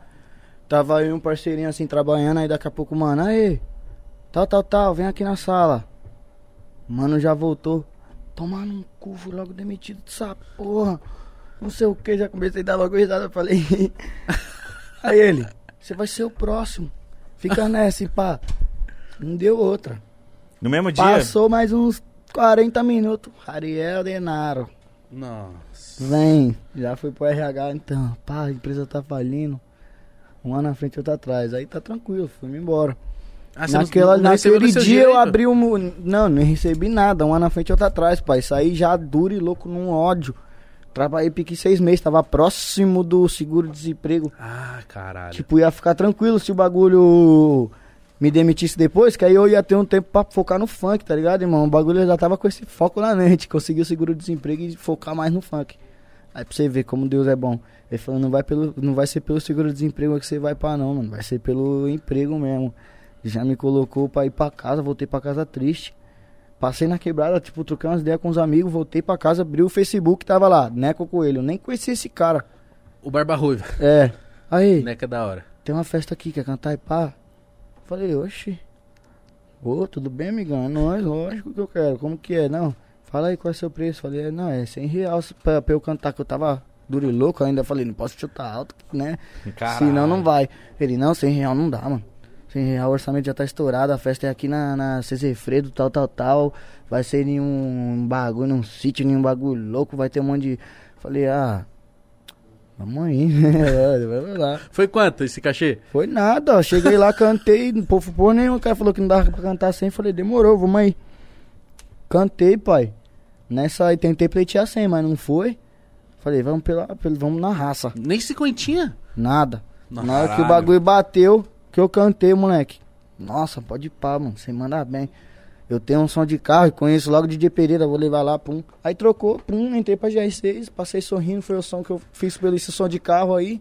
Speaker 2: tava eu e um parceirinho assim trabalhando, aí daqui a pouco, mano, aí, tal, tal, tal, vem aqui na sala. Mano já voltou. Tomar num cu, fui logo demitido dessa porra. Não sei o que, já comecei a dar logo risada, falei. aí ele, você vai ser o próximo. Fica nessa, e pá. Não deu outra.
Speaker 1: No mesmo dia,
Speaker 2: Passou mais uns 40 minutos. Ariel Denaro.
Speaker 3: Nossa.
Speaker 2: Vem. Já fui pro RH, então. Pá, a empresa tá falindo. Um ano na frente, outro atrás. Aí tá tranquilo, fui embora.
Speaker 3: Ah, você não-
Speaker 2: Naquela,
Speaker 3: não recebeu
Speaker 2: naquele
Speaker 3: nem
Speaker 2: dia
Speaker 3: seu
Speaker 2: eu
Speaker 3: direito?
Speaker 2: abri um. Não, não recebi nada. Um ano na frente, outro atrás, pai. Saí já duro e louco num ódio. Trabalhei pique seis meses, tava próximo do seguro-desemprego.
Speaker 3: Ah, caralho.
Speaker 2: Tipo, ia ficar tranquilo se o bagulho me demitisse depois, que aí eu ia ter um tempo pra focar no funk, tá ligado, irmão? O bagulho eu já tava com esse foco na mente, consegui o seguro-desemprego e focar mais no funk. Aí pra você ver como Deus é bom. Ele falou, não vai, pelo, não vai ser pelo seguro-desemprego que você vai pra não, mano. Vai ser pelo emprego mesmo. Já me colocou pra ir pra casa, voltei pra casa triste. Passei na quebrada, tipo, troquei umas ideias com os amigos, voltei pra casa, abri o Facebook, tava lá, Neco Coelho. Eu nem conhecia esse cara.
Speaker 3: O Barba Ruiva.
Speaker 2: É. Aí
Speaker 3: Neca da hora.
Speaker 2: tem uma festa aqui, quer cantar e pá? Falei, oxi. Ô, tudo bem, amigão? É nóis, lógico que eu quero. Como que é? Não. Fala aí qual é o seu preço. Falei, é, não, é 100 reais pra, pra eu cantar, que eu tava duro e louco ainda. Falei, não posso chutar alto, né?
Speaker 1: Caralho.
Speaker 2: Senão não vai. Ele, não, 100 real não dá, mano. 100 real, o orçamento já tá estourado, a festa é aqui na, na César Fredo, tal, tal, tal. Vai ser nenhum bagulho, num sítio, nenhum bagulho louco, vai ter um monte de... Falei, ah, vamos aí, né? Vamos lá.
Speaker 3: Foi quanto esse cachê?
Speaker 2: Foi nada, ó. Cheguei lá, cantei, não povo porra nenhum. O cara falou que não dava pra cantar sem. Falei, demorou, vamos aí. Cantei, pai. Nessa aí tentei pleitear sem, mas não foi. Falei, vamos, pela, pelo- vamos na raça.
Speaker 3: Nem cinquentinha?
Speaker 2: Nada.
Speaker 3: Nossa.
Speaker 2: Na hora que o bagulho bateu, que eu cantei, moleque. Nossa, pode ir pá, mano. Você manda bem. Eu tenho um som de carro e conheço logo o DJ Pereira, vou levar lá, pum. Aí trocou, pum, entrei pra GR6, passei sorrindo, foi o som que eu fiz pelo esse som de carro aí.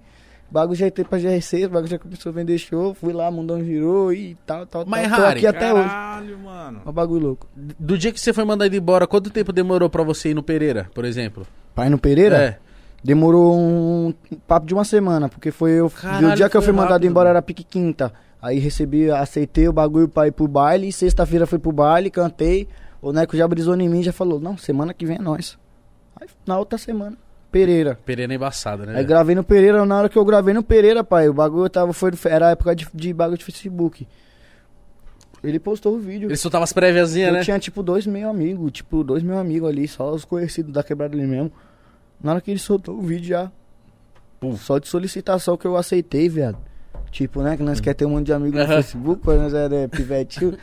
Speaker 2: O Bagulho já entrei pra GR6, o bagulho já começou a vender show, fui lá, mundão girou e tal, tal,
Speaker 3: Mas,
Speaker 2: tal. Tô
Speaker 3: Harry,
Speaker 2: aqui até hoje.
Speaker 5: Caralho, mano.
Speaker 2: Ó, bagulho louco.
Speaker 3: Do dia que você foi mandado embora, quanto tempo demorou pra você ir no Pereira, por exemplo?
Speaker 2: Pai no Pereira?
Speaker 3: É.
Speaker 2: Demorou um papo de uma semana, porque foi eu.
Speaker 3: Caralho,
Speaker 2: o dia que eu
Speaker 3: foi
Speaker 2: fui mandado
Speaker 3: rápido,
Speaker 2: embora
Speaker 3: mano.
Speaker 2: era pique quinta. Aí recebi, aceitei o bagulho pra ir pro baile. Sexta-feira fui pro baile, cantei. O Neco já brisou em mim e já falou: Não, semana que vem é nós. Aí na outra semana, Pereira.
Speaker 3: Pereira é embaçado, né?
Speaker 2: Aí gravei no Pereira. Na hora que eu gravei no Pereira, pai, o bagulho tava, foi, era a época de, de bagulho de Facebook. Ele postou o vídeo.
Speaker 3: Ele soltava as préviazinhas,
Speaker 2: eu
Speaker 3: né?
Speaker 2: tinha, tipo, dois meio amigos, tipo, dois meio amigos ali, só os conhecidos da quebrada ali mesmo. Na hora que ele soltou o vídeo já. Só de solicitação que eu aceitei, viado. Tipo, né, que nós quer ter um monte de amigos no
Speaker 3: Aham.
Speaker 2: Facebook, quando nós era pivetinho.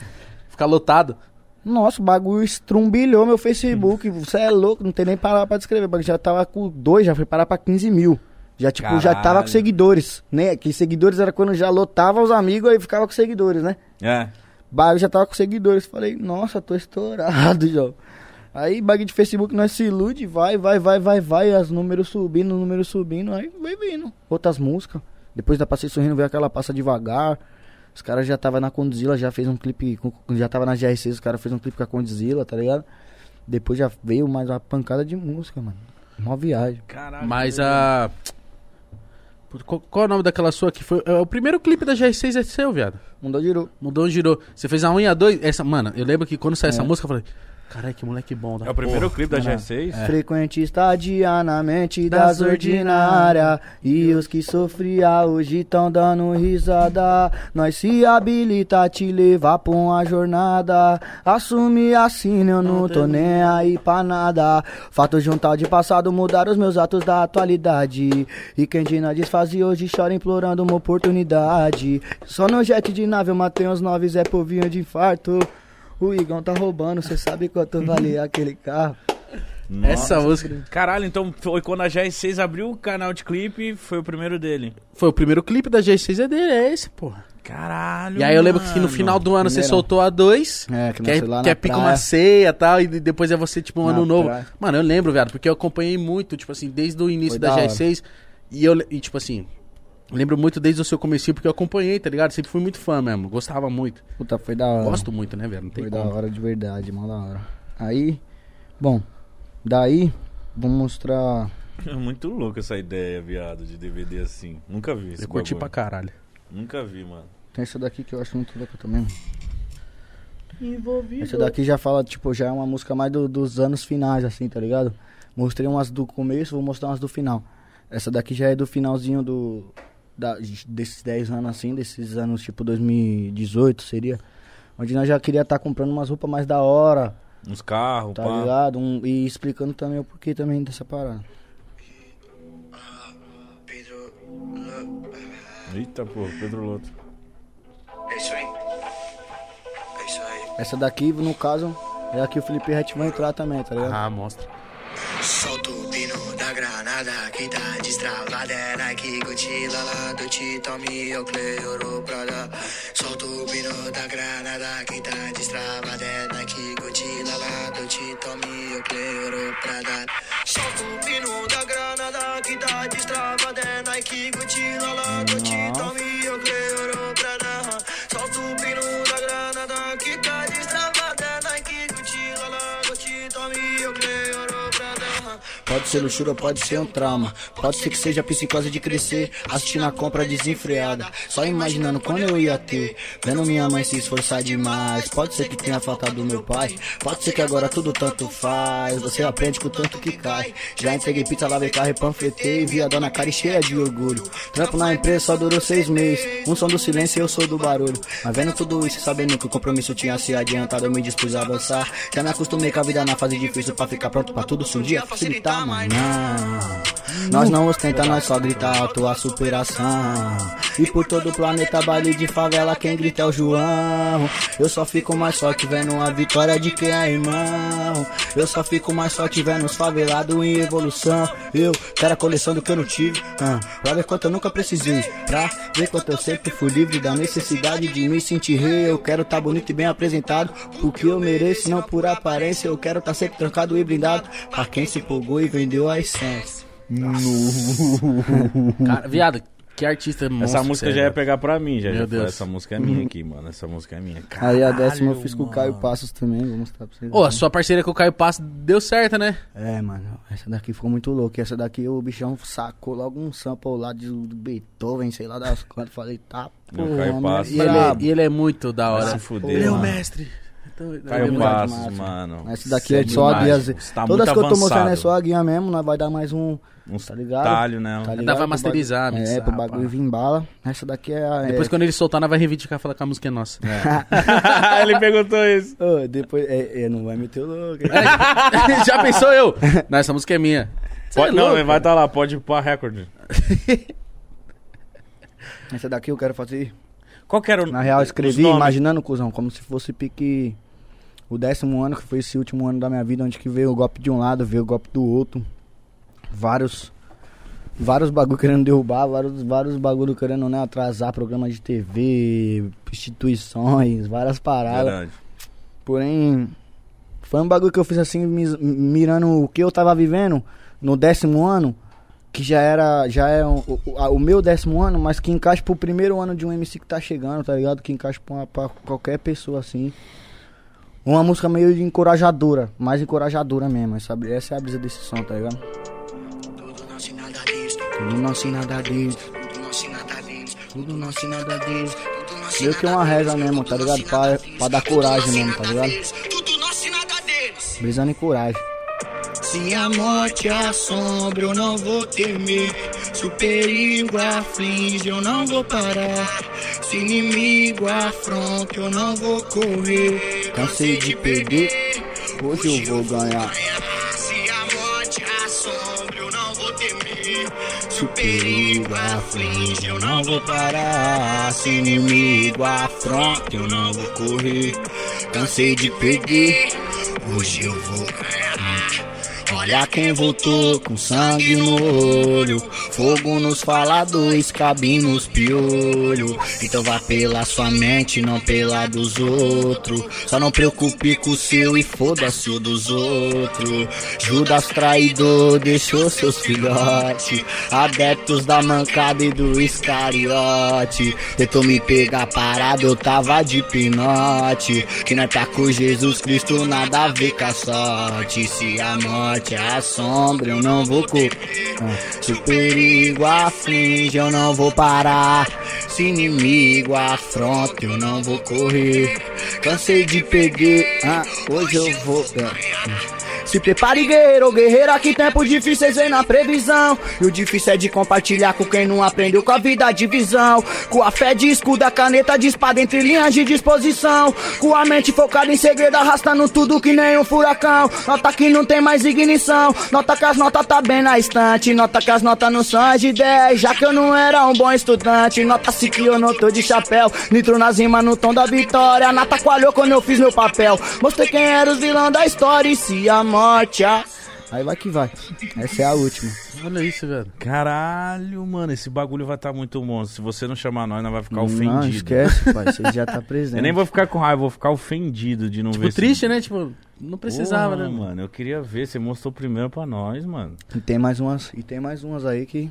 Speaker 3: Ficar lotado.
Speaker 2: Nossa, o bagulho estrumbilhou meu Facebook. Você é louco, não tem nem palavra pra descrever. O bagulho já tava com dois, já foi parar pra 15 mil. Já, tipo, já tava com
Speaker 1: Caralho.
Speaker 2: seguidores, né? Que seguidores era quando já lotava os amigos aí ficava com seguidores, né?
Speaker 1: É.
Speaker 2: Bagulho já tava com seguidores. Falei, nossa, tô estourado, João. Aí, bagulho de Facebook, nós se ilude, vai, vai, vai, vai, vai. As números subindo, números subindo. Aí, vai vindo. Outras músicas. Depois da Passei Sorrindo, veio aquela Passa Devagar. Os caras já tava na Condizila, já fez um clipe. com- Já tava na GR6, os caras fez um clipe com a Condizila, tá ligado? Depois já veio mais uma pancada de música, mano. Uma viagem.
Speaker 5: Caralho.
Speaker 3: Mas a. Puta, Qual, qual é o nome daquela sua que foi. é, o primeiro clipe da GR6 é seu, viado.
Speaker 2: Mudou de ru-
Speaker 3: Mudou, girou. Você fez a 1 e a 2. Essa, mano, eu lembro que quando saiu essa
Speaker 2: É.
Speaker 3: música, eu falei. Caralho, que moleque bom. tá?" Da
Speaker 5: É o primeiro clipe da
Speaker 2: caralho.
Speaker 5: G6?
Speaker 2: Frequente estadia na mente
Speaker 3: Das
Speaker 2: É. das ordinárias E os que sofria hoje tão dando risada Nós se habilita a te levar pra uma jornada Assume assim, eu não tô nem aí pra nada Fatos de um tal de passado mudaram os meus atos da atualidade E quem de nós desfaz e hoje chora implorando uma oportunidade Só no jet de nave eu matei uns nove Zé Povinho de infarto o Igão tá roubando, cê sabe quanto vale aquele carro.
Speaker 3: Essa música.
Speaker 5: Caralho, então foi quando a GR6 abriu o canal de clipe, foi o primeiro dele.
Speaker 3: Foi o primeiro clipe da GR6 é dele, é esse, porra.
Speaker 5: Caralho.
Speaker 3: E aí eu lembro
Speaker 5: mano.
Speaker 3: que no final do ano você
Speaker 2: Primeirão.
Speaker 3: soltou a 2.
Speaker 2: É, que
Speaker 3: Que é,
Speaker 2: nasceu lá
Speaker 3: que
Speaker 2: na
Speaker 3: é pica
Speaker 2: praia.
Speaker 3: uma ceia e tal, e de- depois é você, tipo, um
Speaker 2: Na
Speaker 3: ano novo.
Speaker 2: praia.
Speaker 3: Mano, eu lembro, viado, porque eu acompanhei muito, tipo assim, desde o início
Speaker 2: Foi
Speaker 3: da
Speaker 2: da hora.
Speaker 3: GR6. E eu, le- e, tipo assim, lembro muito desde o seu comecinho, porque eu acompanhei, tá ligado? Sempre fui muito fã mesmo, gostava muito.
Speaker 2: Puta, foi da hora.
Speaker 3: Gosto muito, né, velho? Não tem
Speaker 2: Ah. foi da
Speaker 3: como.
Speaker 2: hora de verdade, mó da hora. Aí, bom, daí, vou mostrar.
Speaker 1: É muito louco essa ideia, viado, de DVD assim. Nunca vi esse
Speaker 3: Eu curti pra
Speaker 1: bagulho.
Speaker 3: caralho.
Speaker 1: Nunca vi, mano.
Speaker 2: Tem essa daqui que eu acho muito louca também. Essa daqui já fala, tipo, já é uma música mais do- dos anos finais, assim, tá ligado? Mostrei umas do começo, vou mostrar umas do final. Essa daqui já é do finalzinho do. da- desses 10 anos, assim, desses anos, tipo, 2018 seria. Onde nós já queria estar comprando umas roupas mais da hora,
Speaker 1: Uns carros,
Speaker 2: tá
Speaker 1: pá.
Speaker 2: ligado? Um- e explicando também o porquê também dessa parada.
Speaker 4: Pedro,
Speaker 1: Eita, pô, Pedro Loto.
Speaker 4: é isso aí. É isso aí.
Speaker 2: Essa daqui, no caso, é a que o Felipe Rett vai entrar também, tá ligado?
Speaker 3: Ah, mostra.
Speaker 4: Solta o pino da granada, quem tá destravada é Nike, Gucci, Lala, Dutti, Tommy, Oakley, Ouro, Prada. Solta o pino da granada, quem tá destravada é Nike, Gucci, Lala, Dutti, Tommy, Oakley, Ouro, Prada. Solta o pino da granada, quem tá destravada é Nike, Gucci, Lala, Dutti, Tommy, Oakley, Ouro, Prada. Solta o pino da granada, quem tá destravada é Nike, Gucci, Lala, Dutti, Tommy, Oakley, Ouro, Prada.
Speaker 2: Pode ser luxúria, pode ser um trauma. Pode ser que seja psicose de crescer, assistindo a compra desenfreada. Só imaginando quando eu ia ter, vendo minha mãe se esforçar demais. Pode ser que tenha faltado meu pai, pode ser que agora tudo tanto faz. Você aprende com o tanto que cai. Já entreguei pizza, lavei carro e panfletei. Vi a dona cara cheia de orgulho. Trampo na empresa só durou seis meses. Um som do silêncio e eu sou do barulho. Mas vendo tudo isso e sabendo que o compromisso tinha se adiantado, eu me dispus a avançar. Já me acostumei com a vida na fase difícil pra ficar pronto pra tudo se um dia facilitar, mas não. Nós não ostenta, nós só grita alto a superação. E por todo o planeta, baile de favela, quem grita é o João. Eu só fico mais forte vendo a vitória de quem é irmão. Eu só fico mais forte vendo os favelados em evolução. Eu quero a coleção do que eu não tive. ah, pra ver quanto eu nunca precisei. Pra ver quanto eu sempre fui livre da necessidade de me sentir rei. Eu quero tá bonito e bem apresentado. Porque eu mereço, não por aparência. Eu quero tá sempre trancado e blindado. Pra quem se empolgou e vendeu a essência.
Speaker 3: Cara, viado, que artista monstro
Speaker 1: Essa
Speaker 3: que
Speaker 1: música
Speaker 3: você é,
Speaker 1: já é ia
Speaker 3: velho.
Speaker 1: pegar pra mim, já.
Speaker 3: Meu
Speaker 1: já
Speaker 3: Deus. Uhum.
Speaker 1: falei, Essa música é minha aqui, mano. Essa música é minha.
Speaker 2: Aí a décima eu fiz com o Caio Passos também. Vou mostrar pra vocês.
Speaker 3: Ô, a sua parceria com o Caio Passo deu certo, né?
Speaker 2: É, mano, essa daqui ficou muito louca. Essa daqui o bichão sacou logo um sample lá de do Beethoven, sei lá das quantas. Falei, tá,
Speaker 1: Não,
Speaker 2: porra,
Speaker 1: Caio
Speaker 2: mano,
Speaker 1: Passos.
Speaker 3: E
Speaker 2: brabo.
Speaker 3: ele, e ele é muito da
Speaker 1: Vai
Speaker 3: hora.
Speaker 1: se fuder,
Speaker 3: ele é o
Speaker 1: mano.
Speaker 3: mestre. Então,
Speaker 1: Caio
Speaker 2: muito
Speaker 1: Passos,
Speaker 2: massa.
Speaker 1: mano.
Speaker 2: Esse daqui
Speaker 1: Sem
Speaker 2: é só a guia.
Speaker 1: imagem.
Speaker 2: Z.
Speaker 1: Isso tá
Speaker 2: Todas
Speaker 1: muito
Speaker 2: que eu tô
Speaker 3: né,
Speaker 2: mostrando é
Speaker 1: avançado.
Speaker 2: só a guia mesmo, nós vai dar mais um.
Speaker 1: Uns
Speaker 2: tá ligado?
Speaker 1: talho, né?
Speaker 2: Tá
Speaker 3: Ainda
Speaker 2: ligado?
Speaker 3: vai masterizar,
Speaker 2: Pro bagulho- É,
Speaker 3: mixar,
Speaker 2: pro bagulho
Speaker 3: pá.
Speaker 2: vir em bala. Essa daqui é a.
Speaker 3: Depois
Speaker 2: é...
Speaker 3: quando ele soltar, nós vai reivindicar e falar que a música é nossa.
Speaker 5: Ele perguntou isso.
Speaker 2: Ô, depois. É, é, não vai meter o louco. hein?
Speaker 3: Já pensou eu? Não, essa música é minha. Cê
Speaker 5: Pode,
Speaker 3: é
Speaker 5: não,
Speaker 3: louco.
Speaker 5: vai
Speaker 1: tá
Speaker 5: estar lá, pode ir pra recorde.
Speaker 3: É.
Speaker 2: Essa daqui eu quero fazer.
Speaker 5: Qual que era o
Speaker 2: Na real, eu
Speaker 5: os
Speaker 2: escrevi
Speaker 5: nomes?
Speaker 2: imaginando, cuzão, como se fosse pique. O décimo ano, que foi esse último ano da minha vida, onde que veio o golpe de um lado, veio o golpe do outro. Vários. Vários bagulho querendo derrubar, vários, vários bagulho querendo né, atrasar programa de TV, instituições, várias paradas.
Speaker 1: Verdade.
Speaker 2: Porém, foi um bagulho que eu fiz assim, mis- mirando o que eu tava vivendo no décimo ano, que já era já é um- o, o- a- o meu décimo ano, mas que encaixa pro primeiro ano de um MC que tá chegando, tá ligado? Que encaixa pra, uma- pra qualquer pessoa assim. Uma música meio de encorajadora, mais encorajadora mesmo, sabe? Essa é a brisa desse som, tá ligado?
Speaker 4: Tudo nosso e nada disso.
Speaker 2: Tudo nosso e nada disso,
Speaker 4: Tudo nosso e nada disso.
Speaker 2: tudo nosso e nada disso.
Speaker 4: Tudo nosso e
Speaker 2: Meio que
Speaker 4: nada
Speaker 2: uma reza
Speaker 4: deles.
Speaker 2: mesmo, tá
Speaker 4: Tudo nosso
Speaker 2: ligado?
Speaker 4: e nada
Speaker 2: Pra-
Speaker 4: deles.
Speaker 2: pra dar
Speaker 4: Tudo
Speaker 2: coragem
Speaker 4: nosso e
Speaker 2: mesmo, tá
Speaker 4: nada
Speaker 2: ligado?
Speaker 4: deles. Tudo nosso e nada deles.
Speaker 2: Brisando em coragem.
Speaker 4: Se a morte assombra, eu não vou temer. Se o perigo aflige, eu não vou parar. Se inimigo afronta, eu não vou correr.
Speaker 2: Cansei de perder, hoje eu vou ganhar.
Speaker 4: Se a morte assombra, eu não vou temer. Se o perigo aflige, eu não vou parar. Se inimigo afronta, eu não vou correr. Cansei de perder, hoje eu vou ganhar. Olha quem voltou com sangue no olho, fogo nos faladores, cabe nos piolho. Então vá pela sua mente, não pela dos outros. Só não preocupe com o seu e foda-se o dos outros. Judas traidor deixou seus filhotes, adeptos da mancada e do Iscariote. Tentou me pegar parado, eu tava de pinote. Que nós tá com Jesus Cristo, nada a ver com a sorte. Se a morte assombra, eu não vou correr. Se o perigo aflige, eu não vou parar. Se inimigo afronta, eu não vou correr. Cansei de pegar, ah, hoje eu vou. ah. Se prepare, guerreiro, guerreira, que tempos difíceis vem na previsão. E o difícil é de compartilhar com quem não aprendeu com a vida de visão. Com a fé de escudo, a caneta de espada entre linhas de disposição. Com a mente focada em segredo, arrastando tudo que nem um furacão. Nota que não tem mais ignição. Nota que as notas tá bem na estante. Nota que as notas não são as de 10. Já que eu não era um bom estudante. Nota-se que eu não tô de chapéu. Nitro nas rimas no tom da vitória. Nata coalhou quando eu fiz meu papel. Mostrei quem era os vilão da história. E se a morte. A...
Speaker 2: Aí vai que vai. Essa é a última.
Speaker 3: né? Olha isso, velho.
Speaker 1: Caralho, mano, esse bagulho vai estar muito bom. Se você não chamar nós, nós vai ficar ofendido.
Speaker 2: Não, esquece, pai. Você já tá presente.
Speaker 1: Eu nem vou ficar com raiva, vou ficar ofendido de não ver.
Speaker 3: Tipo,
Speaker 1: esse-
Speaker 3: triste, né? Tipo, não precisava,
Speaker 1: Porra,
Speaker 3: né? Mano.
Speaker 1: mano? Eu queria ver, você mostrou primeiro pra nós, mano.
Speaker 2: E tem mais umas, e tem mais umas aí que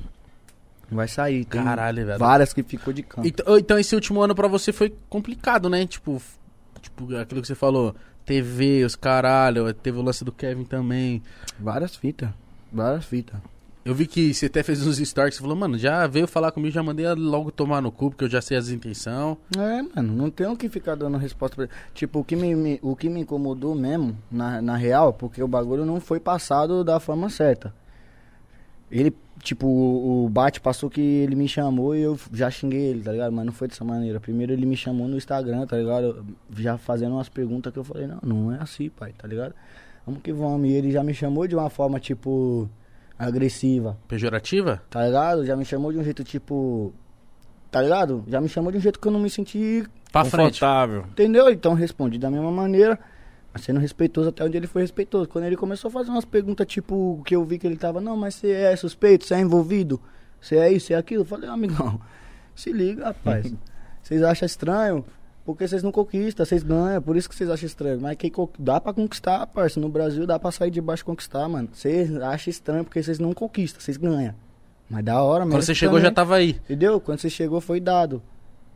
Speaker 2: vai sair. Tem
Speaker 3: Caralho, velho.
Speaker 2: Várias que ficou de campo.
Speaker 3: Então, então esse último ano pra você foi complicado, né? Tipo, f- tipo, aquilo que você falou. TV, os caralho, teve o lance do Kevin também.
Speaker 2: Várias fitas. Várias fitas.
Speaker 3: Eu vi que você até fez uns stories, você falou, mano, já veio falar comigo, já mandei logo tomar no cu, porque eu já sei as intenções.
Speaker 2: É, mano, não tenho que ficar dando resposta pra... Tipo, o que me, me- o que me incomodou mesmo, na, na real, porque o bagulho não foi passado da forma certa. Ele, tipo, o, o Bate passou que ele me chamou e eu já xinguei ele, tá ligado? Mas não foi dessa maneira. Primeiro ele me chamou no Instagram, tá ligado? Já fazendo umas perguntas que eu falei, não, não é assim, pai, tá ligado? Vamos que vamos. E ele já me chamou de uma forma, tipo, agressiva.
Speaker 3: Pejorativa?
Speaker 2: Tá ligado? Já me chamou de um jeito tipo. Tá ligado? Já me chamou de um jeito que eu não me senti.
Speaker 3: Pra frente.
Speaker 1: Confortável.
Speaker 2: Entendeu? Então respondi da mesma maneira, mas sendo respeitoso até onde ele foi respeitoso. Quando ele começou a fazer umas perguntas, tipo, que eu vi que ele tava, não, mas você é suspeito, você é envolvido, você é isso, você é aquilo, eu falei, amigão, se liga, rapaz. Vocês acham estranho? Porque vocês não conquistam, vocês ganham, por isso que vocês acham estranho. Mas quem conqu- dá pra conquistar, parça. No Brasil dá pra sair de baixo e conquistar, mano. Vocês acham estranho porque vocês não conquistam, vocês ganham. Mas da hora, mesmo.
Speaker 3: Quando você chegou, já tava aí.
Speaker 2: Entendeu? Quando você chegou, foi dado.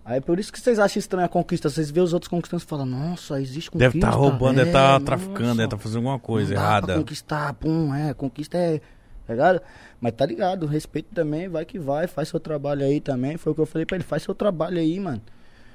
Speaker 2: Aí por isso que vocês acham estranha a conquista. Vocês vê os outros conquistando e falam, nossa, existe conquista.
Speaker 1: Deve estar roubando, deve
Speaker 2: É,
Speaker 1: estar
Speaker 2: nossa,
Speaker 1: traficando, deve estar fazendo alguma coisa
Speaker 2: não dá pra
Speaker 1: errada.
Speaker 2: conquistar, pum, é, conquista é. Tá ligado? Mas tá ligado, respeito também, vai que vai, faz seu trabalho aí também. Foi o que eu falei pra ele, faz seu trabalho aí, mano.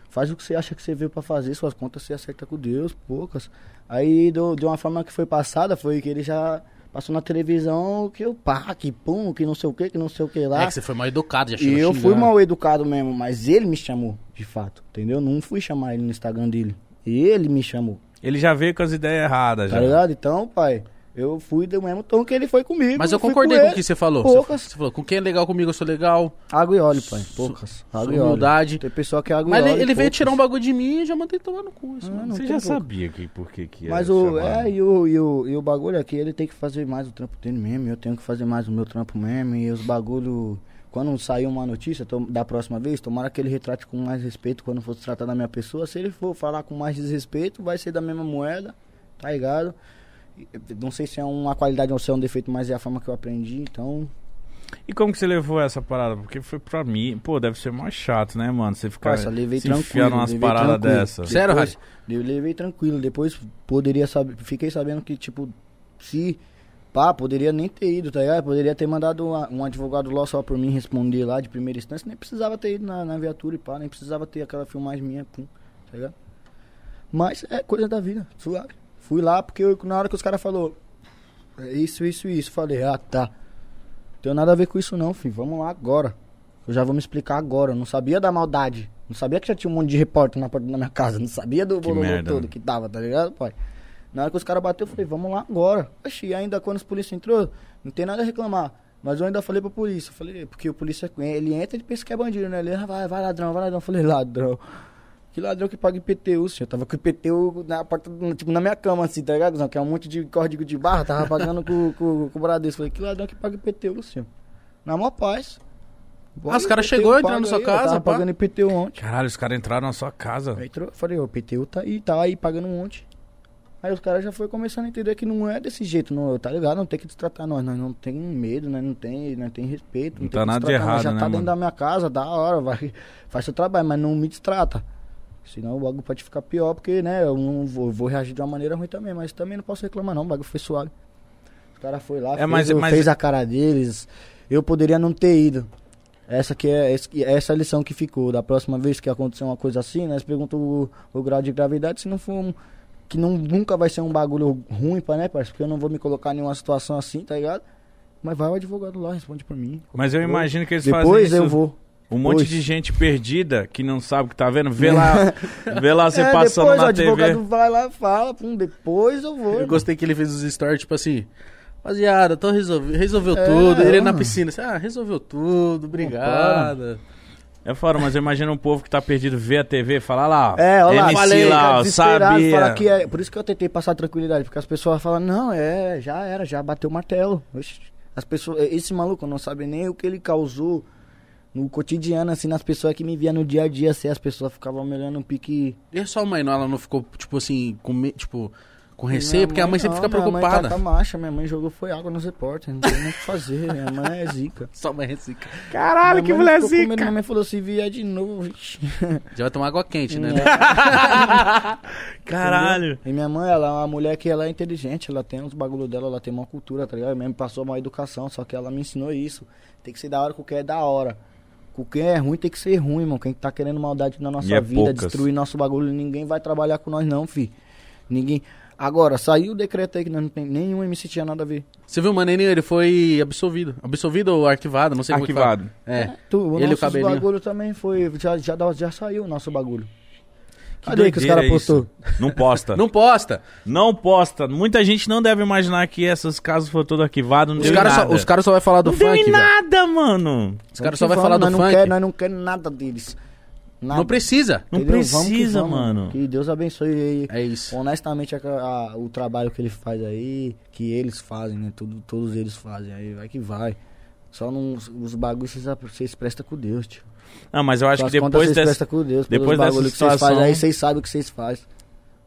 Speaker 2: Faz o que você acha que você veio pra fazer, suas contas você acerta com Deus, poucas. Aí, do, de uma forma que foi passada, foi que ele já passou na televisão que eu pá, que pum, que não sei o que, que não sei o que lá.
Speaker 3: É né? que você foi mal educado, já chegou
Speaker 2: E eu fui
Speaker 3: xingando.
Speaker 2: mal educado mesmo, mas ele me chamou, de fato, entendeu? Não fui chamar ele no Instagram dele. Ele me chamou,
Speaker 1: Ele já veio com as ideias erradas,
Speaker 2: tá
Speaker 1: já.
Speaker 2: ligado? Então, pai, eu fui do mesmo tom que ele foi comigo.
Speaker 3: Mas eu
Speaker 2: fui
Speaker 3: concordei com o
Speaker 2: ele.
Speaker 3: que você falou. Você,
Speaker 2: Poucas.
Speaker 3: você falou, com quem é legal comigo, eu sou legal.
Speaker 2: Água e óleo, pai. Poucas. Água e óleo.
Speaker 3: humildade.
Speaker 2: Tem pessoal que é água
Speaker 3: Mas
Speaker 2: e
Speaker 3: ele,
Speaker 2: óleo.
Speaker 3: ele veio
Speaker 2: poucas.
Speaker 3: tirar um bagulho de mim e já mandei tomar no cu. Isso, mano.
Speaker 2: Ah, não
Speaker 1: Você
Speaker 2: tem
Speaker 1: já
Speaker 2: pouco.
Speaker 1: sabia que, por que que
Speaker 2: Mas
Speaker 1: era
Speaker 2: o,
Speaker 1: chamado.
Speaker 2: é, e, o, e, o, e o bagulho aqui, ele tem que fazer mais o trampo dele mesmo, eu tenho que fazer mais o meu trampo mesmo, e os bagulho, quando sair uma notícia tom- da próxima vez, tomara que ele retrate com mais respeito quando for se tratar da minha pessoa, se ele for falar com mais desrespeito, vai ser da mesma moeda, tá ligado? E, eh, Não sei se é uma qualidade ou se é um defeito, mas é a forma que eu aprendi, então...
Speaker 1: E como que você levou essa parada? Porque foi pra mim, pô, deve ser mais chato, né, mano? Você ficar
Speaker 2: Parça, levei
Speaker 1: se
Speaker 2: tranquilo.
Speaker 1: enfiar umas
Speaker 2: levei
Speaker 1: paradas
Speaker 2: tranquilo. é
Speaker 1: dessas.
Speaker 3: Cê- Sério,
Speaker 2: Depois- Eu levei tranquilo. Depois poderia saber. Fiquei sabendo que, tipo, se. Pá, poderia nem ter ido, tá ligado? Poderia ter mandado uma- um advogado lá só por mim responder lá de primeira instância. Nem precisava ter ido na, na viatura e pá, nem precisava ter aquela filmagem minha, pum, tá ligado? Mas é coisa da vida, suave. Fui lá porque eu- na hora que os caras falaram isso, isso e isso, falei, ah tá. Tenho nada a ver com isso não, filho. Vamos lá agora. Eu já vou me explicar agora. Eu não sabia da maldade. Não sabia que já tinha um monte de repórter na porta da minha casa. Não sabia do bololô
Speaker 1: merda,
Speaker 2: todo
Speaker 1: né?
Speaker 2: que tava, tá ligado, pai? Na hora que os caras bateram, eu falei, vamos lá agora. Oxi, e ainda quando os polícia entrou, não tem nada a reclamar. Mas eu ainda falei pra polícia, eu falei, porque o polícia, ele entra e pensa que é bandido, né? Ele, ah, vai, vai ladrão, vai ladrão. Eu falei, ladrão. Que ladrão que paga IPTU, senhor? Tava com IPTU na porta, do- tipo, na minha cama, assim, tá ligado, Guzão? Que é um monte de código de barra, tava pagando com, com, com o Bradesco. Falei, que ladrão que paga IPTU, senhor? Na maior paz.
Speaker 3: Ah, os cara
Speaker 2: IPTU
Speaker 3: chegou,
Speaker 2: pago
Speaker 3: entrou na sua
Speaker 2: aí,
Speaker 3: casa,
Speaker 2: Eu tava
Speaker 3: pá.
Speaker 2: pagando IPTU ontem.
Speaker 1: Caralho, os caras entraram na sua casa.
Speaker 2: Aí entrou, eu falei, ó, o IPTU tá aí, tá aí, pagando ontem. Aí os caras já foi começando a entender que não é desse jeito, não, tá ligado? Não tem que destratar nós, nós não tem medo, nós não tem, nós tem respeito, não,
Speaker 1: Não
Speaker 2: tem
Speaker 1: tá
Speaker 2: que
Speaker 1: nada de
Speaker 2: destratar, nós já
Speaker 1: errado, né,
Speaker 2: tá dentro
Speaker 1: mano?
Speaker 2: da minha casa, da hora, vai, faz seu trabalho, mas não me distrata. Senão o bagulho pode ficar pior, porque, né, eu não vou, vou reagir de uma maneira ruim também, mas também não posso reclamar não, o bagulho foi suave. Os caras foi lá,
Speaker 1: É,
Speaker 2: fez,
Speaker 1: mas-
Speaker 2: o-
Speaker 1: mas-
Speaker 2: fez a cara deles, eu poderia não ter ido. Essa que é esse- essa é a lição que ficou. Da próxima vez que acontecer uma coisa assim, nós perguntamos o, o grau de gravidade, se não for um, que não, nunca vai ser um bagulho ruim para né, parceiro? Porque eu não vou me colocar em uma situação assim, tá ligado? Mas vai o advogado lá, responde por mim.
Speaker 1: Mas eu imagino que eles fazem
Speaker 2: Depois
Speaker 1: isso.
Speaker 2: eu vou.
Speaker 1: Um monte
Speaker 2: Depois.
Speaker 1: de gente perdida que não sabe o que tá vendo. Vê lá, vê lá você
Speaker 2: é,
Speaker 1: passando
Speaker 2: depois o
Speaker 1: na
Speaker 2: advogado
Speaker 1: TV.
Speaker 2: vai lá e fala, pum, depois eu vou.
Speaker 3: Eu
Speaker 2: irmão.
Speaker 3: gostei que ele fez os stories, tipo assim. Rapaziada, então resolveu, resolveu
Speaker 2: É,
Speaker 3: tudo. Ele na
Speaker 2: mano.
Speaker 3: piscina, assim, ah, resolveu tudo, obrigada.
Speaker 1: É fora, mas eu imagino um povo que tá perdido vê a TV e fala "Ah lá. ó,
Speaker 2: É, olha lá,
Speaker 1: MC
Speaker 2: falei,
Speaker 1: lá,
Speaker 2: cara,
Speaker 1: ó,
Speaker 2: desesperado,
Speaker 1: sabia.
Speaker 2: fala que é- por isso que eu tentei passar tranquilidade, porque as pessoas falam, não, é, já era, já bateu o martelo. Oxi, As pessoas, esse maluco não sabe nem o que ele causou no cotidiano, assim, nas pessoas que me via no dia a dia, assim, as pessoas ficavam me olhando um pique.
Speaker 3: E só a mãe, não, ela não ficou, tipo assim, com, me- tipo, com receio, porque a mãe sempre
Speaker 2: não,
Speaker 3: fica
Speaker 2: minha mãe tá-
Speaker 3: preocupada.
Speaker 2: tá macha, minha mãe jogou foi água nos repórteres, não tem nem o que fazer, minha mãe é zica.
Speaker 3: Só a mãe receca.
Speaker 2: Caralho,
Speaker 1: que mulher zica.
Speaker 2: Minha mãe falou, se vier de novo, É. vixi.
Speaker 3: Já vai tomar água quente, né?
Speaker 1: Caralho.
Speaker 2: E minha mãe, ela é uma mulher que ela é inteligente, ela tem uns bagulho dela, ela tem uma cultura, tá ligado? Minha mãe passou uma educação, só que ela me ensinou isso. Tem que ser da hora com quem é da hora. Com quem é ruim tem que ser ruim, irmão. Quem tá querendo maldade na nossa
Speaker 1: é
Speaker 2: vida,
Speaker 1: poucas.
Speaker 2: destruir nosso bagulho, ninguém vai trabalhar com nós não, fi. Ninguém. Agora, saiu o decreto aí que nós não tem nenhum MC tinha nada a ver.
Speaker 3: Você viu o Maneirinho? Ele foi absolvido. Absolvido ou arquivado? Não sei como é que fala.
Speaker 1: Arquivado.
Speaker 3: É.
Speaker 2: Tu, o
Speaker 3: Ele e o
Speaker 2: nosso
Speaker 3: cabelinho.
Speaker 2: bagulho também foi. Já, já, dá- já saiu o nosso bagulho.
Speaker 1: Que
Speaker 2: Cadê que os
Speaker 1: doideira
Speaker 2: caras
Speaker 1: isso.
Speaker 2: postou?
Speaker 1: Não posta. não,
Speaker 3: Não posta.
Speaker 1: posta. Muita gente não deve imaginar que esses casos foram todos arquivados. Não
Speaker 3: Os
Speaker 1: teve
Speaker 3: caras só,
Speaker 1: nada.
Speaker 3: os caras só vai falar do
Speaker 1: Não
Speaker 3: funk,
Speaker 1: teve
Speaker 3: velho.
Speaker 1: nada, mano.
Speaker 3: Os caras só vai falar do
Speaker 2: nós não
Speaker 3: funk.
Speaker 2: Quer, nós não queremos nada deles. Nada.
Speaker 3: Não precisa.
Speaker 1: Não
Speaker 2: Entendeu? Vamos que
Speaker 1: precisa,
Speaker 2: vamos.
Speaker 1: mano.
Speaker 2: Que Deus abençoe
Speaker 3: É isso.
Speaker 2: honestamente a- a- o trabalho que ele faz aí, que eles fazem, né? Tudo, todos eles fazem aí, vai que vai. Só não, os bagulhos vocês, vocês prestam com Deus, tio.
Speaker 1: Ah, mas eu acho
Speaker 2: Suas
Speaker 1: que
Speaker 2: contas
Speaker 1: depois
Speaker 2: vocês
Speaker 1: dessa,
Speaker 2: prestam com Deus, pelos
Speaker 1: depois dessa
Speaker 2: bagulho que
Speaker 1: situação-
Speaker 2: vocês fazem aí, vocês sabem o que vocês fazem.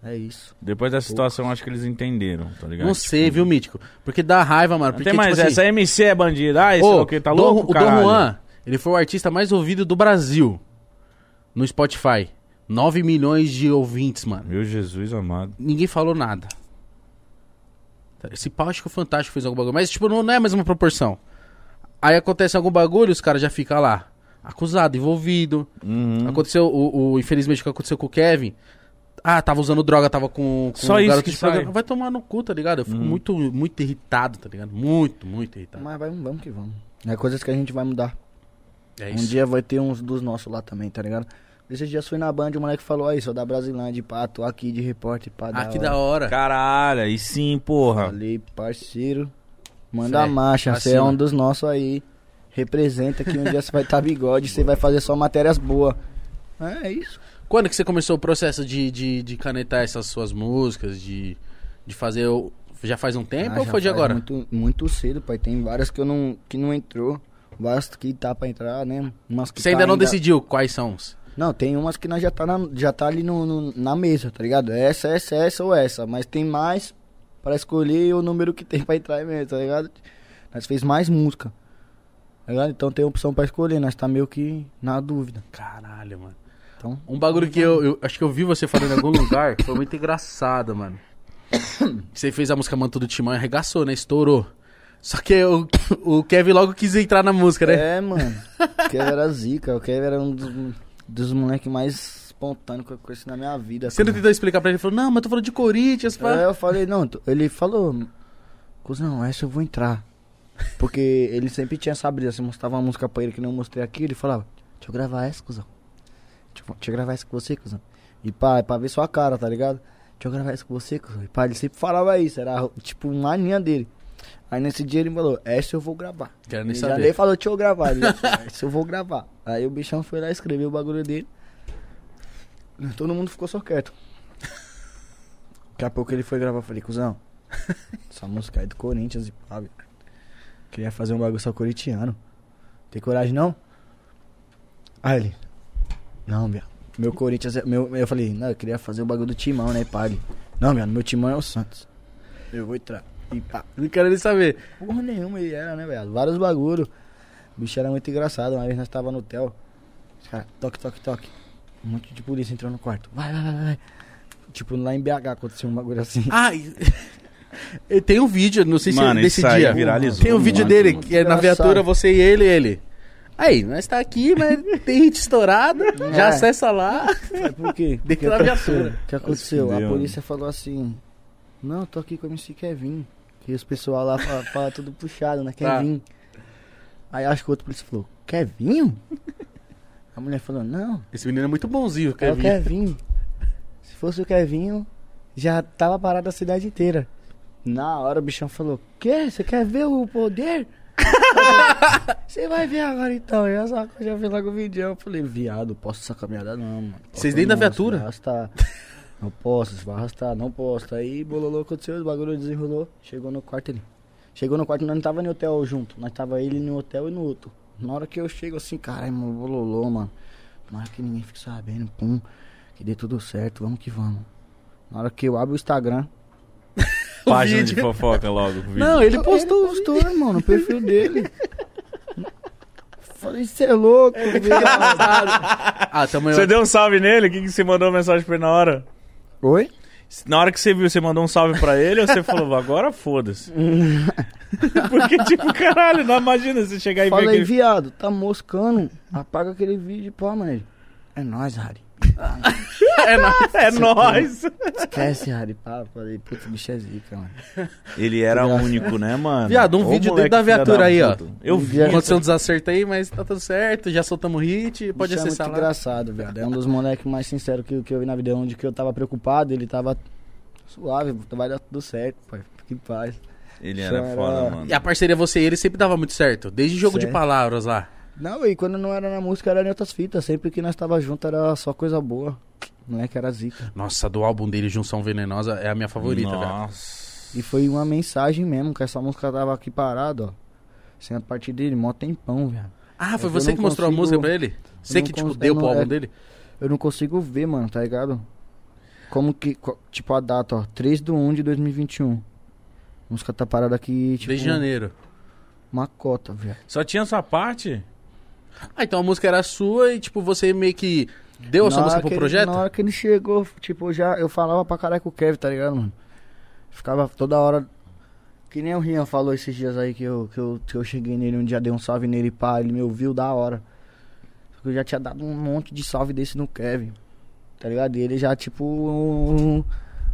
Speaker 2: É isso.
Speaker 1: depois dessa situação, eu acho que eles entenderam, tá ligado?
Speaker 3: Não
Speaker 2: tipo,
Speaker 3: sei, viu, Mítico? Porque dá raiva, mano.
Speaker 1: Não
Speaker 3: Porque,
Speaker 1: tem mais
Speaker 3: tipo assim,
Speaker 1: essa. MC é bandida. Ah, esse é
Speaker 3: Ô,
Speaker 1: o que? Tá
Speaker 3: Dom-
Speaker 1: louco,
Speaker 3: o
Speaker 1: caralho?
Speaker 3: Dom Juan, ele foi o artista mais ouvido do Brasil no Spotify. 9 milhões de ouvintes, mano.
Speaker 1: Meu Jesus amado.
Speaker 3: Ninguém falou nada. Esse pau acho que o Fantástico fez algum bagulho. Mas, tipo, não, não é a mesma proporção. Aí acontece algum bagulho, os caras já ficam lá. acusado, envolvido.
Speaker 1: Uhum.
Speaker 3: Aconteceu, o, o- infelizmente, o que aconteceu com o Kevin. Ah, tava usando droga, tava com, com
Speaker 1: Só
Speaker 3: um
Speaker 1: isso
Speaker 3: garoto
Speaker 1: que
Speaker 3: de programa.
Speaker 1: sai. Hum.
Speaker 3: Vai tomar no cu, tá ligado? Eu fico muito, muito irritado, tá ligado? Muito, muito
Speaker 1: Tá.
Speaker 3: irritado.
Speaker 2: Mas vai- vamos que vamos. É coisas que a gente vai mudar.
Speaker 3: É
Speaker 2: Um dia vai ter uns dos nossos lá também, tá ligado? Esses dias fui na Band e o moleque falou, aí, sou da Brasilândia, pá, tô aqui de repórter, pá,
Speaker 3: ah, que da hora.
Speaker 1: Caralho, aí sim,
Speaker 3: Ah.
Speaker 1: porra.
Speaker 2: Falei, parceiro, manda
Speaker 3: Cê
Speaker 2: a marcha,
Speaker 3: vacina.
Speaker 2: você é um dos nossos aí. Representa que um dia você vai estar bigode, você vai fazer só matérias boas. É, é isso.
Speaker 3: Quando que você começou o processo de, de, de canetar essas suas músicas, de, de fazer... o- Já faz um tempo
Speaker 2: Ah,
Speaker 3: ou
Speaker 2: já
Speaker 3: foi de
Speaker 2: faz
Speaker 3: agora?
Speaker 2: Muito, muito cedo, pai. Tem várias que eu não que não entrou, várias que tá pra entrar, né? Umas que
Speaker 3: Você
Speaker 2: tá
Speaker 3: ainda não decidiu quais são os...
Speaker 2: Não, tem umas que nós já tá, na- já tá ali no, no- na mesa, tá ligado? Essa, essa, essa ou essa. Mas tem mais pra escolher o número que tem pra entrar mesmo, tá ligado? Nós fez mais música. Tá ligado? Então tem opção pra escolher, nós tá meio que na dúvida.
Speaker 3: Caralho, mano.
Speaker 2: Então,
Speaker 3: Um bagulho que eu, eu- acho que eu vi você falando em algum lugar, que foi muito engraçado, mano. Você fez a música Manto do Timão e arregaçou, né? Estourou. Só que o, o Kevin logo quis entrar na música, né?
Speaker 2: é, mano. O Kevin era zica. O Kevin era um dos, dos moleques mais espontâneos que eu conheci na minha vida. assim,
Speaker 3: Você não
Speaker 2: cara.
Speaker 3: tentou explicar pra ele, ele falou, não, mas eu tô falando de Corinthians, pá.
Speaker 2: Aí É, eu falei, não, tu- ele falou, cuzão, essa eu vou entrar. Porque ele sempre tinha essa brisa, se mostrava uma música pra ele que não mostrei aqui, ele falava, deixa eu gravar essa, cuzão. Deixa eu, deixa eu gravar essa com você, cuzão. E pá, é pra ver sua cara, tá ligado? Deixa eu gravar isso com você, cuzão. E pá, ele sempre falava isso, era tipo mania dele. Aí nesse dia ele falou, essa eu vou gravar.
Speaker 3: Quero nem
Speaker 2: ele já
Speaker 3: saber.
Speaker 2: nem falou, deixa eu gravar. Ele já falou, essa eu vou gravar. Aí o bichão foi lá escreveu o bagulho dele. Todo mundo ficou só quieto. Daqui a pouco ele foi gravar, eu falei, cuzão, essa música é do Corinthians e pá, velho. Queria fazer um bagulho só corintiano. Tem coragem não? Aí ele, não, meu, meu Corinthians é. Meu, eu falei, não, eu queria fazer o bagulho do timão, né, pá? Ele, não, meu, meu timão é o Santos. Eu vou entrar. E pá,
Speaker 3: Não quero nem saber.
Speaker 2: Porra nenhuma ele era, né, velho? Vários bagulho. O bicho era muito engraçado. Uma vez nós tava no hotel. Os caras, toque, toque, toque. Um monte de polícia entrou no quarto. Vai, vai, vai, vai. Tipo, lá em BH aconteceu um bagulho assim.
Speaker 3: Ah, e- tem um vídeo, não sei se
Speaker 5: Mano,
Speaker 3: desse
Speaker 5: isso aí
Speaker 3: dia.
Speaker 5: viralizou
Speaker 3: Tem um vídeo
Speaker 5: muito,
Speaker 3: dele,
Speaker 5: mano.
Speaker 3: que é na
Speaker 2: Engraçado.
Speaker 3: viatura, você e ele, ele. Aí, nós tá aqui, mas tem hit estourado, já
Speaker 2: É.
Speaker 3: acessa lá.
Speaker 2: Mas por quê? O
Speaker 3: Dentro
Speaker 2: que
Speaker 3: da
Speaker 2: aconteceu?
Speaker 3: viatura.
Speaker 2: O que aconteceu?
Speaker 5: Nossa,
Speaker 2: A
Speaker 5: Deus.
Speaker 3: né?
Speaker 2: polícia falou assim: Não, tô aqui com o MC Kevin. Que os pessoal lá fala, fala tudo puxado, né?
Speaker 3: Tá.
Speaker 2: Kevin. Aí acho que o outro polícia falou: Kevinho? A mulher falou: Não,
Speaker 3: Esse menino é muito bonzinho,
Speaker 2: É o
Speaker 3: Kevin.
Speaker 2: Kevinho. Se fosse o Kevinho, já tava parado a cidade inteira. Na hora o bichão falou: Quê? Você quer ver o poder? Você vai ver agora então. Eu só que eu já vi logo o vídeo. Eu falei: Viado, posso essa caminhada não, mano. Posso
Speaker 3: Vocês dentro da
Speaker 2: não,
Speaker 3: viatura?
Speaker 2: se vai arrastar. Não posso, se vai arrastar, não posso. Aí bololô aconteceu, o bagulho desenrolou. Chegou no quarto ele. Chegou no quarto, nós não tava no hotel junto. Nós tava ele no hotel e no outro. Na hora que eu chego assim, caralho, mano, bololô, mano. Na hora que ninguém fica sabendo, pum, que dê tudo certo, vamos que vamos. Na hora que eu abro o Instagram.
Speaker 5: Página de
Speaker 3: vídeo.
Speaker 5: fofoca logo. o vídeo.
Speaker 3: Não, ele postou.
Speaker 2: Ele postou, irmão, no perfil dele. Falei, você é louco, viado.
Speaker 3: Ah, tamo
Speaker 5: Você deu um salve nele? O que, que você mandou mensagem pra ele na hora?
Speaker 2: Oi?
Speaker 5: Na hora que você viu, você mandou um salve pra ele ou você falou, agora foda-se? Porque, tipo, caralho, não imagina você chegar e ver
Speaker 2: Falei,
Speaker 5: aquele...
Speaker 2: viado, tá moscando. Apaga aquele vídeo, pô, mano. É nóis, Harry.
Speaker 3: É nóis.
Speaker 5: É nóis!
Speaker 2: Esquece, Harry. Pá, falei, putz, bicho é zica, mano.
Speaker 5: Ele era único, né, mano?
Speaker 3: Viado, um
Speaker 5: Ô,
Speaker 3: vídeo
Speaker 5: moleque
Speaker 3: dentro da
Speaker 5: filha
Speaker 3: viatura aí, ó.
Speaker 5: puta. Eu vi.
Speaker 3: Aconteceu um desacerto aí, mas tá tudo certo. Já soltamos hit, pode
Speaker 2: Bicho
Speaker 3: acessar
Speaker 2: é muito
Speaker 3: lá.
Speaker 2: engraçado, viado. É um dos moleques mais sinceros que, que eu vi na vida. Onde que eu tava preocupado, ele tava suave, vai dar tudo certo, pai. Que paz.
Speaker 5: Ele
Speaker 2: era
Speaker 5: era
Speaker 2: Chora.
Speaker 5: foda,
Speaker 2: foda,
Speaker 5: mano.
Speaker 3: E a parceria você e ele sempre dava muito certo. Desde jogo de
Speaker 2: Certo.
Speaker 3: palavras lá.
Speaker 2: Não, e quando não era na música, era em outras fitas. Sempre que nós tava junto, era só coisa boa. O moleque era zica.
Speaker 3: Nossa, do álbum dele, Junção Venenosa, é a minha favorita, velho.
Speaker 5: Nossa.
Speaker 2: E foi uma mensagem mesmo, que essa música tava aqui parada, ó. Sem a partir dele, mó tempão, velho.
Speaker 3: Ah, foi
Speaker 2: É que eu
Speaker 3: você
Speaker 2: não
Speaker 3: que mostrou a
Speaker 2: consigo-
Speaker 3: música pra ele? Você
Speaker 2: não
Speaker 3: que, tipo,
Speaker 2: cons- eu
Speaker 3: deu pro
Speaker 2: não-
Speaker 3: álbum
Speaker 2: é-
Speaker 3: dele?
Speaker 2: Eu não consigo ver, mano, tá ligado? Como que. co- Tipo, a data, ó. 3 de 1 de 2021. A música tá parada aqui, tipo.
Speaker 3: Desde janeiro.
Speaker 2: Uma cota, velho.
Speaker 5: Só tinha sua parte?
Speaker 3: Ah, então a música era sua e, tipo, você meio que deu a sua
Speaker 2: Na hora
Speaker 3: música pro
Speaker 2: que ele-
Speaker 3: projeto?
Speaker 2: Na hora que ele chegou, tipo, eu já. Eu falava pra caralho com o Kevin, tá ligado, mano? Ficava toda hora. Que nem o Rian falou esses dias aí que eu, que eu, que eu cheguei nele um dia, dei um salve nele, pá, ele me ouviu da hora. Porque eu já tinha dado um monte de salve desse no Kevin. Tá ligado? E ele já, tipo.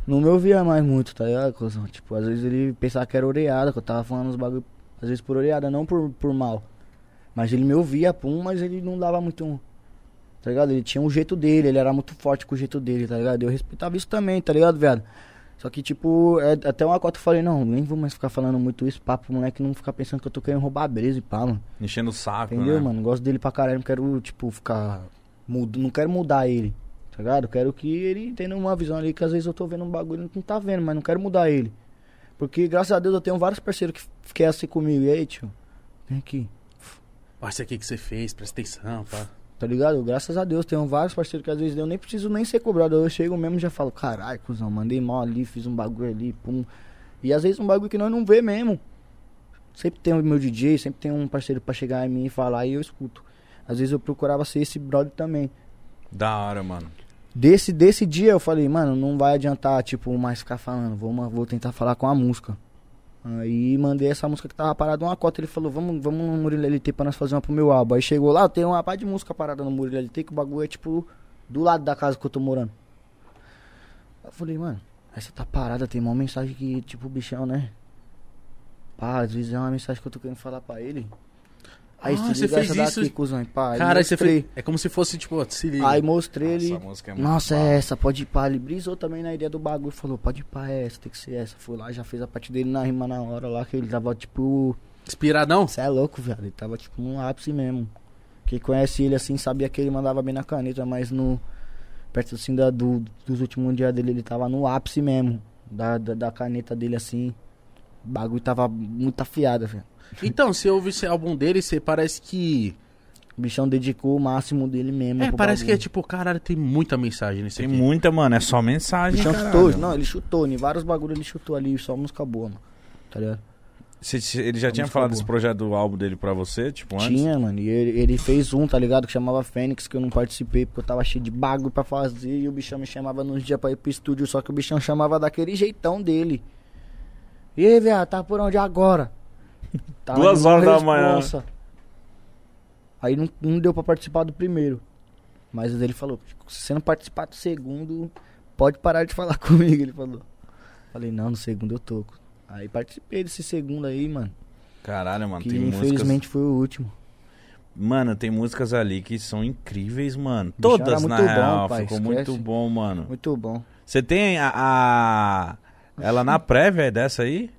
Speaker 2: Não me ouvia mais muito, tá ligado, cuzão? Tipo, às vezes ele pensava que era oreada, que eu tava falando uns bagulho. Às vezes por oreada, não por, por mal. Mas ele me ouvia, pum, mas ele não dava muito um. Tá ligado? Ele tinha um jeito dele, ele era muito forte com o jeito dele, tá ligado? Eu respeitava isso também, tá ligado, viado? Só que, tipo, é, até uma cota eu falei, não, nem vou mais ficar falando muito isso, papo, moleque, não ficar pensando que eu tô querendo roubar a brisa e pá, mano.
Speaker 1: Enchendo o saco,
Speaker 2: Entendeu,
Speaker 1: né?
Speaker 2: mano? Gosto dele pra caralho, não quero, tipo, ficar. Mudo, não quero mudar ele, tá ligado? Quero que ele tenha uma visão ali que às vezes eu tô vendo um bagulho e não tá vendo, mas não quero mudar ele. Porque, graças a Deus, eu tenho vários parceiros que f- que é assim comigo. E aí, tio? Vem aqui.
Speaker 3: Olha isso aqui que você fez, presta atenção, pá.
Speaker 2: Tá ligado? Graças a Deus, tenho vários parceiros que às vezes eu nem preciso nem ser cobrado. Eu chego mesmo e já falo, caralho, cuzão, mandei mal ali, fiz um bagulho ali, pum. E às vezes um bagulho que nós não vê mesmo. Sempre tem o meu DJ, sempre tem um parceiro pra chegar em mim e falar e eu escuto. Às vezes eu procurava ser esse brother também.
Speaker 1: Da hora, mano.
Speaker 2: Desse, desse dia eu falei, mano, não vai adiantar, tipo, mais ficar falando, vou, ma- vou tentar falar com a música. Aí mandei essa música que tava parada uma cota, ele falou, vamos, vamos no Murilo LT pra nós fazer uma pro meu álbum. Aí chegou lá, tem uma parte de música parada no Murilo LT, que o bagulho é tipo do lado da casa que eu tô morando. Eu falei, mano, essa tá parada, tem uma mensagem que, tipo, bichão, né? Pá, às vezes é uma mensagem que eu tô querendo falar pra ele. Aí
Speaker 3: Ah,
Speaker 2: se
Speaker 3: você
Speaker 2: liga
Speaker 3: fez
Speaker 2: essa daqui,
Speaker 3: isso?
Speaker 2: cuzão, e pá. aí
Speaker 3: Cara, aí você
Speaker 2: mostrei.
Speaker 3: fez. É como se fosse, tipo, ó, se liga.
Speaker 2: Aí mostrei ele.
Speaker 1: Essa música é muito
Speaker 2: Nossa,
Speaker 1: foda.
Speaker 2: é essa, pode ir pá. Ele brisou também na ideia do bagulho. Falou, pode ir pá, é essa, tem que ser essa. Foi lá, já fez a parte dele na rima na hora lá, que ele tava tipo.
Speaker 3: Inspiradão?
Speaker 2: Você é louco, velho. Ele tava tipo num ápice mesmo. Quem conhece ele assim sabia que ele mandava bem na caneta, mas no. Perto assim da, do, dos últimos dias dele, ele tava no ápice mesmo. Da, da, da caneta dele assim. O bagulho tava muito afiado, velho.
Speaker 3: Então, se ouve esse álbum dele, você parece que.
Speaker 2: O bichão dedicou o máximo dele mesmo.
Speaker 3: É,
Speaker 2: pro
Speaker 3: parece que é
Speaker 2: bagulho.
Speaker 3: tipo, caralho, tem muita mensagem nesse
Speaker 1: Tem
Speaker 3: aqui.
Speaker 1: muita, mano. É só
Speaker 2: O
Speaker 1: mensagem,
Speaker 2: bichão
Speaker 1: caralho.
Speaker 2: chutou, não, ele chutou, em vários bagulhos ele chutou ali, só música boa, mano. Tá ligado?
Speaker 1: Cê- cê- ele já tinha
Speaker 2: música
Speaker 1: falado
Speaker 2: boa.
Speaker 1: desse projeto do álbum dele pra você, tipo, antes?
Speaker 2: Tinha, mano. E ele, ele fez um, tá ligado? Que chamava Fênix, que eu não participei porque eu tava cheio de bagulho pra fazer. E o bichão me chamava nos dias pra ir pro estúdio, só que o bichão chamava daquele jeitão dele. E aí, viado, tá por onde agora? Tava
Speaker 5: Duas
Speaker 2: indo na
Speaker 5: horas da manhã.
Speaker 2: responsa. Aí não, não deu pra participar do primeiro. Mas ele falou: se você não participar do segundo, pode parar de falar comigo. Ele falou: Falei, não, no segundo eu tô. Aí participei desse segundo aí, mano.
Speaker 1: Caralho, mano.
Speaker 2: que
Speaker 1: tem
Speaker 2: infelizmente foi o último.
Speaker 1: músicas... Mano, tem músicas ali que são incríveis, mano.
Speaker 2: Bicho, era
Speaker 1: Todas,
Speaker 2: muito
Speaker 1: na
Speaker 2: bom,
Speaker 1: real.
Speaker 2: pai,
Speaker 1: Ficou
Speaker 2: esquece.
Speaker 1: muito bom, mano.
Speaker 2: Muito bom.
Speaker 1: Você tem a, a- Ela na prévia é dessa aí?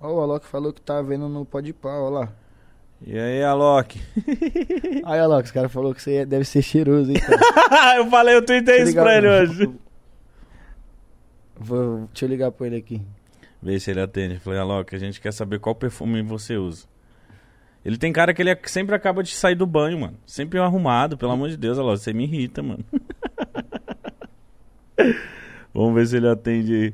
Speaker 2: Ó, o Alok falou que tá vendo no Podpah, ó lá.
Speaker 1: E aí, Alok?
Speaker 2: Aí, Alok, os caras falaram que você é, deve ser cheiroso, hein, Tá, cara?
Speaker 5: eu falei, eu tuitei É isso
Speaker 2: Deixa eu
Speaker 5: pra ele
Speaker 2: ligar-
Speaker 5: hoje.
Speaker 2: Vou, deixa eu ligar pra ele aqui.
Speaker 1: Vê se ele atende. Eu Falei, Alok, a gente quer saber qual perfume você usa. Ele tem cara que ele ac- sempre acaba de sair do banho, mano. Sempre um arrumado, pelo amor de Deus, Alok. Você me irrita, mano. Vamos ver se ele atende aí.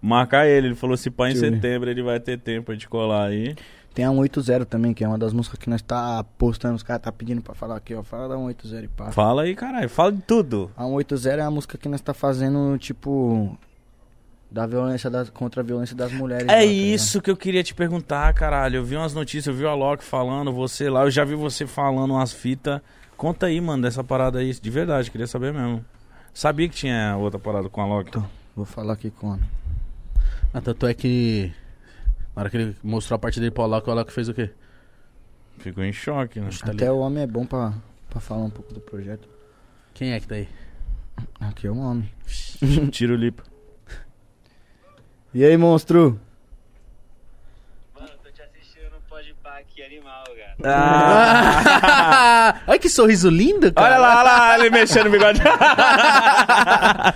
Speaker 1: Marcar ele. Ele falou, se pá em
Speaker 2: Deixa eu ver.
Speaker 1: setembro ele vai ter tempo de colar aí.
Speaker 2: Tem a 180 também, que é uma das músicas que nós tá postando, os caras tá pedindo pra falar aqui, ó. Fala da 180 e pá.
Speaker 1: Fala aí, caralho. Fala de tudo.
Speaker 2: A 180 é a música que nós tá fazendo, tipo. Da violência das, contra a violência das mulheres. lá, tá
Speaker 1: É
Speaker 2: ligado?
Speaker 1: isso que eu queria te perguntar, caralho. Eu vi umas notícias, eu vi o Alok falando, você lá. Eu já vi você falando umas fitas. Conta aí, mano, dessa parada aí. De verdade, queria saber mesmo. Sabia que tinha outra parada com o Alok.
Speaker 2: Tô. Vou falar aqui com o
Speaker 5: Tá
Speaker 2: homem.
Speaker 3: Ah, tanto é que. Na hora que ele mostrou a parte dele pro Alok, o Alok fez o quê?
Speaker 1: Ficou em choque, né?
Speaker 3: Tá
Speaker 2: Até
Speaker 3: ligado.
Speaker 2: o homem é bom pra, pra falar um pouco do projeto.
Speaker 3: Quem é que tá aí?
Speaker 2: Aqui é o homem.
Speaker 1: Tiro lipo.
Speaker 2: E aí, monstro?
Speaker 6: Mano, tô te assistindo no Podpah, que animal, cara.
Speaker 3: Olha que sorriso lindo, cara.
Speaker 5: Olha lá, olha lá, ele mexendo o bigode.
Speaker 6: Ah,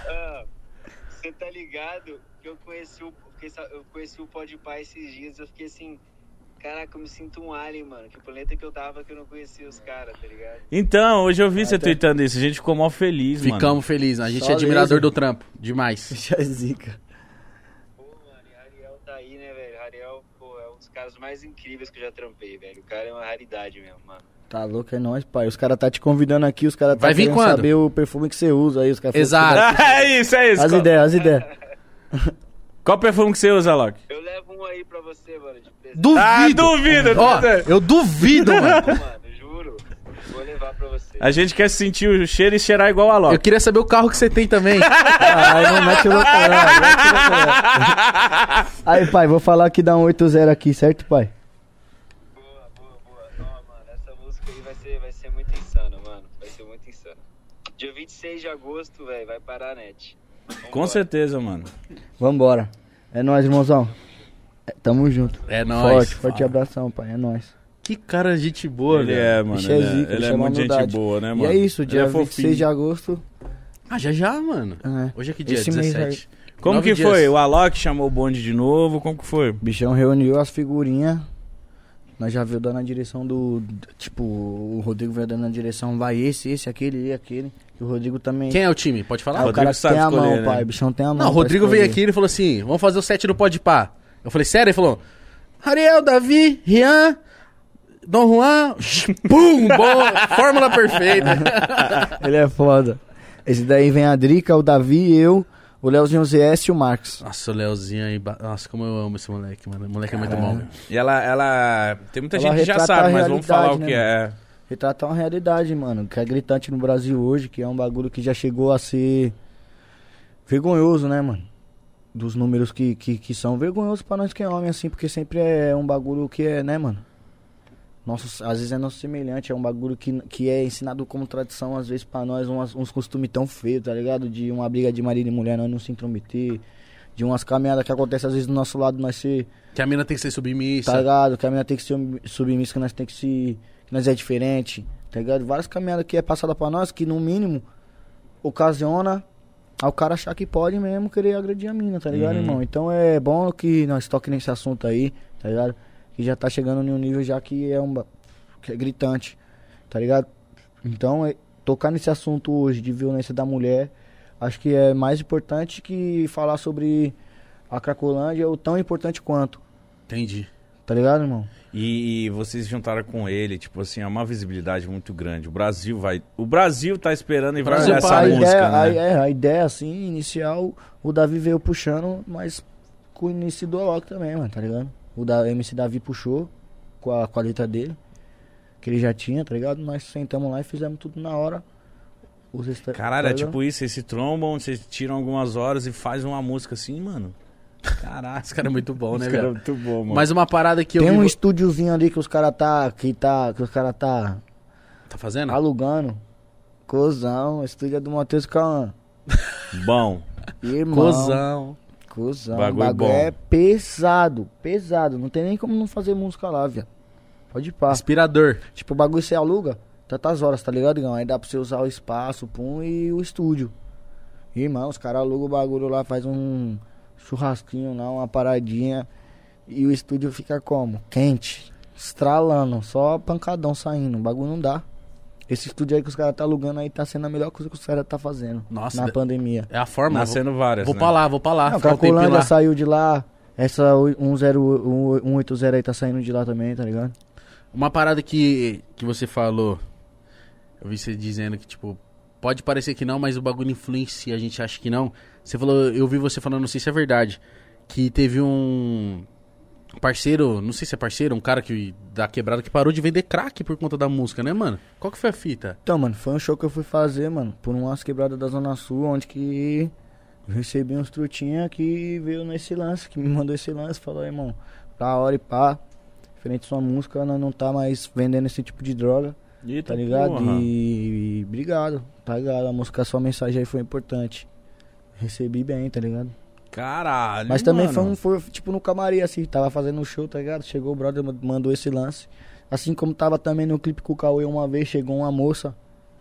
Speaker 6: Você tá ligado que eu conheci o, que essa- eu conheci o Podpah esses dias, eu fiquei assim... Caraca, eu me sinto um alien, mano. Que planeta que eu tava que eu não conhecia os caras, tá ligado?
Speaker 1: Então, hoje eu vi você tweetando isso. A gente ficou mó feliz, mano.
Speaker 3: Ficamos felizes, né? a gente
Speaker 2: Só
Speaker 3: é admirador
Speaker 2: laser.
Speaker 3: do trampo. Demais.
Speaker 2: Já é zica.
Speaker 6: Pô, mano, e Ariel tá aí, né, velho? Ariel, pô, é um dos caras mais incríveis que eu já trampei, velho. O cara é uma raridade mesmo, mano.
Speaker 2: Tá louco, é nóis, pai. Os caras tá te convidando aqui, os caras tá
Speaker 3: Vai vir
Speaker 2: querendo
Speaker 3: quando?
Speaker 2: saber o perfume que você usa aí. Os cara
Speaker 3: Exato.
Speaker 5: é isso, é isso.
Speaker 2: As
Speaker 5: Qual,
Speaker 2: ideias, as ideias.
Speaker 5: qual perfume que você usa, Alok?
Speaker 6: Eu levo um aí pra você, mano, de presente.
Speaker 3: Duvido.
Speaker 5: Ah, duvido.
Speaker 3: Ó, eu duvido, mano.
Speaker 6: Mano, juro. Vou levar pra você.
Speaker 5: A gente quer sentir o cheiro e cheirar igual a
Speaker 3: Eu
Speaker 5: Loki.
Speaker 3: queria saber o carro que você tem também.
Speaker 2: Ah, Aí não mete o louco, não, não mete o louco, não. Aí, pai, vou falar que dá um 8-0 aqui, certo, pai?
Speaker 6: Boa, boa, boa. Não, mano, essa música aí vai ser, vai ser muito insana, mano. Vai ser muito insana. Dia 26 de agosto, velho, vai parar a net.
Speaker 5: Com certeza, mano.
Speaker 2: Vambora. É nóis, irmãozão. É, tamo junto.
Speaker 3: É nóis.
Speaker 2: Forte, forte abração, pai. É nóis.
Speaker 3: Que cara, gente boa,
Speaker 5: ele
Speaker 3: velho.
Speaker 5: é, mano.
Speaker 2: Bicho
Speaker 5: Ele é,
Speaker 2: zica,
Speaker 5: ele
Speaker 2: bicho
Speaker 5: é muito gente
Speaker 2: humildade.
Speaker 5: boa, né, mano?
Speaker 2: E é isso,
Speaker 5: Ele
Speaker 2: dia
Speaker 5: é
Speaker 2: 26 de
Speaker 5: fofinho.
Speaker 2: agosto.
Speaker 3: Ah, já já, mano.
Speaker 2: É.
Speaker 3: Hoje é que dia?
Speaker 2: Esse mês
Speaker 3: 17.
Speaker 5: Como
Speaker 3: Nove
Speaker 5: que
Speaker 3: dias.
Speaker 5: foi? O Alok chamou o bonde de novo? Como que foi?
Speaker 2: O bichão reuniu as figurinhas. Nós já viu dando a direção do. do- Tipo, o Rodrigo veio dando a direção. Vai esse, esse, aquele e aquele. E o Rodrigo também.
Speaker 3: Quem é o time? Pode falar?
Speaker 2: Ah, o
Speaker 5: Rodrigo
Speaker 2: cara que
Speaker 5: sabe
Speaker 2: tem a mão,
Speaker 5: escolher, né?
Speaker 2: pai. O bichão tem a mão.
Speaker 3: Não, o
Speaker 2: pra
Speaker 3: Rodrigo veio
Speaker 2: escolher.
Speaker 3: aqui e ele falou assim: vamos fazer o set do Pode Pá. Eu falei, sério? Ele falou: Ariel, Davi, Rian, Dom Juan, pum, bom, fórmula perfeita.
Speaker 2: Ele é foda. Esse daí vem a Drica, o Davi, eu, o Leozinho ZS e o Marcos.
Speaker 3: Nossa, o Leozinho aí, ba- nossa, como eu amo esse moleque, mano. O moleque é muito bom.
Speaker 1: E ela, ela. Tem muita
Speaker 2: Ela
Speaker 1: gente que já
Speaker 2: retrata
Speaker 1: sabe,
Speaker 2: a
Speaker 1: mas vamos falar o
Speaker 2: realidade, né,
Speaker 1: que é.
Speaker 2: Retratar uma realidade, mano, que é gritante no Brasil hoje, que é um bagulho que já chegou a ser vergonhoso, né, mano? Dos números que, que, que são vergonhosos pra nós que é homem, assim, porque sempre é um bagulho que é, né, mano? Nosso, às vezes é nosso semelhante, é um bagulho que, que é ensinado como tradição, às vezes pra nós, umas- uns costumes tão feios, tá ligado? De uma briga de marido e mulher, nós não se intrometer, de umas caminhadas que acontecem às vezes do nosso lado, nós ser
Speaker 3: Que a mina tem que ser submissa.
Speaker 2: tá ligado? Que a mina tem que ser um submissa, que nós tem que se. que nós é diferente, tá ligado? Várias caminhadas que é passada pra nós, que no mínimo ocasiona ao cara achar que pode mesmo querer agredir a mina, tá ligado, irmão? Então é bom que nós toque nesse assunto aí, tá ligado? Que já tá chegando num nível já que é um. ba- que é gritante, tá ligado? Então, é- tocar nesse assunto hoje de violência da mulher, acho que é mais importante que falar sobre a Cracolândia, ou tão importante quanto,
Speaker 3: Entendi.
Speaker 2: tá ligado, irmão?
Speaker 1: E, e vocês se juntaram com ele, tipo assim, é uma visibilidade muito grande. O Brasil vai. O Brasil tá esperando e vai
Speaker 3: Brasil
Speaker 1: olhar essa
Speaker 3: para-
Speaker 2: a
Speaker 1: música,
Speaker 2: ideia,
Speaker 1: né?
Speaker 2: a, é, a ideia, assim, inicial, o Davi veio puxando, mas com o início do Alok também, mano, tá ligado? O da, MC Davi puxou com a, com a letra dele, que ele já tinha, tá ligado? Nós sentamos lá e fizemos tudo na hora. Os resta-
Speaker 1: Caralho,
Speaker 2: tá
Speaker 1: é
Speaker 2: ligado?
Speaker 1: tipo isso, vocês se trombam, vocês tiram algumas horas e faz uma música assim, mano. Caralho.
Speaker 3: Esse cara é muito bom, né,
Speaker 1: Esse cara é
Speaker 3: velho?
Speaker 1: muito bom, mano.
Speaker 3: Mas uma parada que eu
Speaker 2: Tem
Speaker 3: vi
Speaker 2: um
Speaker 3: vo-
Speaker 2: estúdiozinho ali que os cara tá, que tá, que os cara tá
Speaker 3: Tá fazendo?
Speaker 2: alugando. Cozão, estúdio é do Matheus Cauã.
Speaker 1: Bom.
Speaker 2: Irmão.
Speaker 3: Cozão.
Speaker 2: Cusão,
Speaker 1: Bagulho
Speaker 2: bagulho, bagulho
Speaker 1: bom.
Speaker 2: é pesado, pesado. Não tem nem como não fazer música lá, viado. Pode ir pá.
Speaker 3: Inspirador.
Speaker 2: Tipo, o bagulho você aluga tantas horas, tá ligado, Igão? Aí dá pra você usar o espaço, pum, e o estúdio. Irmão, os caras alugam o bagulho lá, faz um churrasquinho lá, uma paradinha. E o estúdio fica como? Quente, estralando, só pancadão saindo. O bagulho não dá. Esse estúdio aí que os caras tá alugando aí tá sendo a melhor coisa que os caras tá fazendo.
Speaker 3: Nossa,
Speaker 2: Na
Speaker 3: de-
Speaker 2: pandemia.
Speaker 3: É a forma.
Speaker 1: Nascendo várias.
Speaker 3: Vou, vou
Speaker 1: né?
Speaker 3: pra lá, vou pra lá.
Speaker 2: Não,
Speaker 3: Ficar um tempinho
Speaker 2: Cracolândia
Speaker 3: lá.
Speaker 2: saiu de lá. Essa 10, 180 aí tá saindo de lá também, tá ligado?
Speaker 3: Uma parada que, que você falou, eu vi você dizendo que, tipo, pode parecer que não, mas o bagulho influencia, a gente acha que não. Você falou, eu vi você falando, não sei se é verdade, que teve um parceiro, não sei se é parceiro, um cara que da quebrada que parou de vender crack por conta da música, né, mano? Qual que foi a fita?
Speaker 2: Então, mano, foi um show que eu fui fazer, mano, por umas quebradas da Zona Sul, onde que eu recebi uns trutinha que veio nesse lance, que me mandou esse lance, falou, "Ó, irmão, da hora e pá, diferente de sua música, nós não tá mais vendendo esse tipo de droga,
Speaker 5: Eita,
Speaker 2: tá ligado?
Speaker 5: porra.
Speaker 2: E, e obrigado, tá ligado? A música, a sua mensagem aí foi importante. Recebi bem, tá ligado?
Speaker 1: Caralho.
Speaker 2: Mas também
Speaker 1: mano.
Speaker 2: foi, um, foi, tipo no camarim, assim, tava fazendo um show, tá ligado? Chegou o brother, mandou esse lance. Assim como tava também no clipe com o Cauê uma vez, chegou uma moça,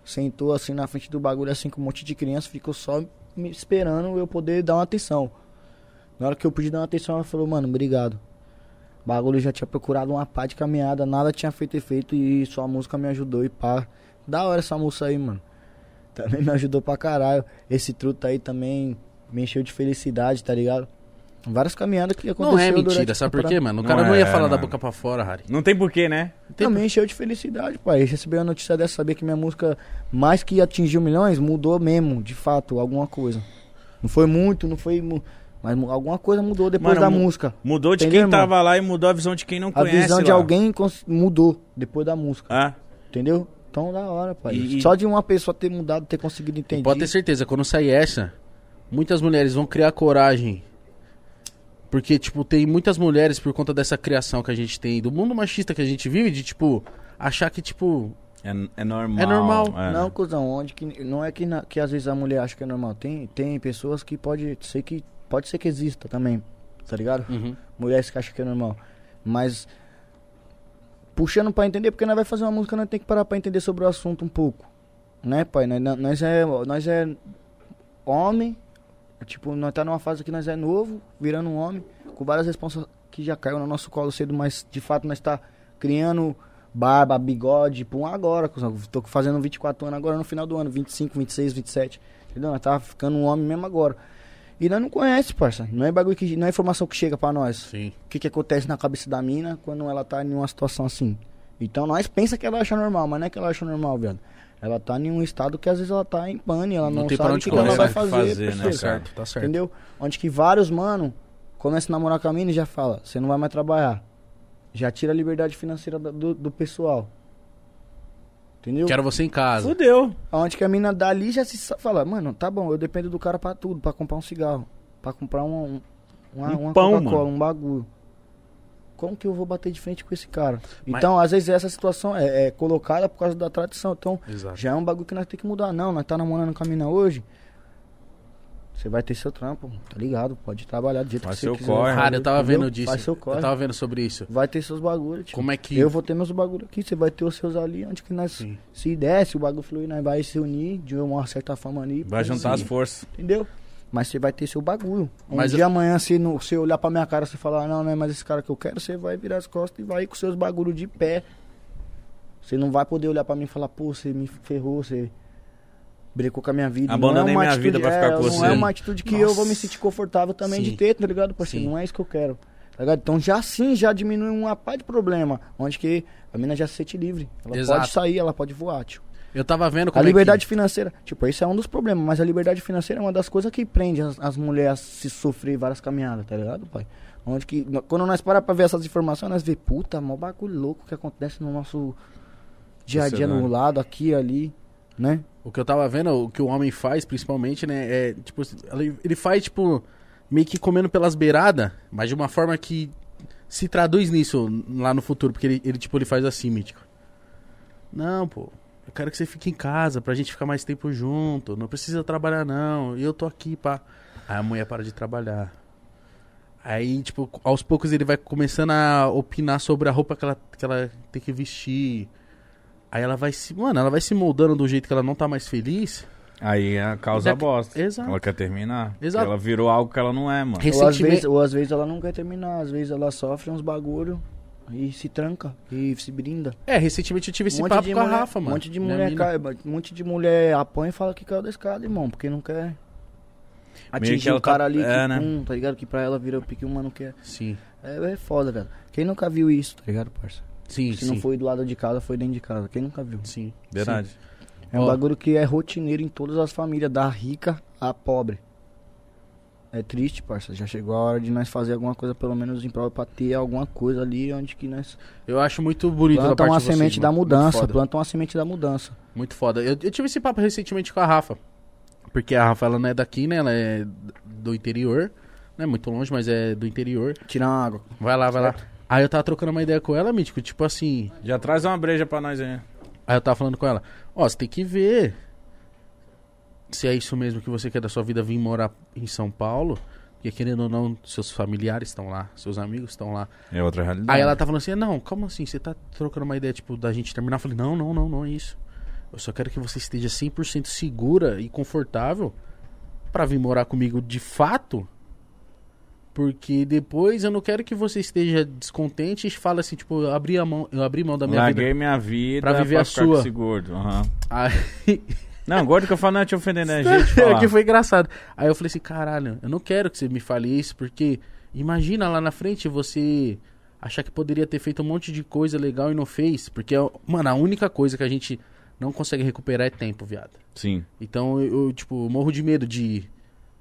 Speaker 2: sentou assim na frente do bagulho, assim, com um monte de criança, ficou só me esperando eu poder dar uma atenção. Na hora que eu pedi dar uma atenção, ela falou, mano, obrigado. O bagulho já tinha procurado uma pá de caminhada, nada tinha feito efeito e sua música me ajudou e pá. Da hora essa moça aí, mano. Também me ajudou pra caralho. Esse truto aí também me encheu de felicidade, tá ligado? Várias caminhadas que aconteceram.
Speaker 3: Não é mentira,
Speaker 2: durante a
Speaker 3: sabe por quê,
Speaker 2: temporada.
Speaker 3: mano? O
Speaker 1: Não
Speaker 3: cara não, ia
Speaker 1: é,
Speaker 3: falar da
Speaker 1: mano.
Speaker 3: boca pra fora, Harry.
Speaker 1: Não tem porquê, né?
Speaker 3: Tem-
Speaker 2: Também encheu de felicidade, pai. Receber a notícia dessa, saber que minha música, mais que atingiu milhões, mudou mesmo, de fato, alguma coisa. Não foi muito, não foi. mu- Mas mu- alguma coisa mudou depois
Speaker 1: Mano,
Speaker 2: da
Speaker 1: mu-
Speaker 2: música.
Speaker 1: Mudou de
Speaker 2: Entendeu,
Speaker 1: quem
Speaker 2: irmão?
Speaker 1: tava lá e mudou a visão de quem não
Speaker 2: A
Speaker 1: conhece.
Speaker 2: visão de
Speaker 1: lá.
Speaker 2: alguém cons- mudou depois da música.
Speaker 1: Ah,
Speaker 2: Entendeu? tão da hora, pai.
Speaker 5: E- e-
Speaker 2: Só de uma pessoa ter mudado, ter conseguido
Speaker 3: E
Speaker 2: entender.
Speaker 3: Pode ter certeza, quando sair essa, muitas mulheres vão criar coragem. Porque, tipo, tem muitas mulheres por conta dessa criação que a gente tem, do mundo machista que a gente vive, de, tipo, achar que, tipo,
Speaker 1: É, é normal.
Speaker 3: É normal.
Speaker 1: é.
Speaker 2: Não, cuzão, onde que. Não é que, na- que às vezes a mulher acha que é normal. Tem, tem pessoas que pode ser que. Pode ser que exista também, tá ligado?
Speaker 3: Uhum.
Speaker 2: Mulheres que acham que é normal. Mas. Puxando pra entender, porque nós vai fazer uma música, nós tem que parar pra entender sobre o assunto um pouco. Né, pai? Nós, nós é. Nós é homem. Tipo, nós tá numa fase que nós é novo, virando um homem, com várias responsas que já caiu no nosso colo cedo, mas de fato nós tá criando barba, bigode, pum, agora, cuzão. Tô fazendo 24 anos agora no final do ano, 25, 26, 27. Entendeu? Nós tava ficando um homem mesmo agora. E nós não conhece, parça. Não é bagulho que. Não é informação que chega pra nós.
Speaker 3: Sim.
Speaker 2: O que, que acontece na cabeça da mina quando ela tá em uma situação assim. Então nós pensa que ela acha normal, mas não é que ela acha normal, velho. Ela tá em um estado que às vezes ela tá em pane, ela
Speaker 3: Não
Speaker 2: não,
Speaker 3: tem pra
Speaker 2: sabe o
Speaker 3: onde
Speaker 2: que, que ela
Speaker 3: correr,
Speaker 2: vai
Speaker 1: né?
Speaker 2: fazer,
Speaker 1: Fazer, né,
Speaker 2: parceiro.
Speaker 1: cara?
Speaker 3: Certo, tá certo.
Speaker 2: Entendeu? Onde que vários, mano, começam a namorar com a mina e já fala, você não vai mais trabalhar. Já tira a liberdade financeira da- do, do pessoal. Entendeu?
Speaker 3: Quero você em casa.
Speaker 5: Fudeu.
Speaker 2: Onde que a mina dali já se sa- fala, mano, tá bom, eu dependo do cara pra tudo, pra comprar um cigarro, pra comprar um, um, uma,
Speaker 5: Um
Speaker 2: uma
Speaker 5: pão,
Speaker 2: Coca-Cola,
Speaker 5: mano.
Speaker 2: um bagulho. Como que eu vou bater de frente com esse cara?
Speaker 3: Mas-
Speaker 2: Então, às vezes, essa situação é, é colocada por causa da tradição. Então,
Speaker 3: Exato.
Speaker 2: já é um bagulho que nós temos que mudar. Não, nós tá namorando com a mina hoje. Você vai ter seu trampo, tá ligado? Pode trabalhar do jeito
Speaker 1: Faz
Speaker 2: que você
Speaker 1: seu
Speaker 2: quiser.
Speaker 1: corre.
Speaker 3: Cara, eu tava
Speaker 2: entendeu?
Speaker 3: vendo disso.
Speaker 2: Faz seu corre.
Speaker 3: Eu tava vendo sobre isso.
Speaker 2: Vai ter seus bagulhos, tio.
Speaker 3: Como é que.
Speaker 2: Eu vou ter meus bagulho aqui, você vai ter os seus ali, onde que nós.
Speaker 3: Sim.
Speaker 2: Se der, se o bagulho fluir, nós vai se unir de uma certa forma ali.
Speaker 1: Vai juntar as
Speaker 2: Sim.
Speaker 1: forças.
Speaker 2: Entendeu? Mas você vai ter seu bagulho. Um
Speaker 3: Mas
Speaker 2: dia
Speaker 3: eu-
Speaker 2: amanhã, se não- você olhar pra minha cara e falar, não, não é mais esse cara que eu quero, você vai virar as costas e vai com seus bagulhos de pé. Você não vai poder olhar pra mim e falar, pô, você me ferrou, você brecou com a minha vida.
Speaker 1: Abandonei
Speaker 2: não é uma
Speaker 1: minha
Speaker 2: atitude,
Speaker 1: vida pra ficar
Speaker 2: é,
Speaker 1: com
Speaker 2: não
Speaker 1: você.
Speaker 2: é uma atitude que eu vou me sentir confortável também
Speaker 3: Sim.
Speaker 2: de ter, tá ligado, parceiro?
Speaker 3: Sim.
Speaker 2: Não é isso que eu quero. Tá ligado? Então já sim, já diminui uma pá de problema. Onde que a mina já se sente livre. Ela
Speaker 3: Exato.
Speaker 2: pode sair, ela pode voar, tio.
Speaker 3: Eu tava vendo
Speaker 2: A
Speaker 3: como é
Speaker 2: liberdade
Speaker 3: que.
Speaker 2: financeira, tipo, esse é um dos problemas, mas a liberdade financeira é uma das coisas que prende as, as mulheres a se sofrer várias caminhadas, tá ligado, pai? Onde que, no- quando nós paramos pra ver essas informações, nós vê, puta, mó bagulho louco que acontece no nosso dia a dia no
Speaker 1: Sociedade.
Speaker 2: lado, aqui, ali, né?
Speaker 3: O que eu tava vendo, o que o homem faz, principalmente, né? É, tipo, ele ele faz, tipo, meio que comendo pelas beiradas, mas de uma forma que se traduz nisso lá no futuro, porque ele, ele, tipo, ele faz assim, mítico. Não, pô, eu quero que você fique em casa pra gente ficar mais tempo junto. Não precisa trabalhar, não. E eu tô aqui, pá. Aí a mulher para de trabalhar. Aí, tipo, aos poucos ele vai começando a opinar sobre a roupa que ela, que ela tem que vestir. Aí ela vai se. Mano, ela vai se moldando do jeito que ela não tá mais feliz.
Speaker 1: Aí a causa
Speaker 3: Daqui-
Speaker 1: bosta.
Speaker 3: Exato.
Speaker 1: Ela quer terminar.
Speaker 3: Exato.
Speaker 1: Ela virou algo que ela não é, mano.
Speaker 2: Ou às,
Speaker 3: Recentemente.
Speaker 2: vezes, ou às vezes ela não quer terminar, às vezes ela sofre uns bagulho e se tranca, e se brinda.
Speaker 3: É, recentemente eu tive esse papo com a Rafa, mano.
Speaker 2: Um monte de
Speaker 3: Minha
Speaker 2: mulher
Speaker 3: mina.
Speaker 2: cai, um monte de mulher apanha e fala que caiu da escada, irmão, porque não quer atingir
Speaker 1: ela
Speaker 2: o cara
Speaker 1: tá-
Speaker 2: ali
Speaker 1: é,
Speaker 2: que,
Speaker 1: né?
Speaker 2: pum, tá ligado? Que pra ela vira o pique, uma não quer.
Speaker 3: Sim.
Speaker 2: É, é foda, velho. Quem nunca viu isso, tá ligado, parça?
Speaker 3: Sim,
Speaker 2: Se
Speaker 3: sim.
Speaker 2: não foi do lado de casa, foi dentro de casa. Quem nunca viu?
Speaker 3: Sim.
Speaker 1: Verdade.
Speaker 2: É um
Speaker 3: Ó.
Speaker 2: bagulho que é rotineiro em todas as famílias, da rica à pobre. É triste, parça. Já chegou a hora de nós fazer alguma coisa, pelo menos em prol, pra ter alguma coisa ali onde que nós.
Speaker 3: Sim. Eu acho muito bonito da
Speaker 2: Plantam
Speaker 3: parte
Speaker 2: a
Speaker 3: de vocês,
Speaker 2: tá semente da
Speaker 3: mano.
Speaker 2: mudança.
Speaker 3: Muito foda.
Speaker 2: Plantam a semente da mudança.
Speaker 3: Muito foda. Eu, eu tive esse papo recentemente com a Rafa. Porque a Rafa, ela não é daqui, né? Ela é do interior. Não é muito longe, mas é do interior.
Speaker 2: Tirar uma água.
Speaker 3: Vai lá, vai lá. Aí eu tava trocando uma ideia com ela, Mítico, tipo assim.
Speaker 1: Já traz uma breja pra nós aí.
Speaker 3: Aí eu tava falando com ela, ó, você tem que ver se é isso mesmo que você quer da sua vida vir morar em São Paulo. Porque querendo ou não, seus familiares estão lá, seus amigos estão lá.
Speaker 1: É outra realidade.
Speaker 3: Aí ela tá falando assim, não, como assim? Você tá trocando uma ideia, tipo, da gente terminar? Eu falei, não, não, não, não é isso. Eu só quero que você esteja 100% segura e confortável pra vir morar comigo de fato. Porque depois eu não quero que você esteja descontente e fale assim, tipo, eu abri, a mão, eu abri mão da minha
Speaker 1: Larguei
Speaker 3: vida.
Speaker 1: minha vida
Speaker 3: Pra viver a
Speaker 1: ficar
Speaker 3: sua.
Speaker 1: com esse gordo. Aham.
Speaker 3: Aí,
Speaker 1: Não, gordo que eu falo não é te ofender, né? Gente,
Speaker 3: É,
Speaker 1: falar.
Speaker 3: que foi engraçado. Aí eu falei assim, caralho, eu não quero que você me fale isso, porque imagina lá na frente você achar que poderia ter feito um monte de coisa legal e não fez. Porque, mano, a única coisa que a gente não consegue recuperar é tempo, viado.
Speaker 1: Sim.
Speaker 3: Então eu, eu, tipo, morro de medo de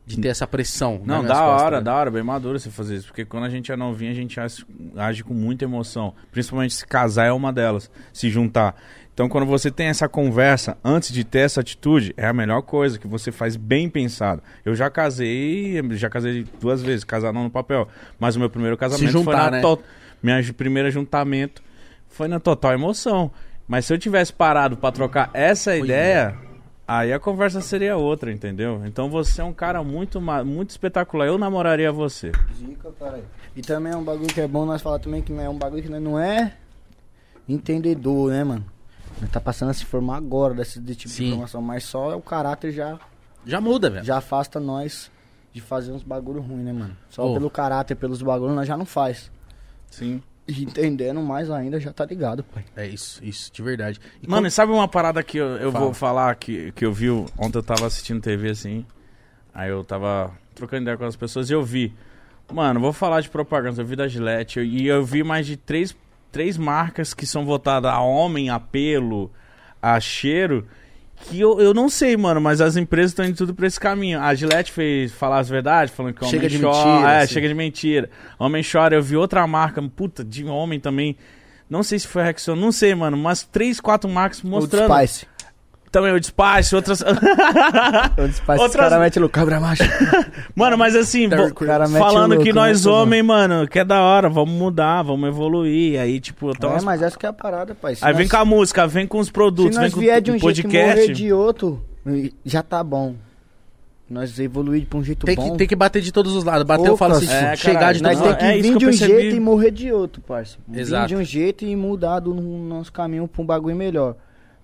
Speaker 3: De ter essa pressão. nas
Speaker 1: Não,
Speaker 3: minhas
Speaker 1: da
Speaker 3: costas,
Speaker 1: hora,
Speaker 3: né?
Speaker 1: da hora, bem maduro você fazer isso. Porque quando a gente é novinho, a gente age, age com muita emoção. Principalmente se casar é uma delas, se juntar. Então, quando você tem essa conversa, antes de ter essa atitude, é a melhor coisa, que você faz bem pensado. Eu já casei, já casei duas vezes, casar não no papel. Mas o meu primeiro casamento foi
Speaker 3: juntar,
Speaker 1: na
Speaker 3: né?
Speaker 1: to... Minha ju- primeira juntamento foi na total emoção. Mas se eu tivesse parado pra trocar essa
Speaker 3: é.
Speaker 1: ideia, aí a conversa seria outra, entendeu? Então você é um cara muito, ma- muito espetacular. Eu namoraria você.
Speaker 2: Zica, caralho. E também é um bagulho que é bom nós falar também que não é um bagulho que nós não é entendedor, né, mano? Nós tá passando a se formar agora desse desse tipo
Speaker 3: Sim.
Speaker 2: de informação, mas só o caráter já,
Speaker 3: Já muda,
Speaker 1: É.
Speaker 3: velho.
Speaker 2: já afasta nós de fazer uns bagulho ruim, né, mano? Só
Speaker 3: Ô.
Speaker 2: pelo caráter, pelos bagulhos, nós já não faz.
Speaker 1: Sim.
Speaker 2: E entendendo mais ainda, já tá ligado, pai.
Speaker 3: É isso, isso, de verdade. E
Speaker 1: Mano,
Speaker 3: quando-
Speaker 1: e sabe uma parada que eu, eu
Speaker 3: Fala.
Speaker 1: vou falar que, que eu vi? o- Ontem eu tava assistindo TV assim. Aí eu tava trocando ideia com as pessoas e eu vi. Mano, vou falar de propaganda. Eu vi da Gillette. eu- e eu vi mais de três, três marcas que são votadas a homem, a pelo, a cheiro. Que eu, eu não sei, mano, mas as empresas estão indo tudo pra esse caminho. A Gillette fez falar as verdades, falando que o homem
Speaker 3: Chega de
Speaker 1: chora.
Speaker 3: mentira,
Speaker 1: é,
Speaker 3: assim.
Speaker 1: chega de mentira. Homem chora. Eu vi outra marca, puta, de homem também. Não sei se foi a Rexona, não sei, mano. Mas três, quatro marcas mostrando.
Speaker 2: O Spice.
Speaker 1: Também o Dispatch, outras.
Speaker 2: O Spice,
Speaker 1: Outras-
Speaker 2: Outras... cara mete louco. Cabra macho.
Speaker 1: mano, mas assim,
Speaker 2: Terry
Speaker 1: vo-
Speaker 2: Crews. Cara, mete
Speaker 1: falando
Speaker 2: louco, né,
Speaker 1: que nós
Speaker 2: mete louco.
Speaker 1: homem, mano, que é da hora, vamos mudar, vamos evoluir. Aí, tipo, então.
Speaker 2: é,
Speaker 1: as-
Speaker 2: mas essa que é a parada, pai. Se
Speaker 1: Aí
Speaker 2: nós-
Speaker 1: vem com a música, vem com os produtos,
Speaker 2: Se
Speaker 1: vem
Speaker 2: nós
Speaker 1: com
Speaker 2: vier de um
Speaker 1: o
Speaker 2: jeito e
Speaker 1: podcast.
Speaker 2: morrer de outro, já tá bom. Nós evoluir pra um jeito
Speaker 3: tem,
Speaker 2: bom.
Speaker 3: que, tem que bater de todos os lados. Bater, eu
Speaker 2: Poucas.
Speaker 3: falo assim,
Speaker 1: É,
Speaker 3: tipo, chegar
Speaker 1: caralho,
Speaker 3: de
Speaker 2: Nós
Speaker 3: todos os
Speaker 1: Não,
Speaker 2: tem
Speaker 3: lados.
Speaker 2: que
Speaker 1: é isso
Speaker 2: vir
Speaker 1: que
Speaker 2: de
Speaker 1: eu
Speaker 2: um
Speaker 1: percebi.
Speaker 2: jeito e morrer de outro, parça.
Speaker 3: Exato.
Speaker 2: Vir de um jeito e mudar do no nosso caminho pra um bagulho melhor.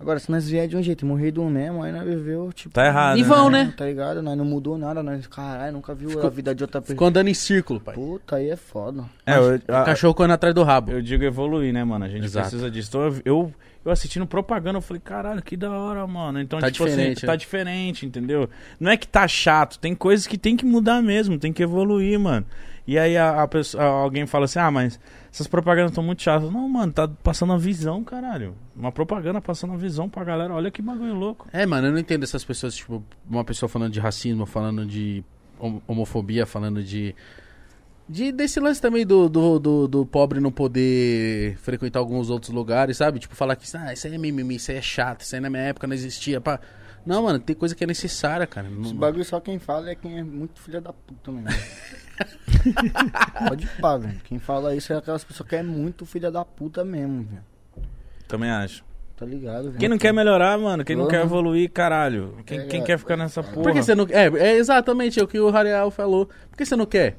Speaker 2: Agora, se nós vier de um jeito e morrer do mesmo, aí nós viveu, tipo...
Speaker 1: Tá errado.
Speaker 3: E vão, né?
Speaker 2: Tá ligado? Nós não mudou nada, nós... Caralho, nunca viu a vida de outra
Speaker 3: Ficou
Speaker 2: pessoa.
Speaker 3: andando em círculo, pai.
Speaker 2: Puta, aí é foda.
Speaker 1: É, eu,
Speaker 3: O
Speaker 1: a-
Speaker 3: cachorro correndo atrás do rabo.
Speaker 1: eu digo evoluir, né, mano? A gente
Speaker 3: Exato.
Speaker 1: precisa disso. Então, eu, eu, eu assistindo propaganda, eu falei, caralho, que da hora, mano. Então,
Speaker 3: Tá
Speaker 1: tipo
Speaker 3: diferente,
Speaker 1: assim,
Speaker 3: né?
Speaker 1: tá diferente, entendeu? Não é que tá chato, tem coisas que tem que mudar mesmo, tem que evoluir, mano. E aí a, a pessoa, alguém fala assim, ah, mas essas propagandas estão muito chatas. Não, mano, tá passando a visão, caralho. Uma propaganda passando a visão pra galera, olha que bagulho louco.
Speaker 3: É, mano, eu não entendo essas pessoas, tipo, uma pessoa falando de racismo, falando de hom- homofobia, falando de. de- desse lance também do, do, do- do pobre não poder frequentar alguns outros lugares, sabe? Tipo, falar que ah, isso aí é mimimi, isso aí é chato, isso aí na minha época não existia. Pá. Não, mano, tem coisa que é necessária, cara. Não-
Speaker 1: Hum.
Speaker 2: Esse bagulho só quem fala é quem é muito filha da puta, mano. Pode pá, velho. Quem fala isso é aquelas pessoas que é muito filha da puta mesmo, velho.
Speaker 1: Também acho.
Speaker 2: Tá ligado, velho?
Speaker 1: Quem não quer melhorar, mano, quem não
Speaker 2: Uhum.
Speaker 1: quer evoluir, caralho. Quem,
Speaker 2: É,
Speaker 1: quem
Speaker 2: é.
Speaker 1: quer ficar nessa porra?
Speaker 3: Por que você não É, é exatamente o que o Rarial falou. Por que você não quer?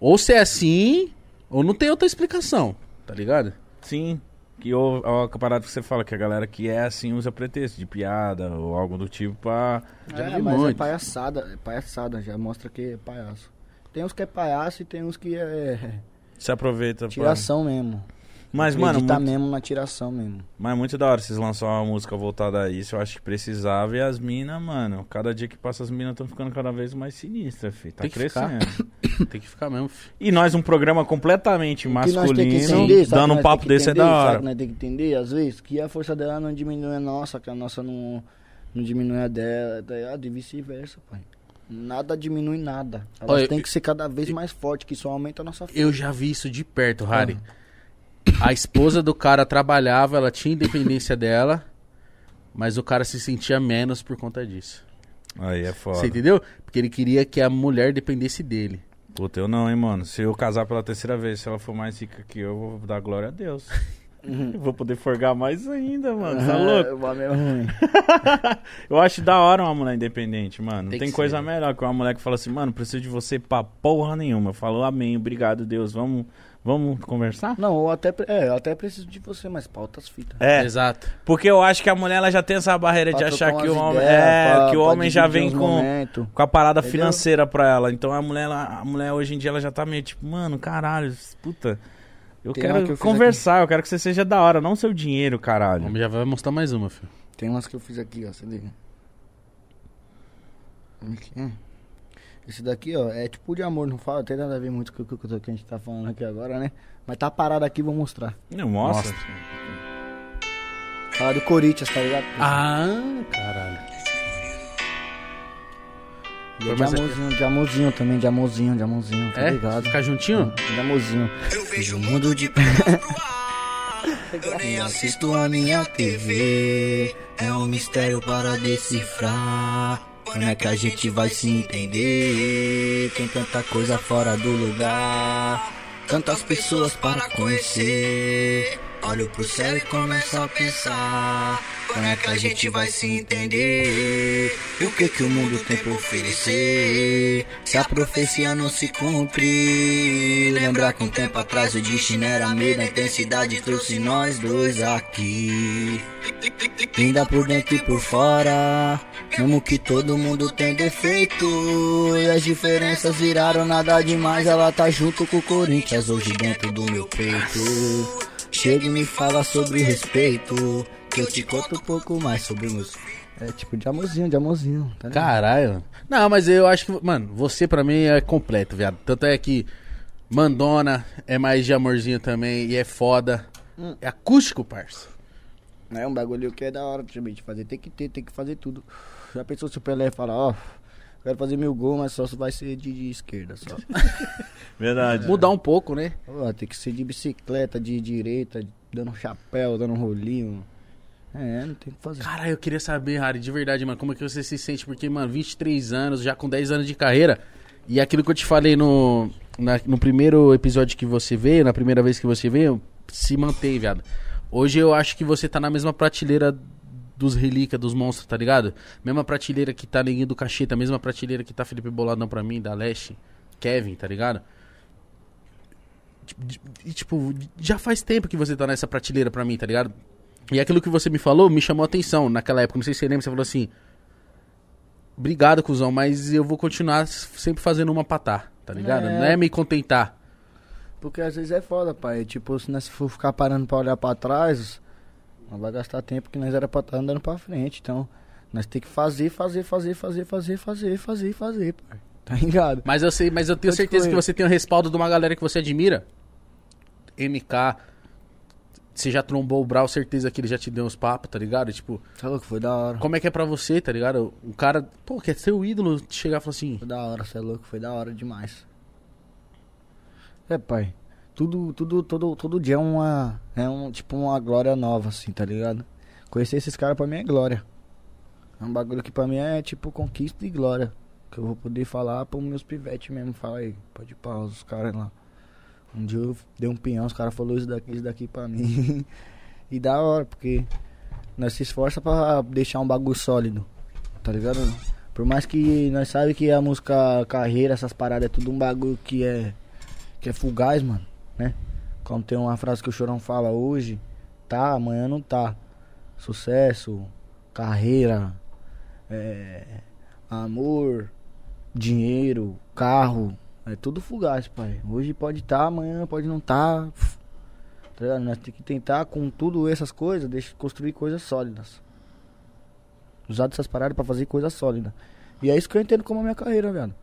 Speaker 3: Ou você é assim, ou não tem outra explicação, tá ligado?
Speaker 1: Sim. Que ou, ou a parada que você fala, que a galera que é assim usa pretexto de piada ou algo do tipo pra.
Speaker 3: Já
Speaker 2: É,
Speaker 3: vi
Speaker 2: mas é
Speaker 3: muito.
Speaker 2: palhaçada, é palhaçada, já mostra que é palhaço. Tem uns que é palhaço e tem uns que é
Speaker 1: Se aproveita. pra-
Speaker 2: tiração mesmo.
Speaker 1: Mas, mano,
Speaker 2: Acreditar
Speaker 1: muito,
Speaker 2: mesmo na tiração mesmo.
Speaker 1: mas muito da hora vocês lançaram uma música voltada a isso. Eu acho que precisava. E as minas, mano, cada dia que passa as minas estão ficando cada vez mais sinistras, filho. Tá
Speaker 3: Tem que ficar.
Speaker 1: crescendo.
Speaker 3: Tem que ficar mesmo. fi.
Speaker 1: E nós, um programa completamente
Speaker 2: O que nós
Speaker 1: masculino,
Speaker 2: tem que entender, sabe o que
Speaker 1: dando um
Speaker 2: nós
Speaker 1: papo
Speaker 2: tem que
Speaker 1: desse é
Speaker 2: entender,
Speaker 1: da
Speaker 2: Sabe o
Speaker 1: hora.
Speaker 2: que nós tem que entender, às vezes, que a força dela não diminui a nossa, que a nossa não, não diminui a dela, tá ligado? E vice-versa, pai. Nada diminui nada. Ela
Speaker 3: Olha,
Speaker 2: tem
Speaker 3: eu-
Speaker 2: que ser cada vez mais forte, que só aumenta a nossa força.
Speaker 3: Eu já vi isso de perto, Harry.
Speaker 1: Ah.
Speaker 3: A esposa do cara trabalhava, ela tinha independência dela, mas o cara se sentia menos por conta disso.
Speaker 1: Aí é foda.
Speaker 3: Você entendeu? Porque ele queria que a mulher dependesse dele.
Speaker 1: Puta, eu não, hein, mano. Se eu casar pela terceira vez, se ela for mais rica que eu, eu vou dar glória a Deus.
Speaker 3: Uhum.
Speaker 1: Eu vou poder forgar mais ainda, mano. Tá louco?
Speaker 2: É, o bagulho é ruim.
Speaker 1: Eu acho da hora uma mulher independente, mano. Tem,
Speaker 3: Tem que
Speaker 1: tem
Speaker 3: ser,
Speaker 1: coisa
Speaker 3: né?
Speaker 1: melhor que uma mulher que fala assim, mano, preciso de você pra porra nenhuma. Eu falo, amém, obrigado, Deus. Vamos, vamos conversar?
Speaker 2: Não, eu até, pre- é, eu até preciso de você, mas pautas fitas.
Speaker 1: É,
Speaker 3: Exato.
Speaker 1: porque eu acho que a mulher ela já tem essa barreira de
Speaker 2: Pra
Speaker 1: achar
Speaker 2: trocar
Speaker 1: que o
Speaker 2: umas
Speaker 1: homem,
Speaker 2: ideias,
Speaker 1: é,
Speaker 2: pra-
Speaker 1: que o
Speaker 2: pra
Speaker 1: homem já
Speaker 2: dividir
Speaker 1: vem
Speaker 2: uns
Speaker 1: com,
Speaker 2: momentos.
Speaker 1: com a parada
Speaker 2: Entendeu?
Speaker 1: financeira pra ela. Então a mulher, ela- a mulher hoje em dia ela já tá meio tipo, mano, caralho, puta. Eu
Speaker 2: Tem uma
Speaker 1: quero
Speaker 2: que eu fiz
Speaker 1: conversar, eu quero que você seja da hora, não seu dinheiro, caralho.
Speaker 3: Vamos, já vai mostrar mais uma, filho.
Speaker 2: Tem umas que eu fiz aqui, ó, se liga. Como é que é? Esse daqui, ó, é tipo de amor, não fala, tem nada a ver muito com o que com o que a gente tá falando aqui agora, né? Mas tá parado aqui, vou mostrar.
Speaker 1: Não, Nossa.
Speaker 2: Fala
Speaker 1: Ah,
Speaker 2: do Corinthians, tá ligado?
Speaker 3: Ah, caralho.
Speaker 2: E é de
Speaker 3: mais
Speaker 2: amorzinho, de amorzinho também, de amorzinho, de amorzinho, tá
Speaker 3: É?
Speaker 2: ligado?
Speaker 3: Ficar juntinho?
Speaker 2: De amorzinho.
Speaker 4: Eu vejo o mundo de pernas pro ar. Eu nem assisto a minha TV. É um mistério para decifrar. Quando é que a gente vai se entender? Tem tanta coisa fora do lugar. Tantas pessoas para conhecer. Olho pro céu e começo a pensar. Quando é que a gente vai se entender? E o que que o mundo tem pra oferecer? Se a profecia não se cumpre. Lembrar que um tempo atrás o destino era medo, a intensidade trouxe nós dois aqui. Linda por dentro e por fora. Mesmo que todo mundo tem defeito. E as diferenças viraram nada demais. Ela tá junto com o Corinthians hoje dentro do meu peito. Chega e me fala sobre respeito. Que eu te conto um pouco mais sobre os meus
Speaker 2: É tipo de amorzinho, de amorzinho, tá ligado?
Speaker 3: Caralho. Não, mas eu acho que, mano, você pra mim é completo, viado. Tanto é que Mandona é mais de amorzinho também e é foda. É acústico, parça.
Speaker 2: É um bagulho que é da hora também de fazer. Tem que ter, tem que fazer tudo. Já pensou se o Pelé falar, ó, quero fazer mil gols, mas só vai ser de, de esquerda só.
Speaker 5: Verdade.
Speaker 3: Mudar um pouco, né?
Speaker 2: Ó, tem que ser de bicicleta, de direita, dando um chapéu, dando rolinho. É, não tem o que fazer.
Speaker 3: Caralho, eu queria saber, Harry, de verdade, mano, como é que você se sente? Porque, mano, 23 anos, já com 10 anos de carreira, e aquilo que eu te falei no, na- no primeiro episódio que você veio, na primeira vez que você veio, se mantém, viado. Hoje eu acho que você tá na mesma prateleira dos relíquias, dos monstros, tá ligado? Mesma prateleira que tá Neguinho do Cacheta, mesma prateleira que tá Felipe Boladão pra mim, da Leste, Kevin, tá ligado? Tipo, de- E, tipo, já faz tempo que você tá nessa prateleira pra mim, tá ligado? E aquilo que você me falou me chamou a atenção naquela época. Não sei se você lembra, você falou assim: Obrigado, cuzão, mas eu vou continuar s- sempre fazendo uma patá, tá ligado?
Speaker 2: É.
Speaker 3: Não é me contentar.
Speaker 2: Porque às vezes é foda, pai. Tipo, se nós for ficar parando pra olhar pra trás, nós vai gastar tempo que nós era pra estar andando pra frente. Então, nós tem que fazer, fazer, fazer, fazer, fazer, fazer, fazer, fazer, pai. Tá ligado?
Speaker 3: Mas eu sei, mas eu tenho
Speaker 2: Pode
Speaker 3: certeza que
Speaker 2: correr.
Speaker 3: você tem o respaldo de uma galera que você admira. MK. Você já trombou o Brau, certeza que ele já te deu uns papos, tá ligado? Tipo,
Speaker 2: Tá louco? Foi da hora.
Speaker 3: como é que é pra você, tá ligado? O cara, pô, que é seu ídolo, te chegar e falar assim,
Speaker 2: Foi da hora, cê é louco, foi da hora demais. É, pai. Tudo, tudo, todo, todo dia é uma, é um, tipo uma glória nova, assim, tá ligado? Conhecer esses caras pra mim é glória. É um bagulho que pra mim é tipo conquista e glória. Que eu vou poder falar pros meus pivetes mesmo. Fala aí, pode pausar os caras lá. Um dia eu dei um pinhão, os caras falaram isso daqui, isso daqui pra mim. e da hora, porque nós se esforça pra deixar um bagulho sólido. Tá ligado? Por mais que nós sabe que a música carreira, essas paradas, é tudo um bagulho que é. que é fugaz, mano, né? Como tem uma frase que o Chorão fala hoje, tá, amanhã não tá. Sucesso, carreira, é, amor, dinheiro, carro. É tudo fugaz, pai. Hoje pode tá, amanhã pode não tá. Tá ligado? Nós temos que tentar, com tudo essas coisas, deixa- construir coisas sólidas. Usar dessas paradas pra fazer coisa sólida. E é isso que eu entendo como a minha carreira, velho.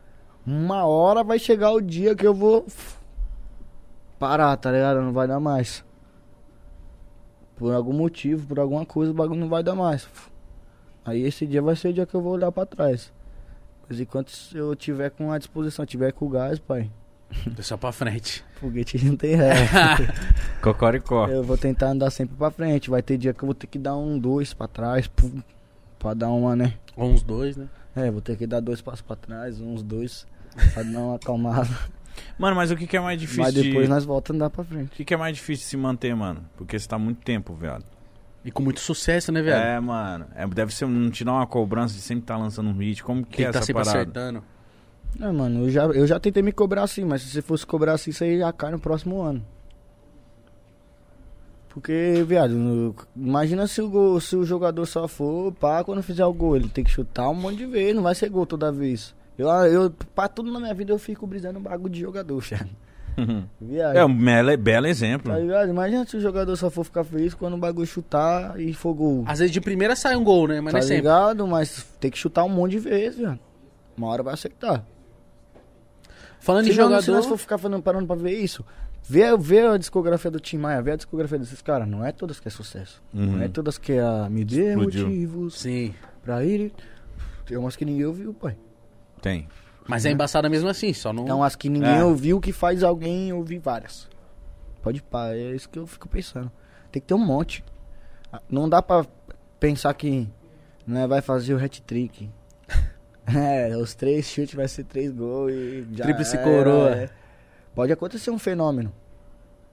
Speaker 2: Uma hora vai chegar o dia que eu vou f- parar, tá ligado? Não vai dar mais. Por algum motivo, por alguma coisa, o bagulho não vai dar mais. F- Aí esse dia vai ser o dia que eu vou olhar pra trás. Mas enquanto eu tiver com a disposição, tiver com o gás, pai,
Speaker 3: só pra frente.
Speaker 2: foguete não tem ré.
Speaker 1: Cocoricó.
Speaker 2: Eu vou tentar andar sempre pra frente. Vai ter dia que eu vou ter que dar um dois pra trás, pum, pra dar uma, né?
Speaker 3: Ou uns dois, né?
Speaker 2: É, vou ter que dar dois passos pra trás, uns dois, pra dar uma acalmada.
Speaker 1: Mano, mas o que, que é mais difícil
Speaker 2: Mas depois
Speaker 1: de...
Speaker 2: nós voltamos a andar pra frente.
Speaker 1: O que, que é mais difícil de se manter, mano? Porque você tá muito tempo, velho.
Speaker 3: E com muito sucesso, né, velho?
Speaker 1: É, mano. É, deve ser, não te dá uma cobrança de sempre estar lançando um hit. Como que,
Speaker 3: Tem
Speaker 1: é
Speaker 3: que tá
Speaker 1: essa
Speaker 3: sempre
Speaker 1: parada?
Speaker 3: acertando.
Speaker 2: É, mano, eu já, eu já tentei me cobrar assim, mas se você fosse cobrar assim, você já cai no próximo ano. Porque, viado, no- imagina se o, gol, se o jogador só for, pá, quando fizer o gol, ele tem que chutar um monte de vez, não vai ser gol toda vez. Eu, ah, eu pra tudo na minha vida, eu fico brisando um bagulho de jogador, viado. Viado.
Speaker 1: É um belo, belo exemplo.
Speaker 2: Tá ligado? Imagina se o jogador só for ficar feliz quando o bagulho chutar e for gol.
Speaker 3: Às vezes de primeira sai um gol, né? Ah, Mas
Speaker 2: tá
Speaker 3: não é sempre.
Speaker 2: ligado? Mas tem que chutar um monte de vezes, velho. Uma hora vai acertar.
Speaker 3: Falando
Speaker 2: Se
Speaker 3: em
Speaker 2: jogador...
Speaker 3: jogador.
Speaker 2: se nós for ficar falando, parando pra ver isso, vê, vê a discografia do Tim Maia, vê a discografia desses caras. Não é todas que é sucesso.
Speaker 1: Uhum.
Speaker 2: Não é todas que é a me dê
Speaker 1: Explodiu.
Speaker 2: motivos
Speaker 3: Sim.
Speaker 2: pra ir. Tem umas que ninguém ouviu, pai.
Speaker 1: Tem.
Speaker 3: Mas é embaçada mesmo assim, só não.
Speaker 2: Então, as que ninguém
Speaker 1: É.
Speaker 2: ouviu, que faz alguém ouvir várias. Pode pá, é isso que eu fico pensando. Tem que ter um monte. Ah, Não dá pra pensar que né, vai fazer o hat-trick. é, os três chutes vai ser três gols e já
Speaker 3: Tríplice
Speaker 2: era,
Speaker 3: coroa.
Speaker 2: é. Pode acontecer um fenômeno.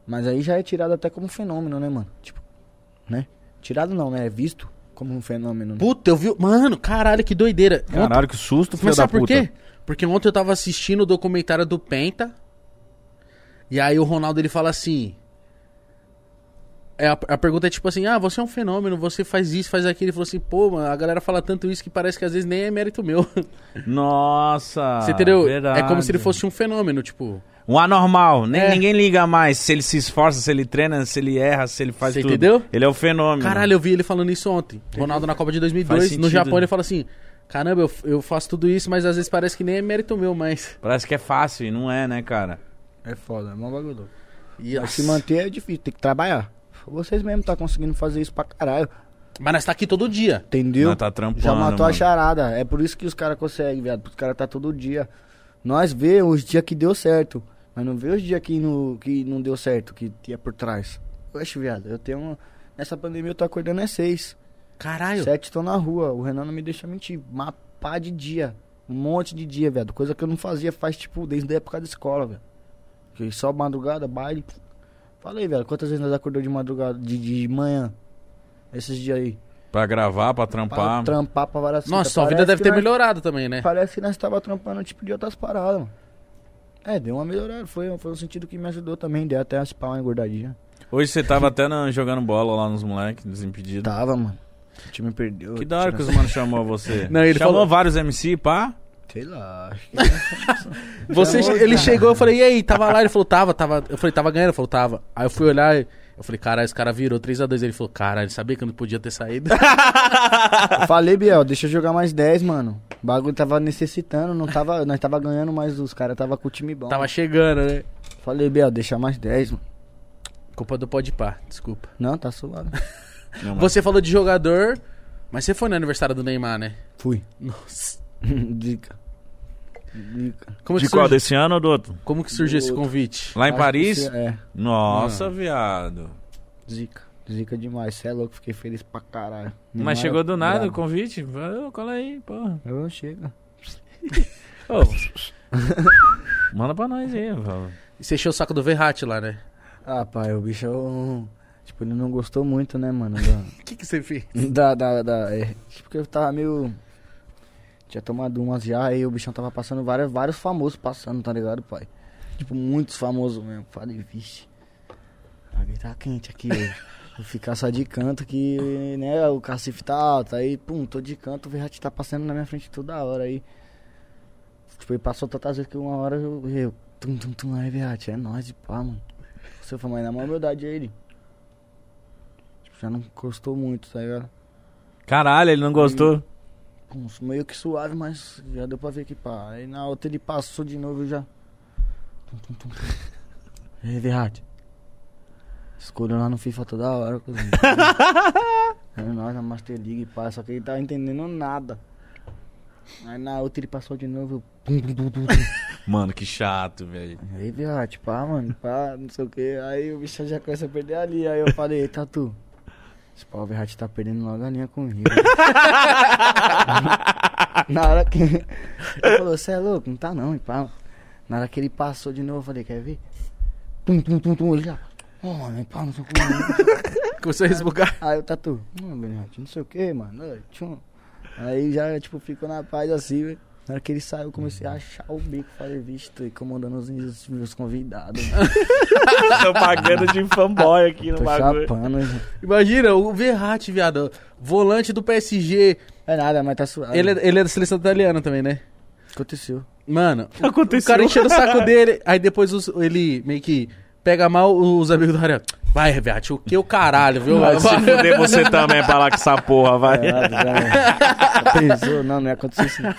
Speaker 2: Mas aí já é tirado até como fenômeno, né, mano? Tipo, né? Tirado não, né? É visto como um fenômeno. né?
Speaker 3: Puta, eu vi. Mano, caralho, que doideira. Ontem-
Speaker 1: Caralho, que susto, filho
Speaker 3: Mas
Speaker 1: da
Speaker 3: sabe
Speaker 1: puta.
Speaker 3: por quê? Porque ontem eu tava assistindo o documentário do Penta. E aí o Ronaldo ele fala assim. É, a, a pergunta é tipo assim: ah, você é um fenômeno, você faz isso, faz aquilo. Ele falou assim: pô, mano, a galera fala tanto isso que parece que às vezes nem é mérito meu.
Speaker 1: Nossa.
Speaker 3: você entendeu?
Speaker 1: Ah, verdade.
Speaker 3: É como se ele fosse um fenômeno, tipo.
Speaker 1: Um anormal. Nem,
Speaker 3: É.
Speaker 1: Ninguém liga mais se ele se esforça, se ele treina, se ele erra, se ele faz
Speaker 3: Você
Speaker 1: tudo.
Speaker 3: entendeu?
Speaker 1: Ele é o fenômeno.
Speaker 3: Caralho, eu vi ele falando isso ontem. Ronaldo na Copa de 2002,
Speaker 1: Faz
Speaker 3: no
Speaker 1: sentido,
Speaker 3: Japão,
Speaker 1: né?
Speaker 3: ele fala assim: caramba, eu, eu faço tudo isso, mas às vezes parece que nem é mérito meu, mas.
Speaker 1: Parece que é fácil e não é, né, cara?
Speaker 2: É foda, é mó bagulho. louco.
Speaker 3: E,
Speaker 2: Mas se manter é difícil, tem que trabalhar. Vocês mesmo tá conseguindo fazer isso pra caralho.
Speaker 3: Mas nós tá aqui todo dia.
Speaker 2: Entendeu?
Speaker 1: Nós tá trampando,
Speaker 2: Já matou a
Speaker 1: mano.
Speaker 2: charada. É por isso que os caras conseguem, viado. Os caras tá todo dia. Nós vê os dias que deu certo. Mas não vê os dias que, no, que não deu certo, que tinha por trás. Oxe, viado, eu tenho. uma- Nessa pandemia eu tô acordando é seis.
Speaker 3: Caralho.
Speaker 2: Sete tô na rua. O Renan não me deixa mentir. Uma pá de dia. Um monte de dia, viado. Coisa que eu não fazia faz, tipo, desde a época da escola, velho. Que só madrugada, baile. Falei, velho, quantas vezes nós acordou de madrugada, de, de manhã? Esses dias aí.
Speaker 1: Pra gravar, pra
Speaker 2: Pra
Speaker 1: trampar.
Speaker 2: trampar pra
Speaker 1: é
Speaker 2: várias
Speaker 3: Nossa,
Speaker 2: fitas.
Speaker 3: sua vida
Speaker 2: Parece
Speaker 3: deve
Speaker 2: que
Speaker 3: ter
Speaker 2: nós-
Speaker 3: melhorado também, né?
Speaker 2: Parece que nós tava trampando tipo de outras paradas, mano. É, deu uma melhorada. Foi, foi um sentido que me ajudou também. Deu até as pau uma engordadinha.
Speaker 1: Hoje você tava até na- jogando bola lá nos moleques,
Speaker 3: Tá.
Speaker 1: desimpedido.
Speaker 2: Tava, mano. O time perdeu.
Speaker 1: Que da hora que os
Speaker 2: Tira-
Speaker 1: mano chamou você.
Speaker 3: Não, ele
Speaker 1: chamou
Speaker 3: falou-
Speaker 1: vários MC, pá.
Speaker 2: Sei lá. acho que-
Speaker 1: é
Speaker 3: Você,
Speaker 2: Chamou,
Speaker 3: ele
Speaker 2: cara.
Speaker 3: chegou, eu falei, e aí, tava lá? Ele falou, tava, tava. Eu falei, tava ganhando? Ele falou, tava. Aí eu fui olhar, eu falei, caralho, esse cara virou 3x2. Ele falou, caralho, sabia que eu não podia ter saído.
Speaker 2: Eu Falei, Biel, deixa eu jogar mais 10, mano. O bagulho tava necessitando, não tava, nós tava ganhando, mas os caras tava com o time bom.
Speaker 3: tava chegando, né?
Speaker 2: Falei, Biel, deixa mais 10, mano.
Speaker 3: Culpa do Podpah, desculpa.
Speaker 2: Não, tá suado.
Speaker 1: Não, mas-
Speaker 3: Você falou de jogador, mas você foi no aniversário do Neymar, né?
Speaker 2: Fui.
Speaker 3: Nossa.
Speaker 2: Dica. Dica.
Speaker 3: Como que,
Speaker 1: De qual?
Speaker 3: surgi-
Speaker 1: Desse ano ou do outro?
Speaker 3: como que surgiu esse convite?
Speaker 1: Lá em
Speaker 2: Acho que
Speaker 1: Paris?
Speaker 2: você- É,
Speaker 1: Nossa, viado.
Speaker 2: zica. Zica demais. Cê é louco, fiquei feliz pra caralho. Neymar
Speaker 1: Mas
Speaker 3: é
Speaker 1: chegou do nada
Speaker 2: brabo.
Speaker 1: o convite. Falou, "Ô, cola aí, porra.
Speaker 2: Eu chego.
Speaker 1: Ô, Manda pra nós aí, velho.
Speaker 3: E Você encheu o saco do Verratti lá, né?
Speaker 2: Ah, pai, o bicho é um. Tipo, ele não gostou muito, né, mano? da-
Speaker 3: O que, que você fez?
Speaker 2: Da. da, da- é, tipo, que eu tava meio. Tinha tomado umas já, aí o bichão tava passando várias, vários famosos passando, tá ligado, pai? Tipo, muitos famosos mesmo. Falei, vixe. Alguém tá quente aqui hoje. Vou ficar só de canto que, né, o cacife tá alto. Aí, pum, tô de canto, o Verratti tá passando na minha frente toda hora aí. Tipo, ele passou tantas vezes que uma hora eu. eu tum, tum, tum, aí, Verratti, é nóis de pá, mano. Seu foi mas na maior humildade ele. Tipo, já não gostou muito, tá ligado?
Speaker 1: Caralho, ele não gostou.
Speaker 2: Pum, meio que suave, mas já deu pra ver que pá. Aí na outra ele passou de novo e já. Tum, tum, tum, tum. E aí, Verratti. Escolheu lá no FIFA toda hora. cozinha. é nós na Master League, pá. Só que ele tava entendendo nada. Aí na outra ele passou de novo. eu Pum, pum, pum, pum, pum.
Speaker 1: Mano, que chato, velho.
Speaker 2: E Aí, Verratti, pá, ah, mano, pá, não sei o que. Aí o bicho já começa a perder ali. Aí eu falei, Tatu, esse pau Verratti tá perdendo logo a linha comigo. Na hora que. Ele falou, você é louco? Não tá não, e pá. Na hora que ele passou de novo, eu falei, quer ver? Tum, tum, tum, tum, ele já. Ô, mano, e pá, não sei o que.
Speaker 3: Começou a resbugar.
Speaker 2: Aí o Tatu, mano, Verratti, não sei o que, mano. ô, tchum." Aí já, tipo, ficou na paz assim, velho. Na hora que ele saiu, eu comecei a achar o bico. Falei, vixe, tô incomodando os os meus convidados, mano.
Speaker 5: Propaganda de fanboy aqui no
Speaker 3: Tá
Speaker 2: Tô
Speaker 5: bagulho.
Speaker 2: chapando. gente.
Speaker 3: Imagina, o Verratti, viado. Volante do PSG.
Speaker 2: É nada, mas tá suave.
Speaker 3: Ele, é- ele é da seleção italiana também, né?
Speaker 2: Aconteceu.
Speaker 3: Mano, o-
Speaker 5: Aconteceu.
Speaker 3: o cara enchendo o saco dele, aí depois os- ele meio que pega mal os amigos do Ryan. Vai, Reviat, o que o caralho, viu?
Speaker 5: Vai se
Speaker 3: Vai.
Speaker 5: fuder você
Speaker 1: é
Speaker 5: também pra lá com essa porra, vai.
Speaker 2: É nada, já- já Pensou? Não, não ia acontecer isso. não.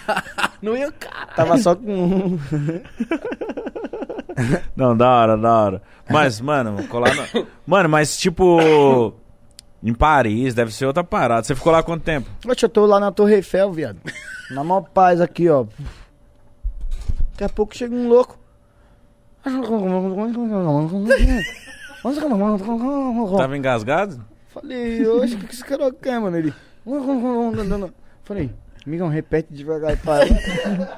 Speaker 3: Não ia o caralho.
Speaker 2: Tava só com um.
Speaker 1: Não, da hora, da hora. Mas, mano, colar no... Mano, mas tipo. Em Paris, deve ser outra parada. Você ficou lá quanto tempo?
Speaker 2: Poxa, eu tô lá na Torre Eiffel, viado. Na maior paz aqui, ó. Daqui a pouco chega um louco.
Speaker 1: Tava engasgado?
Speaker 2: Falei, hoje o que que esse cara quer, mano? Ele. Falei, amigão, repete devagar, pai.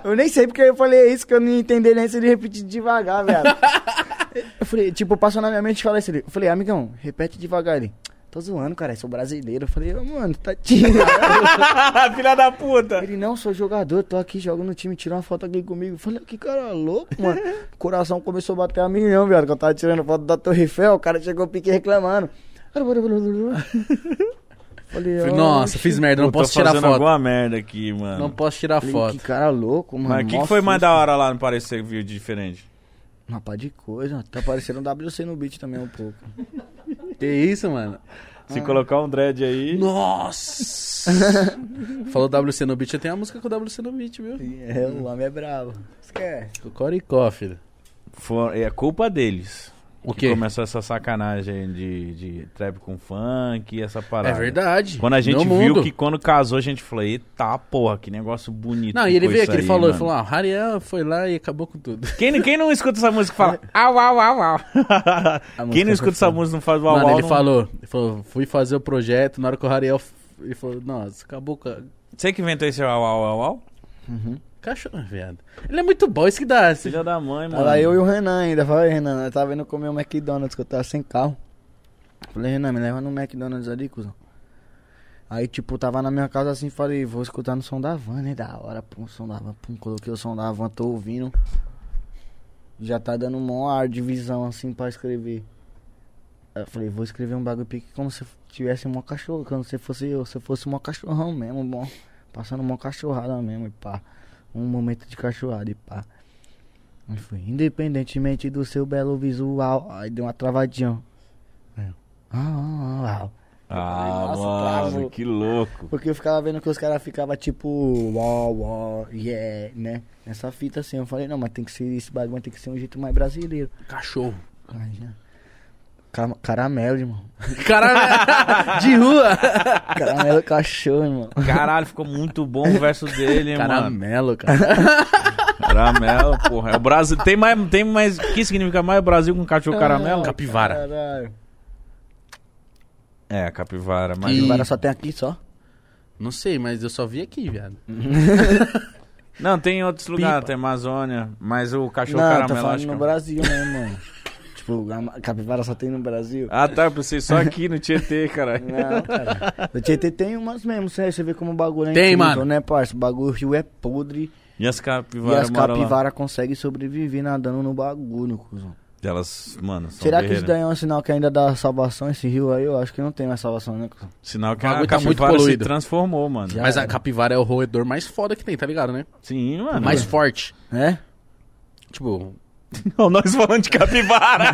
Speaker 2: Eu nem sei porque eu falei isso, que eu não entendi nem se ele repetir devagar, velho. Eu falei, tipo, passou na minha mente e falei isso. ele- Eu falei, amigão, repete devagar ele. Tô zoando, cara, eu sou brasileiro. Eu falei, ô, mano, tá
Speaker 5: Filha da puta!
Speaker 2: Ele, não, sou jogador, tô aqui, jogo no time, tira uma foto aqui comigo. Eu Falei, que cara louco, mano. O coração começou a bater a milhão, viado, que eu tava tirando foto da Torre Eiffel, o cara chegou pique reclamando. Falei,
Speaker 3: Falei,
Speaker 2: ó,
Speaker 3: Nossa, fiz merda, não
Speaker 1: Eu
Speaker 3: posso
Speaker 1: tô
Speaker 3: tirar
Speaker 1: fazendo
Speaker 3: foto.
Speaker 1: alguma merda aqui, mano.
Speaker 3: Não posso tirar
Speaker 2: falei,
Speaker 3: foto.
Speaker 2: Que cara louco, mano.
Speaker 1: Mas o que, que
Speaker 2: mó
Speaker 1: foi mais
Speaker 2: susto.
Speaker 1: da hora lá no Parecer que viu de diferente?
Speaker 2: Uma pá de coisa, tá parecendo um WC no beat também um pouco.
Speaker 3: Que isso, mano? Ah.
Speaker 1: Se colocar um dread aí.
Speaker 3: Nossa! Falou WC no beat, eu tenho uma música com WC no beat, viu?
Speaker 2: É, o homem é brabo. Esquece.
Speaker 3: Com Coricó, filho.
Speaker 1: for- é culpa deles.
Speaker 3: O
Speaker 1: Que
Speaker 3: quê?
Speaker 1: começou essa sacanagem de, de trap com funk, essa
Speaker 3: É
Speaker 1: parada.
Speaker 3: verdade.
Speaker 1: Quando a gente
Speaker 3: Meu
Speaker 1: viu
Speaker 3: mundo.
Speaker 1: que quando casou, a gente falou, eita porra, que negócio bonito.
Speaker 3: Não,
Speaker 1: que
Speaker 3: e ele
Speaker 1: foi
Speaker 3: veio
Speaker 1: isso
Speaker 3: aqui, ele
Speaker 1: aí,
Speaker 3: falou,
Speaker 1: mano."
Speaker 3: ele falou, ah, o Rariel foi lá e acabou com tudo.
Speaker 1: Quem, quem não escuta essa música fala au, au, au, au. Quem não escuta essa música não faz o au,
Speaker 3: Mano,
Speaker 1: au,
Speaker 3: ele
Speaker 1: não-
Speaker 3: falou, ele falou, fui fazer o projeto, na hora que o Rariel. f- Ele falou, nossa, acabou com. a-
Speaker 1: Você que inventou esse au, au, au, au?
Speaker 3: Cachorro, viado. Ele é muito bom, isso que dá. Esse...
Speaker 1: Filha da mãe,
Speaker 2: Tá
Speaker 1: mano.
Speaker 2: lá eu e o Renan ainda. Falei, Renan, nós tava indo comer um McDonald's que eu tava sem carro. Falei, Renan, me leva no McDonald's ali, cuzão. Aí, tipo, tava na minha casa assim, falei, vou escutar no som da van, né? Da hora, pum, som da van, pum, coloquei o som da van, tô ouvindo. Já tá dando um maior ar de visão, assim, pra escrever. Aí eu falei, vou escrever um bagulho pique como se tivesse um cachorro, como se fosse eu, se eu fosse um cachorrão mesmo, bom. Passando uma cachorrada mesmo, e pá. Um momento de cachorrada, e pá. Aí foi, independentemente do seu belo visual. Aí deu uma travadinha. ó. Aí eu, Ah, ah, ah, ah.
Speaker 1: Ah,
Speaker 2: Nossa,
Speaker 1: mano,
Speaker 2: bravo.
Speaker 1: que louco.
Speaker 2: Porque eu ficava vendo que os caras ficavam tipo, uau, uau, yeah, né? Nessa fita assim, eu falei, não, mas tem que ser esse bagulho, tem que ser um jeito mais brasileiro.
Speaker 3: Cachorro.
Speaker 2: Aí, né? Cam- Caramelo, irmão.
Speaker 3: Cara de rua.
Speaker 2: Caramelo cachorro, irmão.
Speaker 1: Caralho, ficou muito bom o verso dele, hein, É, mano.
Speaker 3: Caramelo, cara.
Speaker 1: Caramelo, porra. É o Brasil. Tem mais. Tem mais. O que significa mais Brasil com cachorro caramelo?
Speaker 3: É, Capivara.
Speaker 2: Caralho.
Speaker 1: É, capivara. Mas
Speaker 3: E-
Speaker 2: Agora só tem aqui só.
Speaker 3: Não sei, mas eu só vi aqui, viado.
Speaker 1: Não, tem outros lugares, tem Amazônia, mas o cachorro
Speaker 2: não, tô
Speaker 1: caramelo
Speaker 2: falando
Speaker 1: acho que.
Speaker 2: no
Speaker 1: é-
Speaker 2: Brasil, né, mano? tipo, a capivara só tem no Brasil.
Speaker 1: Ah, tá, eu pensei só aqui no Tietê, cara.
Speaker 2: Não, cara. O Tietê tem umas mesmo, você você vê como o bagulho é
Speaker 3: Tem,
Speaker 2: incrível,
Speaker 3: mano.
Speaker 2: né, parça? O bagulho é podre
Speaker 1: E as
Speaker 2: e
Speaker 1: capivaras
Speaker 2: as
Speaker 1: moram lá.
Speaker 2: capivaras conseguem sobreviver nadando no bagulho, cuzão.
Speaker 1: Elas, mano, são
Speaker 2: Será que
Speaker 1: guerreiras.
Speaker 2: isso daí é um sinal que ainda dá salvação esse rio aí? Eu acho que não tem mais salvação, né, cuzão?
Speaker 1: Sinal que
Speaker 3: O
Speaker 1: a
Speaker 3: bagulho tá muito
Speaker 1: capivara se
Speaker 3: poluído.
Speaker 1: transformou, mano.
Speaker 2: Já.
Speaker 3: Mas a capivara é o roedor mais foda que tem, tá ligado, né?
Speaker 1: Sim, mano.
Speaker 3: mais forte.
Speaker 2: É?
Speaker 3: Tipo,
Speaker 1: Não, nós falando de capivara.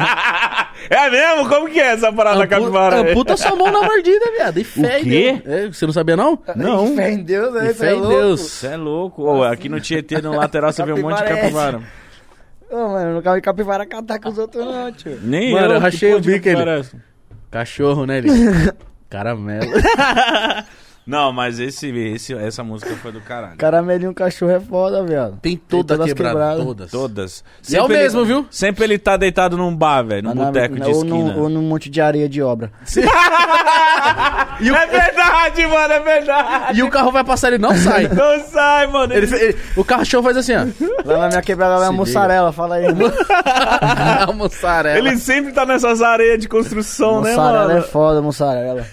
Speaker 1: é mesmo? Como que é essa parada da
Speaker 3: ampu-
Speaker 1: capivara?
Speaker 3: amputa salmão na mordida, viado. E fé em
Speaker 1: quê?
Speaker 3: Deus. É, você não sabia, não?
Speaker 1: Não.
Speaker 2: Fé em Deus, né?
Speaker 3: E
Speaker 2: Isso é
Speaker 3: fé em
Speaker 2: louco.
Speaker 3: Deus.
Speaker 1: Você é louco. Ô, aqui no Tietê, no lateral, você vê um monte de
Speaker 2: Capivara é essa?
Speaker 1: capivara.
Speaker 2: Ô, mano, eu nunca vi capivara catar com os outros, não, tio.
Speaker 1: Nem
Speaker 3: Mano, eu
Speaker 1: que
Speaker 3: rachei
Speaker 1: porra
Speaker 3: o
Speaker 1: de
Speaker 3: bico, ele.
Speaker 1: capivara é essa?
Speaker 3: Cachorro, né, ele? Caramelo.
Speaker 1: Não, mas esse, esse, essa música foi do caralho.
Speaker 2: Caramelinho cachorro é foda, velho.
Speaker 3: Tem
Speaker 2: Tem
Speaker 3: toda
Speaker 2: todas
Speaker 3: quebrada,
Speaker 2: quebradas.
Speaker 3: todas.
Speaker 1: Todas.
Speaker 3: E é o mesmo,
Speaker 1: ele,
Speaker 3: viu?
Speaker 1: Sempre ele tá deitado num bar, velho, num
Speaker 2: Mas na-
Speaker 1: boteco
Speaker 2: na-
Speaker 1: de
Speaker 2: ou num-
Speaker 1: esquina.
Speaker 2: Ou num monte de areia de obra.
Speaker 1: É verdade, mano, é verdade.
Speaker 3: E o carro vai passar, ele não sai.
Speaker 1: Não sai, mano.
Speaker 3: Ele- ele- o cachorro faz assim, ó.
Speaker 2: Lá na minha quebrada lá é
Speaker 3: Se
Speaker 2: mussarela, fala aí.
Speaker 3: A mussarela.
Speaker 1: Ele sempre tá nessas areias de construção, né,
Speaker 2: mussarela é
Speaker 1: mano?
Speaker 2: foda, mussarela.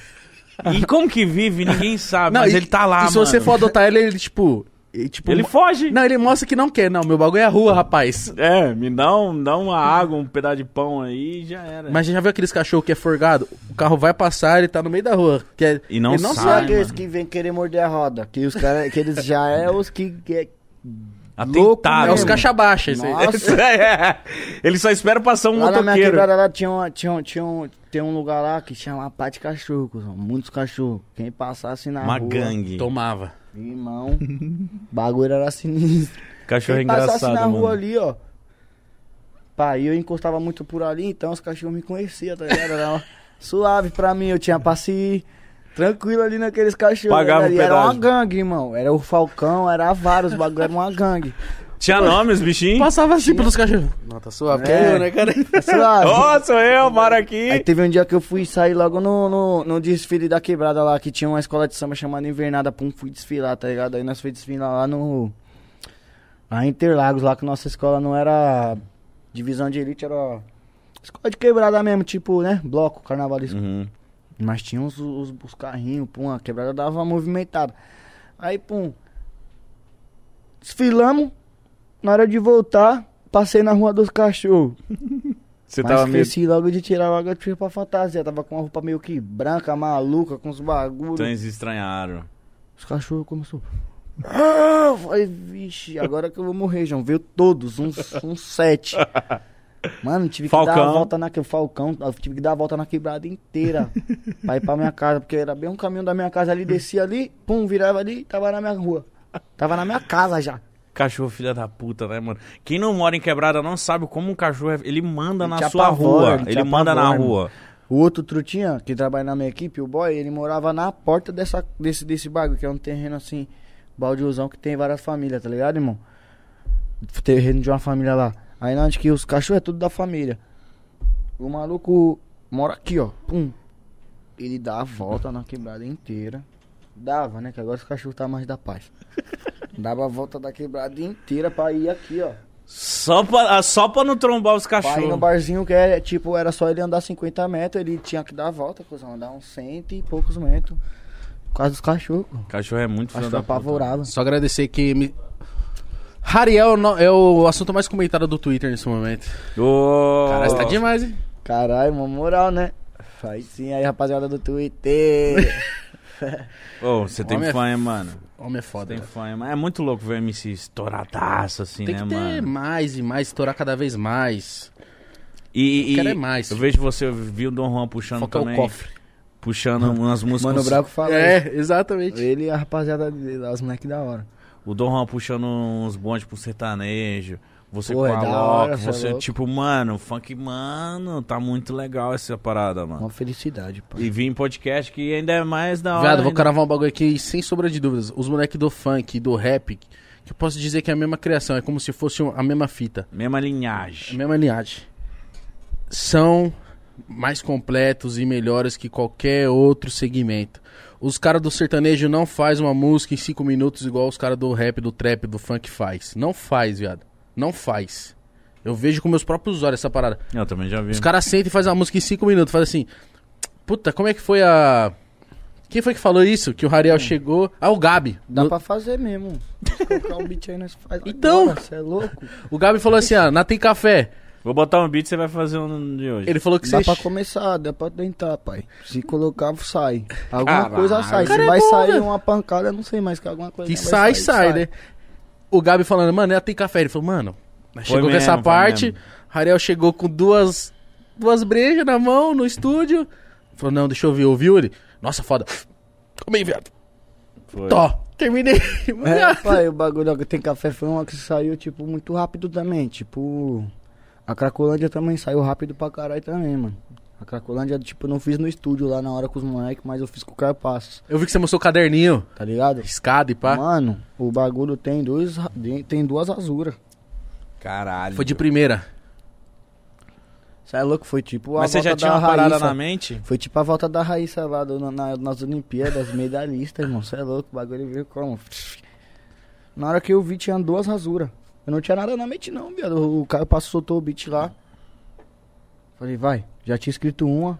Speaker 1: E como que vive, ninguém sabe,
Speaker 3: Não,
Speaker 1: mas
Speaker 3: e-
Speaker 1: ele tá lá,
Speaker 3: E se
Speaker 1: mano.
Speaker 3: você for adotar ele, ele, tipo... e, tipo
Speaker 1: Ele
Speaker 3: mo-
Speaker 1: foge.
Speaker 3: Não, ele mostra que não quer. Não, meu bagulho é a rua, rapaz.
Speaker 1: É, me dá, um, dá uma água, um pedaço de pão aí e já era.
Speaker 3: Mas você já viu aqueles cachorro que é forgado? O carro vai passar, ele tá no meio da rua. Que é-
Speaker 1: E não
Speaker 3: ele não
Speaker 1: sai.
Speaker 2: Só
Speaker 3: sai.
Speaker 2: aqueles
Speaker 1: mano.
Speaker 2: que vem querer morder a roda. Que os caras, que eles já é os que. que louco
Speaker 1: Atentado.
Speaker 3: É os
Speaker 2: mesmo.
Speaker 3: caixa baixa, isso aí.
Speaker 2: Nossa.
Speaker 1: É, ele só espera passar um
Speaker 2: Lá na minha
Speaker 1: motoqueiro.
Speaker 2: quebrada lá tinha, uma, tinha, um- tinha um, tem um lugar lá que chama uma pá de cachorro, cuzão. Muitos cachorros. Quem passasse na
Speaker 1: Uma
Speaker 2: rua.
Speaker 1: gangue.
Speaker 3: Tomava.
Speaker 2: Irmão. bagulho era sinistro.
Speaker 1: Cachorro
Speaker 2: Quem passasse
Speaker 1: é engraçado,
Speaker 2: assim na
Speaker 1: mano.
Speaker 2: rua ali, ó. Pá, e eu encostava muito por ali, então os cachorros me conheciam, tá ligado? Era suave pra mim, eu tinha passe tranquilo ali naqueles cachorros.
Speaker 1: Pagava
Speaker 2: ali.
Speaker 1: o
Speaker 2: Era uma
Speaker 1: pedágio.
Speaker 2: gangue, irmão. Era o Falcão, era vários, o bagulho era uma gangue.
Speaker 1: Tinha nome os bichinhos?
Speaker 3: Passava assim pelos cachorros. Não, tá suave. que
Speaker 2: É.
Speaker 3: eu, né, cara?
Speaker 2: Sei lá,
Speaker 1: Ó, sou eu, moro
Speaker 2: "Ah, Aí
Speaker 1: aqui.
Speaker 2: teve um dia que eu fui sair logo no, no, no desfile da quebrada lá, que tinha uma escola de samba chamada Invernada Pum, fui desfilar, tá ligado? Aí nós fui desfilar lá no. Lá em Interlagos, lá que nossa escola não era divisão de elite, era escola de quebrada mesmo, tipo, né? Bloco, carnavalesco.
Speaker 1: Uhum.
Speaker 2: Mas tinha uns, os, os carrinhos, pum, a quebrada dava uma movimentada. Aí, pum. Desfilamos, na hora de voltar, passei na rua dos cachorros.
Speaker 1: Você
Speaker 2: Mas
Speaker 1: tava meio.
Speaker 2: esqueci logo de tirar logo a tia pra fantasia. Tava com uma roupa meio que branca, maluca, com os bagulhos.
Speaker 1: Vocês estranharam.
Speaker 2: Os cachorros começou. Ah, eu falei, vixe, agora que eu vou morrer, João. Veio todos, uns, uns sete. Mano, tive que dar a
Speaker 1: Falcão.
Speaker 2: volta na que- Falcão, eu tive que dar a volta na quebrada inteira pra ir pra minha casa, porque era bem um caminho da minha casa ali, descia ali, pum, virava ali, tava na minha rua. Tava na minha casa já.
Speaker 1: Cachorro, filha da puta, né, mano? Quem não mora em quebrada não sabe como um cachorro. é- Ele manda
Speaker 2: Ele
Speaker 1: na
Speaker 2: te
Speaker 1: sua
Speaker 2: apavora,
Speaker 1: rua.
Speaker 2: ele te
Speaker 1: Ele manda na
Speaker 2: apavora,
Speaker 1: rua.
Speaker 2: O outro Trutinha, que trabalha na minha equipe, o boy, ele morava na porta dessa, desse, desse bagulho, que é um terreno assim, baldiozão, que tem várias famílias, tá ligado, irmão? Terreno de uma família lá. Aí na onde que os cachorros é tudo da família. O maluco mora aqui, ó. Pum. Ele dá a volta na quebrada inteira. Dava, né? Que agora os cachorros tá mais da paz. Dava a volta da quebrada inteira pra ir aqui, ó.
Speaker 1: Só pra, ah, só pra não trombar os
Speaker 2: Pai no
Speaker 1: cachorros.
Speaker 2: barzinho que é, tipo, era só ele andar 50 metros, ele tinha que dar a volta, cuzão, andar uns cento e poucos metros. Por causa dos cachorros. pô.
Speaker 1: Cachorro é muito filho
Speaker 2: Acho que
Speaker 1: da
Speaker 2: tá
Speaker 1: puta.
Speaker 2: apavorava.
Speaker 3: Só agradecer que me... Rariel no- é o assunto mais comentado do Twitter nesse momento.
Speaker 1: Ô,
Speaker 3: Caralho, tá demais, hein?
Speaker 2: Caralho, uma moral, né? Faz sim aí, rapaziada do Twitter.
Speaker 1: ô, você tem
Speaker 3: Homem é-
Speaker 1: fã, hein, mano?
Speaker 3: Homem é foda.
Speaker 1: Tem
Speaker 3: cara.
Speaker 1: fã, hein, mano? É muito louco ver o MC estouradaço assim,
Speaker 3: Tem
Speaker 1: né,
Speaker 3: que ter
Speaker 1: mano?
Speaker 3: mais e mais, estourar cada vez mais.
Speaker 1: E, e-
Speaker 3: Quero é mais.
Speaker 1: Eu vejo você, viu o Don Juan puxando
Speaker 3: Focar o
Speaker 1: também.
Speaker 3: cofre.
Speaker 1: Puxando umas músicas.
Speaker 2: Mano Bravo fala. isso.
Speaker 3: É, exatamente.
Speaker 2: Ele e a rapaziada dele, lá, os moleques da hora.
Speaker 1: O Don Juan puxando uns bondes pro sertanejo. Você
Speaker 2: Pô, é
Speaker 1: com a
Speaker 2: da
Speaker 1: Loki,
Speaker 2: hora, cê é
Speaker 1: você,
Speaker 2: louco.
Speaker 1: tipo, mano, funk, mano, tá muito legal essa parada, mano.
Speaker 2: Uma felicidade, pô.
Speaker 1: E vim em podcast que ainda é mais da hora.
Speaker 3: Viado, vou
Speaker 1: ainda.
Speaker 3: cravar um bagulho aqui sem sombra de dúvidas. Os moleques do funk e do rap, que eu posso dizer que é a mesma criação, é como se fosse um- a mesma fita,
Speaker 1: Mesma
Speaker 3: a
Speaker 1: linhagem.
Speaker 3: mesma linhagem. São mais completos e melhores que qualquer outro segmento. Os caras do sertanejo não faz uma música em cinco minutos igual os caras do rap, do trap, do funk faz. Não faz, viado. Não faz. Eu vejo com meus próprios olhos essa parada.
Speaker 1: Eu também já vi.
Speaker 3: Os caras sentam e fazem a música em 5 minutos. Faz assim. Puta, como é que foi a. Quem foi que falou isso? Que o Rariel chegou. Ah, o Gabi.
Speaker 2: Dá
Speaker 3: No-
Speaker 2: pra fazer mesmo. Se colocar um beat aí, nós faz.
Speaker 3: Então.
Speaker 2: Você é louco?
Speaker 3: O Gabi falou assim: ah, na Tem Café.
Speaker 1: Vou botar um beat você vai fazer um de hoje.
Speaker 3: Ele falou que
Speaker 2: Dá
Speaker 3: você.
Speaker 2: pra começar, dá pra tentar, pai. Se colocar, sai. Alguma
Speaker 1: Caralho.
Speaker 2: coisa sai. Se
Speaker 3: Cara, é
Speaker 2: vai
Speaker 3: bom,
Speaker 2: sair
Speaker 3: velho.
Speaker 2: uma pancada, não sei mais que alguma coisa.
Speaker 3: Que
Speaker 2: vai
Speaker 3: sai, sai,
Speaker 2: sair,
Speaker 3: né? O Gabi falando, mano, é a Tem Café. Ele falou, mano, nós
Speaker 1: Foi
Speaker 3: chegou com essa
Speaker 1: mesmo, foi
Speaker 3: parte.
Speaker 1: mesmo.
Speaker 3: Rariel chegou com duas. Duas brejas na mão no estúdio. Falou, não, deixa eu ouvir. Ouviu ele? Nossa, foda. Comei, viado.
Speaker 1: Foi.
Speaker 3: Tó. Terminei.
Speaker 2: É, pai, o bagulho que tem café foi uma que saiu, tipo, muito rápido também. Tipo, a Cracolândia também saiu rápido pra caralho também, mano. A Cracolândia, tipo, eu não fiz no estúdio lá na hora com os moleques, mas eu fiz com o Caio Passos,
Speaker 3: Eu vi que você mostrou o caderninho.
Speaker 2: tá ligado?
Speaker 3: Escada e pá.
Speaker 2: Mano, o bagulho tem dois, ra- tem duas azuras.
Speaker 1: Caralho.
Speaker 3: Foi de primeira.
Speaker 2: Você é louco, foi tipo a
Speaker 1: Mas você
Speaker 2: volta
Speaker 1: já tinha
Speaker 2: da
Speaker 1: uma parada
Speaker 2: Raíssa.
Speaker 1: na mente?
Speaker 2: Foi tipo a volta da Raíssa lá do- na- nas Olimpíadas, medalhista, irmão. Você é louco, o bagulho veio como? Na hora que eu vi, tinha duas rasuras. Eu não tinha nada na mente, não, viado. O Caio passou, soltou o beat lá. Falei, vai. Já tinha escrito uma.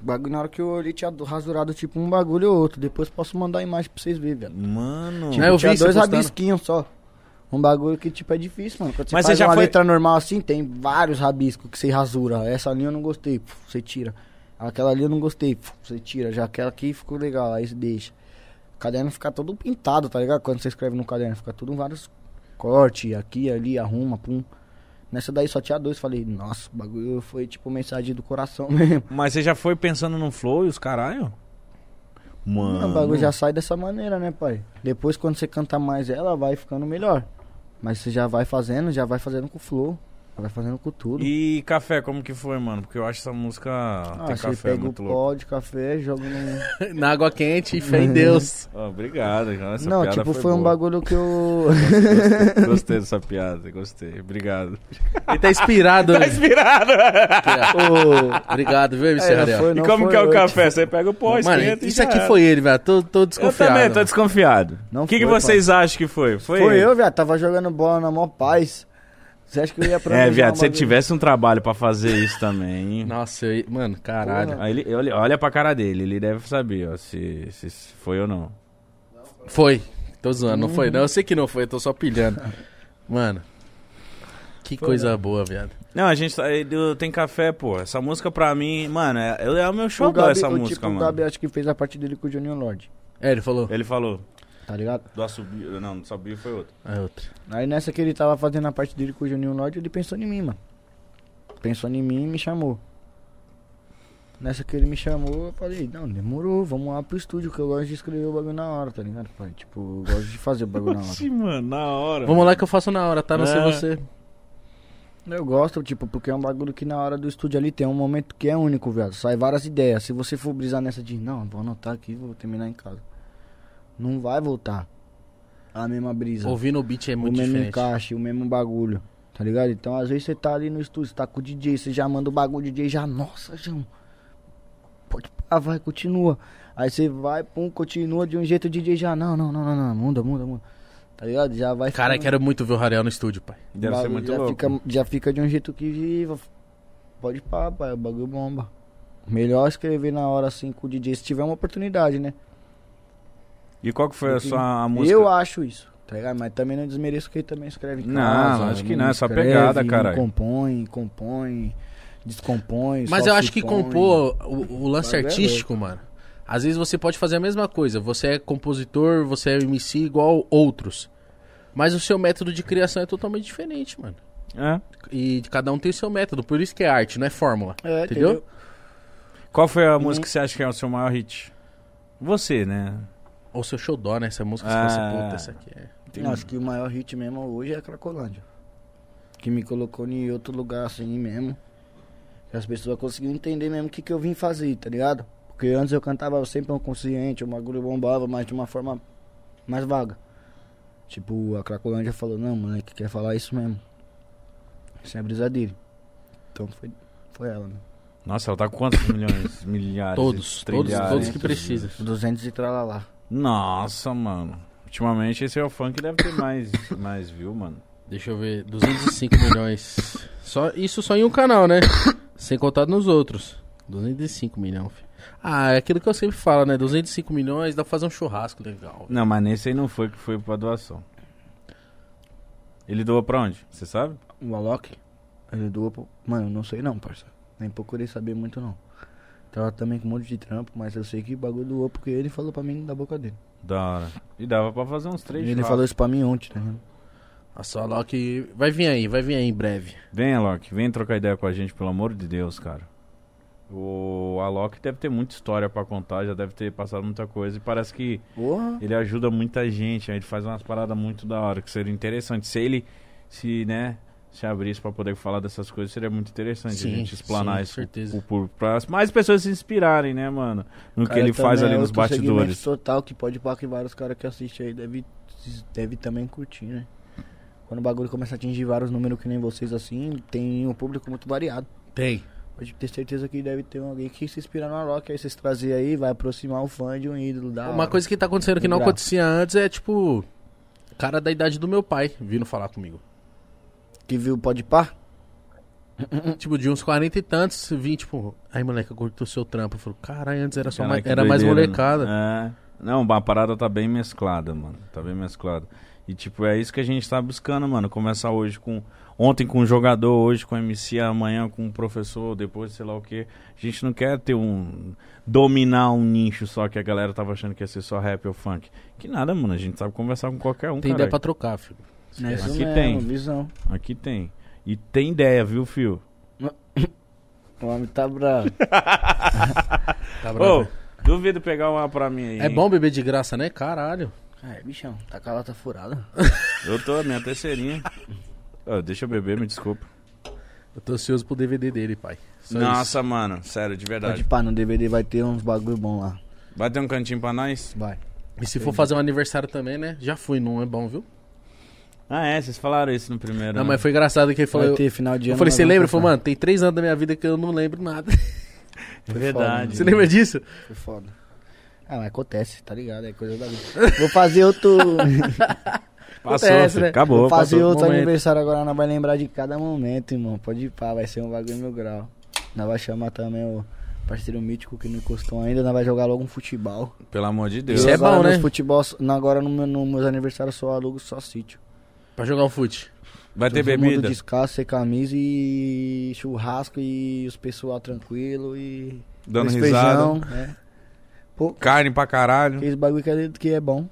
Speaker 2: O bagulho, na hora que eu olhei, tinha do- rasurado tipo um bagulho ou outro. Depois posso mandar a imagem pra vocês verem, viado.
Speaker 1: Mano.
Speaker 3: É,
Speaker 2: Tipo,
Speaker 3: eu
Speaker 2: tinha
Speaker 3: vi você
Speaker 2: dois
Speaker 3: postando.
Speaker 2: rabisquinhos só. Um bagulho que, tipo, é difícil, mano. Quando você
Speaker 1: Mas
Speaker 2: Mas
Speaker 1: você
Speaker 2: faz
Speaker 1: já
Speaker 2: uma
Speaker 1: foi-
Speaker 2: letra normal assim, tem vários rabiscos que você rasura. Essa linha eu não gostei, pf, você tira. Aquela ali eu não gostei, pf, você tira. Já aquela aqui ficou legal, aí você deixa. O caderno fica todo pintado, tá ligado? Quando você escreve no caderno, fica tudo em vários cortes, aqui, ali, arruma, pum. Nessa daí só tinha dois, falei, nossa, o bagulho foi tipo mensagem do coração mesmo.
Speaker 1: Mas você já foi pensando no flow e os caralho? Mano.
Speaker 2: Não, o bagulho já sai dessa maneira, né, pai? Depois, quando você canta mais ela, vai ficando melhor. Mas você já vai fazendo, já vai fazendo com o flow. Ela tá fazendo com tudo.
Speaker 1: E café, como que foi, mano? Porque eu acho essa música.
Speaker 2: Ah,
Speaker 1: tem
Speaker 2: você
Speaker 1: café é
Speaker 2: pega o
Speaker 1: muito
Speaker 2: pó
Speaker 1: louco.
Speaker 2: de café, joga no.
Speaker 3: Na água quente e
Speaker 2: Uhum.
Speaker 3: fé em Deus.
Speaker 1: Ah, obrigado, cara. Essa
Speaker 2: Não,
Speaker 1: piada
Speaker 2: tipo, foi, um
Speaker 1: boa.
Speaker 2: bagulho que eu.
Speaker 1: Gostei, gostei dessa piada, gostei. Obrigado.
Speaker 3: Ele tá inspirado.
Speaker 1: Tá
Speaker 3: né?
Speaker 1: inspirado!
Speaker 2: Ô,
Speaker 3: Obrigado, viu, MC
Speaker 2: é,
Speaker 3: Ariel?
Speaker 2: foi,
Speaker 1: e
Speaker 2: não
Speaker 1: como
Speaker 2: foi
Speaker 1: que é o
Speaker 2: hoje.
Speaker 1: café? Você pega o pó,
Speaker 3: Mano,
Speaker 1: esquenta e
Speaker 3: isso
Speaker 1: já
Speaker 3: aqui
Speaker 1: era.
Speaker 3: foi ele, velho. Tô, tô
Speaker 1: Eu
Speaker 3: desconfiado.
Speaker 1: também tô desconfiado.
Speaker 2: Não
Speaker 1: O que, que
Speaker 2: foi,
Speaker 1: vocês acham que foi? Foi,
Speaker 2: Foi eu, viado. Tava jogando bola na mó paz. Você acha que eu ia pra.
Speaker 5: É, viado, se ele tivesse um trabalho pra fazer isso também.
Speaker 3: Nossa, eu... mano, caralho.
Speaker 5: Aí ele, ele- olha pra cara dele, ele deve saber, ó, se, se foi ou não.
Speaker 3: Foi. Tô zoando, não
Speaker 2: Uhum.
Speaker 3: foi não. Eu sei que não foi, eu tô só pilhando. Mano, que
Speaker 2: né?
Speaker 3: coisa boa, viado.
Speaker 1: Não, a gente. tá- eu- Tem café, pô. Essa música pra mim, mano, é, é o meu
Speaker 2: o
Speaker 1: xodó
Speaker 2: Gabi,
Speaker 1: essa
Speaker 2: o,
Speaker 1: música,
Speaker 2: tipo,
Speaker 1: mano.
Speaker 2: O Gabi acho que fez a parte dele com o Juninho Lorde,
Speaker 3: É, ele falou.
Speaker 1: Ele falou.
Speaker 2: tá ligado?
Speaker 1: Do assobio. Não, do assobio foi outro.
Speaker 3: É outro.
Speaker 2: Aí nessa que ele tava fazendo a parte dele com o Juninho Lorde, ele pensou em mim, mano. Pensou em mim e me chamou. Nessa que ele me chamou, eu falei, não, demorou, vamos lá pro estúdio, que eu gosto de escrever o bagulho na hora, tá ligado? Falei, tipo, eu gosto de fazer o bagulho na hora.
Speaker 1: mano, na
Speaker 2: É.
Speaker 1: hora.
Speaker 3: Vamos lá que eu faço na hora, tá? Não sei
Speaker 1: É.
Speaker 3: você.
Speaker 2: Eu gosto, tipo, porque é um bagulho que na hora do estúdio ali tem um momento que é único, velho. Sai várias ideias. Se você for brisar nessa de, não, vou anotar aqui, vou terminar em casa. Não vai voltar a mesma brisa.
Speaker 3: Ouvindo o beat é
Speaker 2: o
Speaker 3: muito
Speaker 2: mesmo
Speaker 3: diferente.
Speaker 2: encaixe, o mesmo bagulho. Tá ligado? Então, às vezes você tá ali no estúdio, você tá com o DJ, você já manda o bagulho, o DJ já, nossa, João. Pode, ah, vai, continua. Aí você vai, pum, continua de um jeito, o DJ já, não, não, não, não, não, muda, muda, muda. Tá ligado? Já vai.
Speaker 3: Cara,
Speaker 2: ficando-
Speaker 3: quero muito ver o Rariel no estúdio, pai.
Speaker 1: Deve
Speaker 2: bagulho
Speaker 1: ser muito
Speaker 2: já
Speaker 1: louco.
Speaker 2: Fica, já fica de um jeito que viva. Pode pá, pai, o bagulho bomba. Melhor escrever na hora assim com o DJ se tiver uma oportunidade, né?
Speaker 1: E qual que foi a
Speaker 2: Enfim,
Speaker 1: sua a música?
Speaker 2: Eu acho isso, tá ligado? Mas também não desmereço quem também escreve em
Speaker 1: Não,
Speaker 2: casa,
Speaker 1: lógico que não, é só
Speaker 2: escreve,
Speaker 1: pegada,
Speaker 2: não
Speaker 1: caralho.
Speaker 2: Compõe, compõe, descompõe.
Speaker 3: Mas
Speaker 2: só
Speaker 3: eu
Speaker 2: se
Speaker 3: acho que
Speaker 2: põe.
Speaker 3: compor o, o lance
Speaker 2: Bagulho é
Speaker 3: artístico, mano. Às vezes você pode fazer a mesma coisa. Você é compositor, você é MC igual outros. Mas o seu método de criação é totalmente diferente, mano.
Speaker 1: É.
Speaker 3: E cada um tem o seu método. Por isso que é arte, não é fórmula.
Speaker 2: É,
Speaker 3: entendeu?
Speaker 2: entendeu?
Speaker 1: Qual foi
Speaker 2: Uhum.
Speaker 1: a música que você acha que é o seu maior hit? Você, né?
Speaker 3: Ou seu xodó, né? Essa música,
Speaker 1: Ah.
Speaker 3: você fala assim, puta, essa aqui é...
Speaker 1: Tem-
Speaker 2: Não, acho que o maior hit mesmo hoje é a Cracolândia. Que me colocou em outro lugar assim mesmo. Que as pessoas conseguiram entender mesmo o que, que eu vim fazer, tá ligado? Porque antes eu cantava sempre um consciente, o bagulho bombava, mas de uma forma mais vaga. Tipo, a Cracolândia falou, não, moleque, quer falar isso mesmo. Isso é a brisa dele. Então foi, foi ela, né?
Speaker 1: Nossa, ela tá com quantos milhões? Milhares.
Speaker 3: Todos, todos,
Speaker 1: trilhares.
Speaker 3: todos que precisa.
Speaker 2: 200 e tralalá.
Speaker 1: Nossa, mano. Ultimamente esse é o funk que deve ter mais, mais view, mano.
Speaker 3: Deixa eu ver, 205 milhões. Só, isso só em um canal, né? Sem contar nos outros. 205 milhões, filho. Ah, é aquilo que eu sempre falo, né? 205 milhões dá pra fazer um churrasco legal.
Speaker 1: Não, mas nesse aí não foi que foi pra doação. Ele doou pra onde? Você sabe?
Speaker 2: O um Alok, ele doou pro... Mano, eu não sei não, parça. Nem procurei saber muito não. Tava também com um monte de trampo, mas eu sei que o bagulho doou porque ele falou pra mim da boca dele.
Speaker 1: Da hora. E dava pra fazer uns três.
Speaker 2: ele
Speaker 1: lá.
Speaker 2: falou isso pra mim ontem, tá ligado?
Speaker 3: A só Loki vai vir aí, vai vir aí em breve.
Speaker 1: Vem, Alok, vem trocar ideia com a gente, pelo amor de Deus, cara. O Alok deve ter muita história pra contar, já deve ter passado muita coisa. E parece que
Speaker 2: Porra!
Speaker 1: ele ajuda muita gente, aí ele faz umas paradas muito da hora, que seria interessante. Se ele se, né, se abrisse pra poder falar dessas coisas, seria muito interessante
Speaker 3: Sim,
Speaker 1: a gente explanar
Speaker 3: sim,
Speaker 1: isso
Speaker 3: certeza.
Speaker 1: pro público, pra mais pessoas se inspirarem, né, mano, no que
Speaker 2: Cara,
Speaker 1: ele faz
Speaker 2: também
Speaker 1: ali
Speaker 2: é
Speaker 1: nos
Speaker 2: outro segmento
Speaker 1: bastidores.
Speaker 2: total que pode pá que vários caras que assistem aí deve, deve também curtir, né? Quando o bagulho começa a atingir vários números que nem vocês assim, tem um público muito variado.
Speaker 3: Tem.
Speaker 2: Pode ter certeza que deve ter alguém que se inspira no Alok, aí vocês trazer aí, vai aproximar o fã de um ídolo da
Speaker 3: Uma
Speaker 2: hora.
Speaker 3: coisa que tá acontecendo que não
Speaker 2: Legal.
Speaker 3: acontecia antes é tipo. Cara da idade do meu pai vindo falar comigo.
Speaker 2: que viu pode par?
Speaker 1: Hum.
Speaker 3: Tipo, de uns 40 e tantos, vim, tipo, aí moleque, eu curto o seu trampo. Eu falo, caralho, antes era só
Speaker 1: Caraca,
Speaker 3: mais,
Speaker 1: que
Speaker 3: era mais
Speaker 1: doideira, né?
Speaker 3: molecada.
Speaker 1: É. Não, a parada tá bem mesclada, mano. Tá bem mesclada. E, tipo, é isso que a gente tá buscando, mano. Começar hoje com. Ontem com um jogador, hoje com MC, amanhã com um professor, depois sei lá o quê. A gente não quer ter um. dominar um nicho só que a galera tava achando que ia ser só rap ou funk. Que nada, mano. A gente sabe conversar com qualquer um,
Speaker 3: Tem
Speaker 1: cara.
Speaker 3: ideia pra trocar, filho.
Speaker 2: É isso
Speaker 1: Né? Aqui
Speaker 2: mesmo,
Speaker 1: tem.
Speaker 2: visão.
Speaker 1: Aqui tem. E tem ideia, viu, fio?
Speaker 2: O homem tá bravo.
Speaker 3: Tá bravo.
Speaker 1: Ô, duvido pegar uma pra mim aí.
Speaker 3: É
Speaker 1: hein?
Speaker 3: bom beber de graça, né? Caralho.
Speaker 2: É, bichão, tá com a lata furada.
Speaker 1: Eu tô, minha terceirinha. Ô, deixa eu beber, me desculpa.
Speaker 3: Eu tô ansioso pro DVD dele, pai. Só isso.
Speaker 1: Nossa, mano, sério, de
Speaker 2: Pode
Speaker 1: verdade.
Speaker 2: pá, no DVD vai ter uns bagulho bom lá.
Speaker 1: Vai ter um cantinho pra nós?
Speaker 2: Vai.
Speaker 3: E se for fazer um aniversário também, né? Já fui, não é bom, viu?
Speaker 1: Ah, é, vocês falaram isso no primeiro.
Speaker 3: Não,
Speaker 1: né?
Speaker 3: mas foi engraçado que ele
Speaker 2: Vai
Speaker 3: falou.
Speaker 2: ter final de ano.
Speaker 3: Eu falei,
Speaker 2: nós
Speaker 3: você
Speaker 2: vamos
Speaker 3: lembra? Eu
Speaker 2: passar."
Speaker 3: falei, mano, tem três anos da minha vida que eu não lembro nada.
Speaker 1: É verdade.
Speaker 3: né? Você lembra disso?
Speaker 2: Foi foda. Ah, mas acontece, tá ligado? É coisa da vida. Vou fazer outro.
Speaker 1: Passou,
Speaker 3: Acontece,
Speaker 1: filho,
Speaker 3: né?
Speaker 1: acabou.
Speaker 2: vou fazer
Speaker 1: passou.
Speaker 2: outro
Speaker 3: momento.
Speaker 2: aniversário agora, nós vai lembrar de cada momento, irmão. Pode ir pá, vai ser um bagulho mil grau. Nós vai chamar também o parceiro mítico que não encostou ainda, nós vai jogar logo um futebol.
Speaker 1: Pelo amor de Deus.
Speaker 3: Isso é
Speaker 2: Eu agora
Speaker 3: bom, né?
Speaker 2: nos Futebol, na- agora nos meu, no meus aniversários só alugo só sítio.
Speaker 3: Pra jogar um fute.
Speaker 1: Vai ter
Speaker 2: Todo mundo
Speaker 1: bebida?
Speaker 2: um descalço, sem camisa e churrasco e os pessoal tranquilo e.
Speaker 1: Dando
Speaker 2: dois
Speaker 1: risada.
Speaker 2: feijão, né? Pô,
Speaker 1: Carne pra caralho.
Speaker 2: Aqueles bagulho que é, que é bom.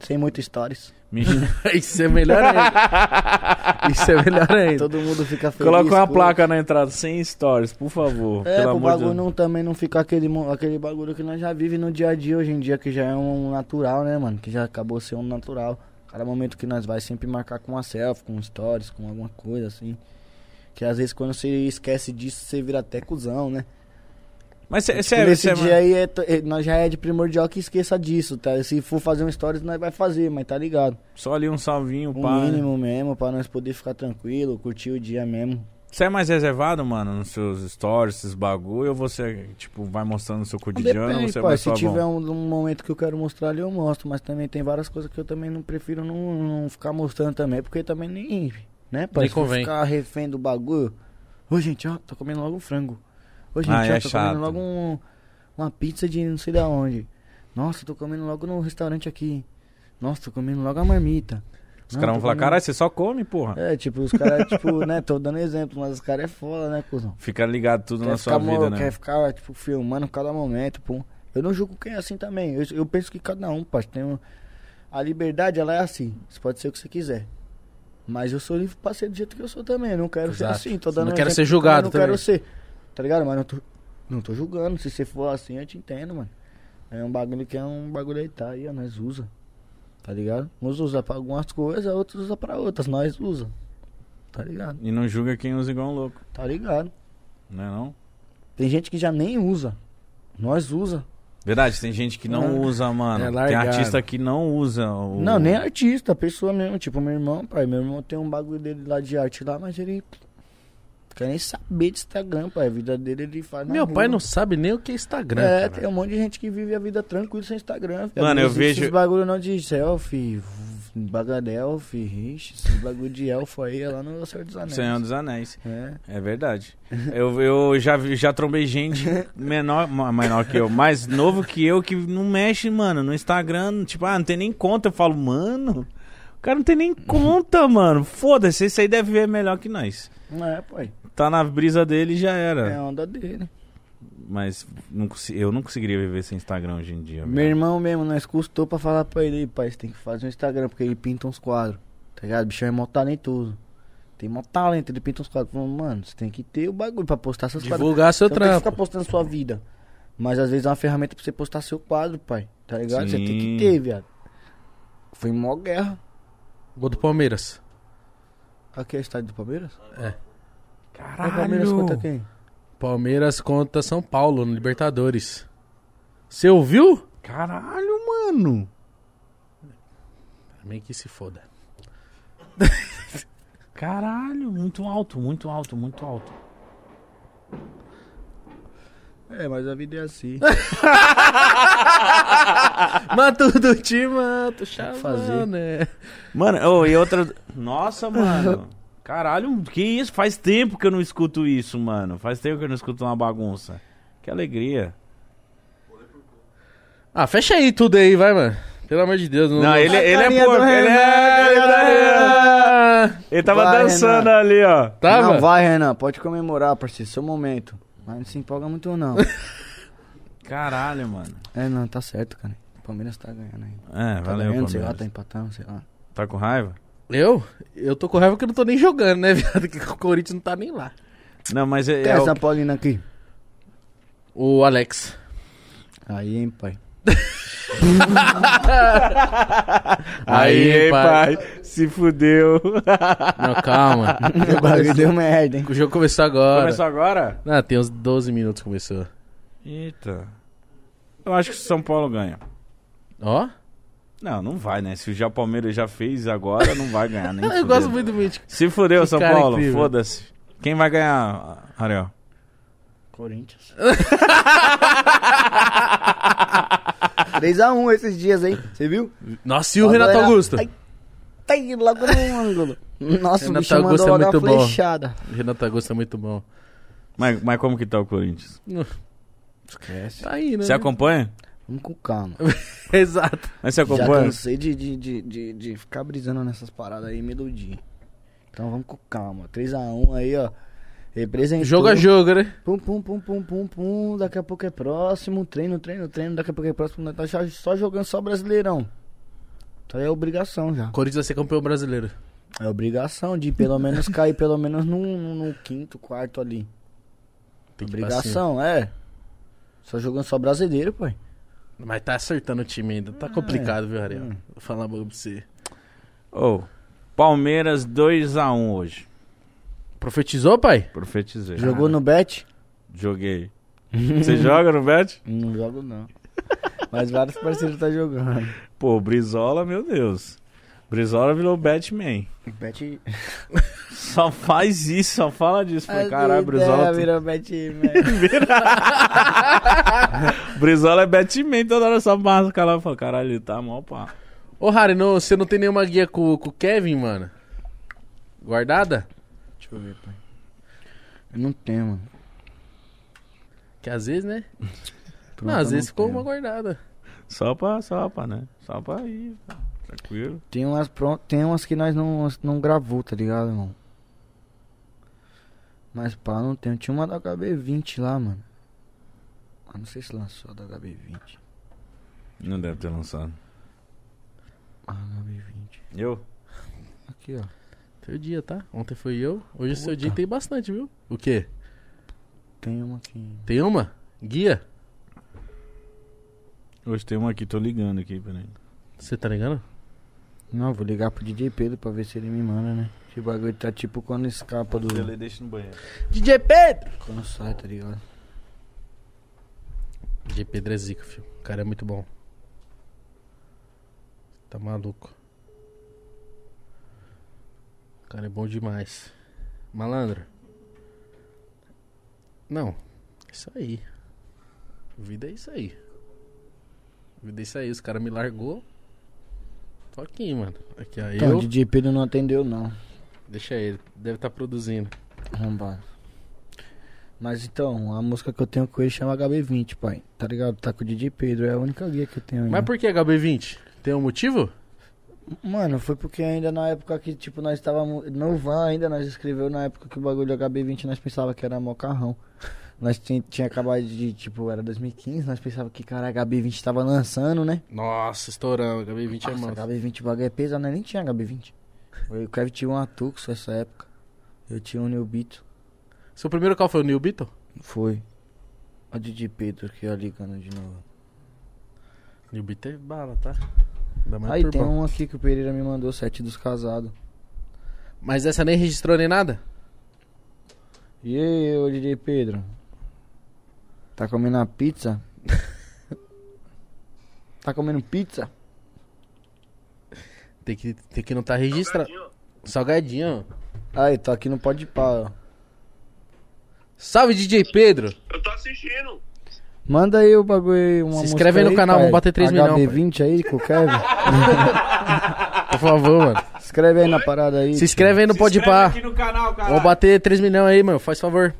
Speaker 2: Sem muitas histórias.
Speaker 1: Mexi-
Speaker 3: Isso é melhor ainda. Isso é melhor ainda.
Speaker 2: Todo mundo fica feliz.
Speaker 5: Coloca uma
Speaker 2: pô.
Speaker 5: placa na entrada, sem stories, por favor.
Speaker 2: É,
Speaker 5: pelo
Speaker 2: pro
Speaker 5: amor de
Speaker 2: bagulho
Speaker 5: Deus.
Speaker 2: não, também não ficar aquele, mo- aquele bagulho que nós já vive no dia a dia hoje em dia, que já é um natural, né, mano? Que já acabou sendo um natural. Cada momento que nós vai sempre marcar com uma selfie, com stories, com alguma coisa assim. Que às vezes quando você esquece disso, você vira até cuzão, né?
Speaker 1: Mas cê-
Speaker 2: Tipo,
Speaker 1: sério,
Speaker 2: Nesse
Speaker 1: cê-
Speaker 2: dia aí, é to- é- nós já é de primordial que esqueça disso, tá? Se for fazer um stories, nós vai fazer, mas tá ligado.
Speaker 1: só ali um salvinho,
Speaker 2: Um
Speaker 1: pá.
Speaker 2: mínimo mesmo, pra nós poder ficar tranquilo, curtir o dia mesmo.
Speaker 1: Você é mais reservado, mano, nos seus stories, esses bagulho? Ou você, tipo, vai mostrando o seu cotidiano? ou
Speaker 2: Depende,
Speaker 1: você
Speaker 2: pai.
Speaker 1: vai
Speaker 2: Se
Speaker 1: só
Speaker 2: tiver
Speaker 1: bom?
Speaker 2: um, um momento que eu quero mostrar ali, eu mostro. Mas também tem várias coisas que eu também não prefiro não, não ficar mostrando também, porque também nem. Né, pai?
Speaker 3: Nem
Speaker 2: Se for
Speaker 3: convém.
Speaker 2: ficar refém do bagulho. Ô, gente, ó, tô comendo logo um frango. Ô, gente,
Speaker 1: Ah,
Speaker 2: ó,
Speaker 1: é
Speaker 2: tô
Speaker 1: chato.
Speaker 2: comendo logo um- uma pizza de não sei da onde. Nossa, tô comendo logo no restaurante aqui. Nossa, tô comendo logo a marmita.
Speaker 1: Os caras vão falar, caralho, você só come, porra.
Speaker 2: É, tipo, os caras, tipo, né? Tô dando exemplo, mas os caras é foda, né, cuzão?
Speaker 1: Fica ligado tudo
Speaker 2: Quer
Speaker 1: na
Speaker 2: ficar,
Speaker 1: sua
Speaker 2: mo-
Speaker 1: vida,
Speaker 2: quer
Speaker 1: né?
Speaker 2: ficar, tipo, filmando cada momento, pô. Eu não julgo quem é assim também. Eu, eu penso que cada um, parceiro, tem um- A liberdade, ela é assim. Você pode ser o que você quiser. Mas eu sou livre pra ser do jeito que eu sou também. Eu não quero
Speaker 3: Exato.
Speaker 2: ser assim. Tô
Speaker 3: Não
Speaker 2: dando um
Speaker 3: quero
Speaker 2: exemplo
Speaker 3: ser
Speaker 2: de como
Speaker 3: julgado
Speaker 2: eu não
Speaker 3: também.
Speaker 2: quero ser. Tá ligado? Mas não tô, não tô julgando. Se você for assim, eu te entendo, mano. É um bagulho que é um bagulho aí, tá? Aí, ó, nós usa. Tá ligado? Uns usa pra algumas coisas, outros usa pra outras. Nós usa. Tá ligado?
Speaker 1: E não julga quem usa igual um louco,
Speaker 2: Tá ligado?
Speaker 1: né não?
Speaker 2: Tem gente que já nem usa. Nós usa.
Speaker 1: Verdade, tem gente que não
Speaker 2: Não.
Speaker 1: usa, mano.
Speaker 3: É
Speaker 1: tem
Speaker 3: largado.
Speaker 1: artista que não usa. O...
Speaker 2: Não, nem artista, pessoa mesmo. Tipo, meu irmão, pai, meu irmão tem um bagulho dele lá de arte lá, mas ele quer nem saber de Instagram, pai. A vida dele ele faz na
Speaker 3: Meu
Speaker 2: rua.
Speaker 3: pai não sabe nem o que é Instagram.
Speaker 2: É,
Speaker 3: cara.
Speaker 2: tem um monte de gente que vive a vida tranquila sem Instagram. filho.
Speaker 1: Mano,
Speaker 2: Não
Speaker 1: eu
Speaker 2: existe
Speaker 1: vejo-
Speaker 2: Esses bagulho não de selfie, bagadelfe, rich, esses bagulho de elfo aí é lá no Senhor dos Anéis.
Speaker 1: Senhor dos Anéis.
Speaker 2: É.
Speaker 1: É verdade. Eu, eu já, vi- já trombei gente menor, ma- menor que eu, mais novo que eu, que não mexe, mano, no Instagram. Tipo, ah, não tem nem conta. Eu falo, mano, o cara não tem nem conta, mano. Foda-se, esse aí deve ver melhor que nós.
Speaker 2: Não é, pai.
Speaker 1: Tá na brisa dele e já
Speaker 2: É a
Speaker 1: era.
Speaker 2: onda dele.
Speaker 1: Mas não consi- eu não conseguiria viver sem Instagram hoje em dia.
Speaker 2: Meu irmão mesmo, nós custou pra falar pra ele, pai, você tem que fazer um Instagram, porque ele pinta uns quadros, tá ligado? O bichão é mó talentoso. Tem mó talento, ele pinta uns quadros. Falando, mano, você tem que ter o bagulho pra postar seus quadros.
Speaker 3: Divulgar seu
Speaker 2: Você não Então tem que ficar
Speaker 3: trampo.
Speaker 2: postando sua vida. Mas às vezes é uma ferramenta pra você postar seu quadro, pai. Tá ligado? Você tem
Speaker 1: Sim.
Speaker 2: que ter, viado. Foi mó guerra.
Speaker 3: Gol do Palmeiras.
Speaker 2: Aqui é o estádio do Palmeiras?
Speaker 3: É.
Speaker 2: Caralho. O Palmeiras contra quem?
Speaker 3: Palmeiras contra São Paulo no Libertadores. Você ouviu?
Speaker 1: Caralho, mano.
Speaker 3: Meio que se foda.
Speaker 1: Caralho, muito alto, muito alto, muito alto.
Speaker 2: É, mas a vida é assim.
Speaker 3: Mato do time, mato,
Speaker 2: que Ah. fazer.
Speaker 3: chavão, né?
Speaker 1: Mano, ô, e outra. Nossa, mano. Caralho, que isso? Faz tempo que eu não escuto isso, mano. Faz tempo que eu não escuto uma bagunça. Que alegria.
Speaker 3: Ah, fecha aí tudo aí, vai, mano. Pelo amor de Deus.
Speaker 1: Não, ele, ele é
Speaker 2: carinha
Speaker 1: porco.
Speaker 2: do
Speaker 1: Ele, é, ele, é-
Speaker 3: Ah,
Speaker 1: ele tava
Speaker 2: Vai,
Speaker 1: dançando
Speaker 2: Renan.
Speaker 1: ali, ó.
Speaker 3: Tava?
Speaker 2: Não, vai, Renan, pode comemorar, parceiro, seu momento. Mas não se empolga muito, não.
Speaker 1: Caralho, mano.
Speaker 2: É, não, tá certo, cara. O Palmeiras tá ganhando aí.
Speaker 1: É,
Speaker 2: Tá
Speaker 1: valeu,
Speaker 2: ganhando, sei lá, tá
Speaker 1: Palmeiras.
Speaker 2: empatando, sei lá.
Speaker 1: Tá com raiva?
Speaker 3: Eu? Eu tô com raiva que eu não tô nem jogando, né, viado? Que o Corinthians não tá nem lá.
Speaker 1: Não, mas é.
Speaker 2: Quem
Speaker 1: é
Speaker 2: é
Speaker 1: o-
Speaker 2: essa Paulina aqui?
Speaker 3: O Alex.
Speaker 2: Aí, hein, pai.
Speaker 1: Aí, pai. se fudeu.
Speaker 3: Não, calma.
Speaker 2: O bagulho deu merda, hein?
Speaker 3: O jogo começou agora.
Speaker 1: Começou agora?
Speaker 3: Ah, tem uns 12 minutos que começou.
Speaker 7: Eita.
Speaker 1: Eu acho que o São Paulo ganha.
Speaker 3: Ó.
Speaker 1: Não, não vai, né? Se o já Palmeiras já fez agora, não vai ganhar. Nem
Speaker 3: Eu
Speaker 1: fudeu.
Speaker 3: gosto muito do Mítico.
Speaker 1: Se fudeu,
Speaker 3: Que
Speaker 1: São
Speaker 3: cara
Speaker 1: Paulo.
Speaker 3: incrível.
Speaker 1: Foda-se. Quem vai ganhar, Ariel?
Speaker 2: Corinthians. 3x1 esses dias, hein? Você viu?
Speaker 3: Nossa, e o
Speaker 2: Agora-
Speaker 3: Renato Augusto?
Speaker 2: Ai, tá aí, logo no ângulo. Nossa,
Speaker 3: Renato
Speaker 2: o bicho mandou
Speaker 3: Augusto é
Speaker 2: logo uma
Speaker 3: muito bom.
Speaker 2: flechada.
Speaker 3: O Renato Augusto é muito bom.
Speaker 1: Mas, mas como que tá o Corinthians?
Speaker 2: Esquece.
Speaker 3: Tá aí, né?
Speaker 1: Você acompanha?
Speaker 2: Vamos com calma.
Speaker 3: Exato.
Speaker 1: Mas você
Speaker 2: Já
Speaker 1: acompanha?
Speaker 2: cansei de, de, de, de, de ficar brisando nessas paradas aí, melodia. Então vamos com calma. 3x1 aí, ó. Representou.
Speaker 3: Jogo a jogo, né?
Speaker 2: Pum, pum, pum, pum, pum, pum. Daqui a pouco é próximo. Treino, treino, treino. Daqui a pouco é próximo. Nós tá já- só jogando só brasileirão. Então é obrigação já.
Speaker 3: O Corinthians vai ser campeão brasileiro.
Speaker 2: É obrigação de pelo menos cair pelo menos no, no- no quinto, quarto ali.
Speaker 3: Tem que ir pra
Speaker 2: Obrigação, é. Só jogando só brasileiro, pai.
Speaker 3: cima. Mas tá acertando o time ainda. Tá complicado, viu, Ariel? Vou falar um bagulho pra você.
Speaker 1: Ô, Palmeiras 2x1 hoje.
Speaker 3: Profetizou, pai?
Speaker 1: Profetizei.
Speaker 2: Jogou no bet?
Speaker 1: Joguei. Você joga no bet?
Speaker 2: Não jogo não. Mas vários parceiros tá jogando.
Speaker 1: Pô, Brizola, meu Deus. Brizola virou Batman.
Speaker 2: Bet.
Speaker 1: Só faz isso, só fala disso. Falei, caralho, Brizola, tu-
Speaker 2: virou bet, né? velho.
Speaker 1: Brizola é Batman, toda hora essa marca lá. Eu falo, caralho, ele tá mal pá.
Speaker 3: Ô, Harry, não, você não tem nenhuma guia com, com o Kevin, mano? Guardada?
Speaker 2: Deixa eu ver, pai. Eu não tenho, mano.
Speaker 3: Que às vezes, né?
Speaker 2: Pronto,
Speaker 3: não, tá às
Speaker 2: eu
Speaker 3: vezes ficou
Speaker 2: tenho.
Speaker 3: uma guardada.
Speaker 1: Só pra, só pra, né? Só pra ir, pá. tranquilo.
Speaker 2: Tem umas, pronto, tem umas que nós não, não gravou, tá ligado, irmão? Mas pá, não tem. Tinha uma da HB20 lá, mano. Ah, não sei se lançou a da HB20.
Speaker 1: Não deve ter lançado.
Speaker 2: Ah, HB20.
Speaker 1: Eu?
Speaker 2: Aqui, ó.
Speaker 3: Teu dia, tá? Ontem foi eu. Hoje é seu dia tem bastante, viu? O quê?
Speaker 2: Tem uma aqui.
Speaker 3: Tem uma? Guia?
Speaker 1: Hoje tem uma aqui, tô ligando aqui, peraí.
Speaker 3: Você tá ligando?
Speaker 2: Não, vou ligar pro DJ Pedro pra ver se ele me manda, né? Esse bagulho tá tipo quando escapa do.
Speaker 1: deixa no banheiro.
Speaker 3: DJ Pedro!
Speaker 2: Quando sai, tá ligado?
Speaker 3: DJ Pedro é zica, filho. O cara é muito bom. Tá maluco. O cara é bom demais. Malandro. Não. Isso aí. Vida é isso aí. Vida é isso aí. Os caras me largou. Tô aqui, mano. Aqui, ó.
Speaker 2: Então, o
Speaker 3: Eu...
Speaker 2: DJ Pedro não atendeu, não.
Speaker 3: Deixa ele. Deve estar produzindo.
Speaker 2: Arrombado. Mas então, a música que eu tenho com ele chama HB20, pai. Tá ligado? Tá com o DJ Pedro, é a única guia que eu tenho.
Speaker 3: Mas
Speaker 2: ainda.
Speaker 3: por que HB20? Tem um motivo?
Speaker 2: Mano, foi porque ainda na época que, tipo, nós estávamos no van ainda, nós escreveu na época que o bagulho HB20 nós pensava que era mocarrão. Nós tin- tinha acabado de, tipo, era 2015, nós pensava que, cara, HB20 tava lançando, né?
Speaker 3: Nossa, estourando. HB20 é
Speaker 2: Nossa,
Speaker 3: mano.
Speaker 2: HB20 o bagulho é pesado, nós nem tinha HB20. Eu e o Kevin tinha um Atuxo nessa época. Eu tinha um New Beat.
Speaker 3: Seu primeiro qual foi o New Beetle?
Speaker 2: Foi. Olha o DJ Pedro que ó ligando de novo.
Speaker 3: New Beetle é bala, tá? Ainda mais
Speaker 2: Aí tem
Speaker 3: turbão.
Speaker 2: um aqui que o Pereira me mandou, Sete dos Casados.
Speaker 3: Mas essa nem registrou nem nada?
Speaker 2: E aí, ô DJ Pedro? Tá comendo a pizza? tá comendo pizza?
Speaker 3: Tem que, tem que não tá registrado. Salgadinho.
Speaker 2: Aí, tô aqui no pode pá, ó.
Speaker 3: Salve, DJ Pedro.
Speaker 6: Eu tô assistindo.
Speaker 2: Manda aí o bagulho aí, uma
Speaker 3: Se
Speaker 2: música
Speaker 3: inscreve aí no
Speaker 2: aí,
Speaker 3: canal,
Speaker 2: pai.
Speaker 3: vamos bater 3 milhão,
Speaker 2: HB20 aí com o Kevin.
Speaker 3: Por favor, mano.
Speaker 2: Escreve aí na parada aí.
Speaker 3: Se inscreve aí no Pode Pá.
Speaker 1: no canal, cara.
Speaker 3: Vamos bater 3 milhões aí, mano. Faz favor.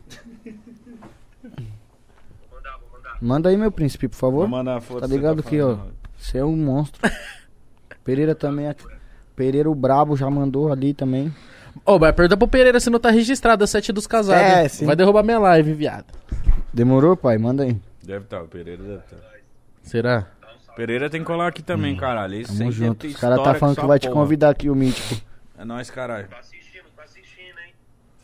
Speaker 2: Manda aí, meu príncipe, por favor.
Speaker 1: Vou mandar a foto.
Speaker 2: Tá
Speaker 1: que você
Speaker 2: ligado que, ó,
Speaker 1: falando.
Speaker 2: você é um monstro. Pereira também, é aqui. Pereira o Brabo já mandou ali também.
Speaker 3: Ô, vai perguntar pro Pereira se não tá registrado a sete dos casados.
Speaker 2: É,
Speaker 3: hein?
Speaker 2: sim.
Speaker 3: Vai derrubar minha live, viado.
Speaker 2: Demorou, pai? Manda aí.
Speaker 1: Deve estar, o Pereira deve tá. Hum. estar.
Speaker 3: Será?
Speaker 1: Pereira tem que colar aqui também, caralho. Isso
Speaker 2: Tamo
Speaker 1: aí deve
Speaker 2: junto.
Speaker 1: ter
Speaker 2: Os caras tá
Speaker 1: história
Speaker 2: falando que
Speaker 1: essa
Speaker 2: vai te
Speaker 1: porra.
Speaker 2: convidar aqui, o Mítico.
Speaker 1: É nóis, caralho.
Speaker 6: Assistindo, tô assistindo, hein?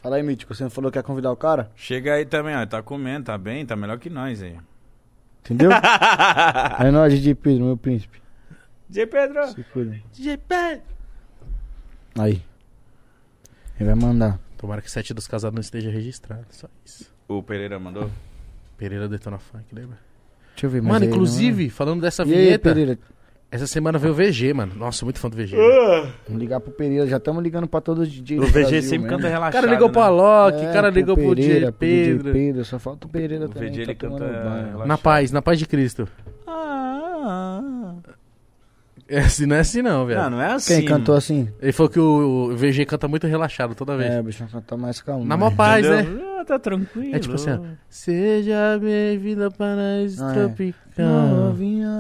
Speaker 2: Fala aí, Mítico, você não falou que ia convidar o cara?
Speaker 1: Chega aí também, ó. Tá comendo, tá bem, tá melhor que nós aí.
Speaker 2: Entendeu? é nóis, DJ Pedro, meu príncipe.
Speaker 5: DJ Pedro.
Speaker 2: Se cuida.
Speaker 3: DJ Pedro.
Speaker 2: Aí. Ele vai mandar.
Speaker 3: Tomara que sete dos casados não esteja registrado. Só isso.
Speaker 5: O Pereira mandou?
Speaker 3: Pereira detona funk, lembra?
Speaker 2: Deixa eu ver, mas
Speaker 3: mano,
Speaker 2: aí não- é.
Speaker 3: inclusive, falando dessa
Speaker 2: E aí,
Speaker 3: vinheta,
Speaker 2: Pereira?
Speaker 3: essa semana veio o VG, mano. Nossa, muito fã do VG. né?
Speaker 2: Vamos ligar pro Pereira. Já estamos ligando pra todos os DJs.
Speaker 1: O
Speaker 2: do
Speaker 1: VG
Speaker 2: Brasil
Speaker 1: sempre
Speaker 2: mesmo.
Speaker 1: canta
Speaker 3: O
Speaker 1: relaxado.
Speaker 3: cara ligou pro
Speaker 1: né?
Speaker 3: Alok, o
Speaker 2: É,
Speaker 3: cara ligou pro DJ
Speaker 2: pro DJ
Speaker 3: Pedro.
Speaker 2: Pedro. Só falta o Pereira
Speaker 5: O
Speaker 2: também.
Speaker 5: VG ele
Speaker 2: tá tomando
Speaker 5: canta
Speaker 2: banho.
Speaker 5: relaxado.
Speaker 3: Na paz, na paz de Cristo.
Speaker 1: Ah,
Speaker 3: É assim, não é assim não, velho.
Speaker 5: Não, não é assim.
Speaker 2: Quem cantou assim?
Speaker 3: Ele falou que o, o VG canta muito relaxado toda vez.
Speaker 2: É, o bicho canta mais calmo.
Speaker 3: na
Speaker 2: né?
Speaker 3: maior paz, né?
Speaker 5: entendeu? Ah, tá tranquilo.
Speaker 3: É tipo assim, ó. Seja bem-vindo ao paraíso
Speaker 2: Ah, é.
Speaker 3: tropical.
Speaker 2: Novinha.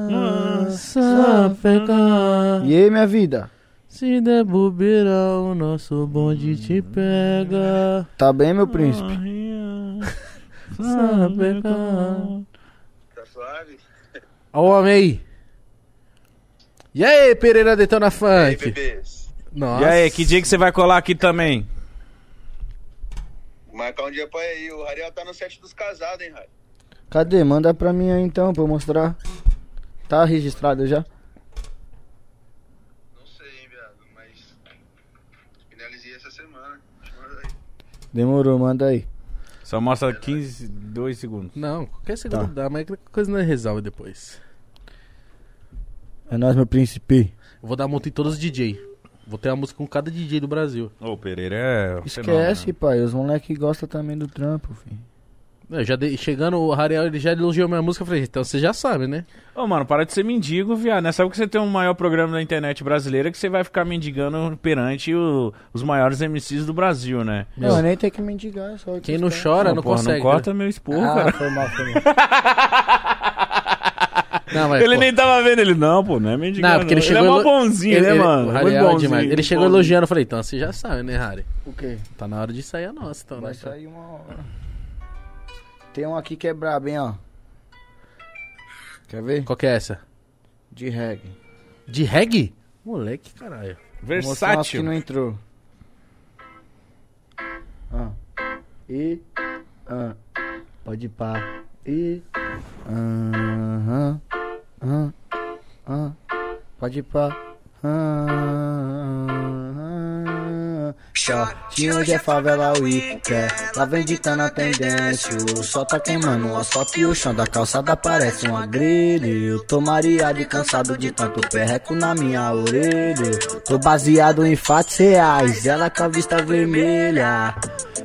Speaker 3: Só pegar.
Speaker 2: E aí, minha vida?
Speaker 3: Se der bobeira, o nosso bonde te pega.
Speaker 2: Tá bem,
Speaker 3: Ah.
Speaker 2: meu príncipe?
Speaker 3: Só pegar.
Speaker 6: Tá suave?
Speaker 3: Ó o homem aí. E aí, Pereira Detona
Speaker 6: E aí,
Speaker 3: Funk?
Speaker 6: bebês?
Speaker 3: Nossa.
Speaker 1: E aí, que dia que você vai colar aqui também?
Speaker 6: Marcar um dia pra ir. O Ariel tá no set dos casados, hein, Rádio?
Speaker 2: Cadê? Manda pra mim aí então, pra eu mostrar. Tá registrado já?
Speaker 6: Não sei, hein, viado, mas. Finalizei essa semana.
Speaker 2: Demorou, manda aí.
Speaker 1: Só mostra 15, 2 segundos.
Speaker 3: Não, qualquer segundo dá, mas qualquer coisa não resolve depois.
Speaker 2: É nóis, meu príncipe.
Speaker 3: Eu vou dar multa em todos os DJ. Vou ter uma música com cada DJ do Brasil.
Speaker 1: Ô, o Pereira é. um
Speaker 2: Esquece,
Speaker 1: fenômeno.
Speaker 2: pai. Os moleque gostam também do trampo, filho.
Speaker 3: Eu É, já dei- chegando, o Ariel ele já elogiou minha música. Eu falei, então você já sabe, né?
Speaker 1: Ô, mano, para de ser mendigo, viado. Não é só porque você tem um maior programa da internet brasileira que você vai ficar mendigando perante o- os maiores MCs do Brasil, né?
Speaker 3: Meu.
Speaker 2: Não, eu nem tem que mendigar, é só
Speaker 3: Quem não
Speaker 2: chora
Speaker 3: chora
Speaker 1: Ô,
Speaker 3: não
Speaker 1: porra,
Speaker 3: consegue. né?
Speaker 1: Não corta meu esporro,
Speaker 2: Ah,
Speaker 1: cara.
Speaker 2: foi mal, foi mal.
Speaker 3: né? Não, mas,
Speaker 1: ele
Speaker 3: é, pô,
Speaker 1: nem tava vendo ele, não, pô, não é mendigando.
Speaker 3: Não, porque ele chegou
Speaker 1: é mó
Speaker 3: elo-
Speaker 1: bonzinho,
Speaker 3: ele-
Speaker 1: né,
Speaker 3: ele-
Speaker 1: mano?
Speaker 3: o
Speaker 1: Muito
Speaker 3: Ariel é
Speaker 1: bonzinho,
Speaker 3: demais. Ele
Speaker 1: muito
Speaker 3: chegou
Speaker 1: bonzinho.
Speaker 3: elogiando. Eu falei, então você já sabe, né, Harry?
Speaker 2: O quê?
Speaker 3: Tá na hora de sair a nossa. Então,
Speaker 2: Vai
Speaker 3: né?
Speaker 2: sair uma hora. Tem um aqui que é brabo, hein, ó. Quer ver?
Speaker 3: Qual que é essa?
Speaker 2: De reggae.
Speaker 3: De reggae? Moleque, caralho.
Speaker 2: Vou mostrar umas que
Speaker 1: Versátil.
Speaker 2: não entrou. Ah. E. Ah. Pode ir pá. E. Aham. Ah. Ah. Pode ir pá. Ah. Shortinho de favela Wicca Lá vem ditando a tendência O sol tá queimando o asfalto e o chão da calçada parece uma grelha Eu tô mareado e cansado de tanto perreco na minha orelha Tô baseado em fatos reais, ela com a vista vermelha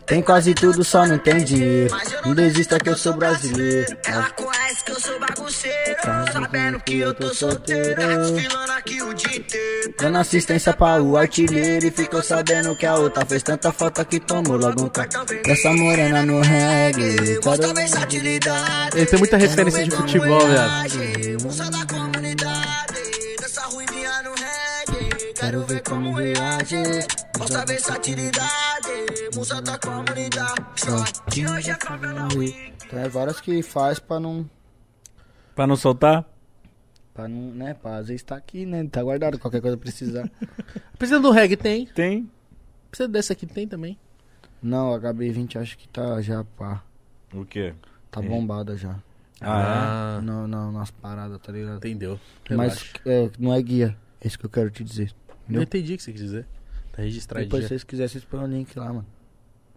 Speaker 2: Tem quase tudo, só não entendi Não desista que eu sou brasileiro
Speaker 4: Ela conhece que eu sou bagunceiro.
Speaker 2: Tá
Speaker 4: Sabendo que eu tô solteiro. Desfilando aqui o dia inteiro.
Speaker 2: Dando assistência pra o artilheiro E ficou sabendo que a outra fez tanta falta que tomou logo um cartão Dessa morena no reggae
Speaker 4: Mostra
Speaker 2: quero-
Speaker 4: versatilidade.
Speaker 3: Ele tem muita referência de futebol, velho.
Speaker 4: Moça da comunidade. Dança ruivinha no reggae.
Speaker 2: Quero ver como reage
Speaker 4: Mostra versatilidade. Moça da comunidade. Short hoje é favela week.
Speaker 2: Então é várias que faz pra não...
Speaker 1: Pra não soltar?
Speaker 2: Pra não, né? Pra às vezes tá aqui, né? Tá guardado, qualquer coisa precisar.
Speaker 3: Precisa do reggae, tem.
Speaker 1: Tem.
Speaker 3: Precisa dessa aqui, tem também.
Speaker 2: Não, a HB20 acho que tá já pá.
Speaker 1: O quê?
Speaker 2: Tá bombada já.
Speaker 1: Ah,
Speaker 3: É. Ah,
Speaker 2: Não, não, nas paradas, tá ligado?
Speaker 3: entendeu.
Speaker 2: Mas
Speaker 3: Relaxa.
Speaker 2: é, não é guia. É isso que eu quero te dizer.
Speaker 3: Não entendi o que você quis dizer. Tá registrado.
Speaker 2: Depois,
Speaker 3: já.
Speaker 2: se vocês quiserem, vocês põem o link lá, mano.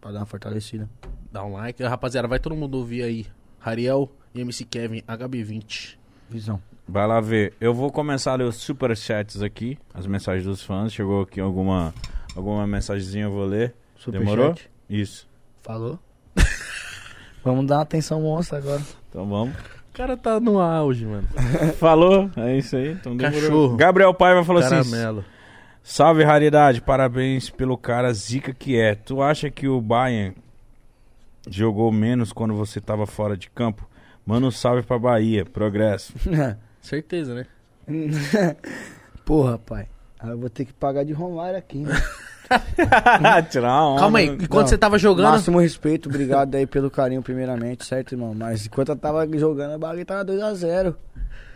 Speaker 2: Pra dar uma fortalecida.
Speaker 3: Dá um like. Rapaziada, vai todo mundo ouvir aí. Ariel e MC Kevin, HB20.
Speaker 2: Visão.
Speaker 1: Vai lá ver. Eu vou começar a ler os superchats aqui, as mensagens dos fãs. Chegou aqui alguma, alguma mensagenzinha, eu vou ler. Demorou?
Speaker 2: Superchat.
Speaker 1: Isso.
Speaker 2: Falou? Vamos dar uma atenção monstra agora.
Speaker 1: Então vamos.
Speaker 3: O cara tá no auge, mano.
Speaker 1: Falou, é isso aí. Então demorou.
Speaker 3: Cachorro.
Speaker 1: Gabriel Paiva falou assim:
Speaker 3: Caramelo.
Speaker 1: Salve raridade, parabéns pelo cara zica que é. Tu acha que o Bayern jogou menos quando você tava fora de campo? Manda um salve pra Bahia, progresso.
Speaker 3: Certeza, né?
Speaker 2: Porra, pai. Aí eu vou ter que pagar de Romário aqui, né?
Speaker 1: Tirar uma onda.
Speaker 3: Calma aí. Enquanto
Speaker 2: Não.
Speaker 3: você tava jogando.
Speaker 2: Máximo respeito, obrigado aí pelo carinho, primeiramente, certo, irmão? Mas enquanto eu tava jogando, a bagulho tava 2x0.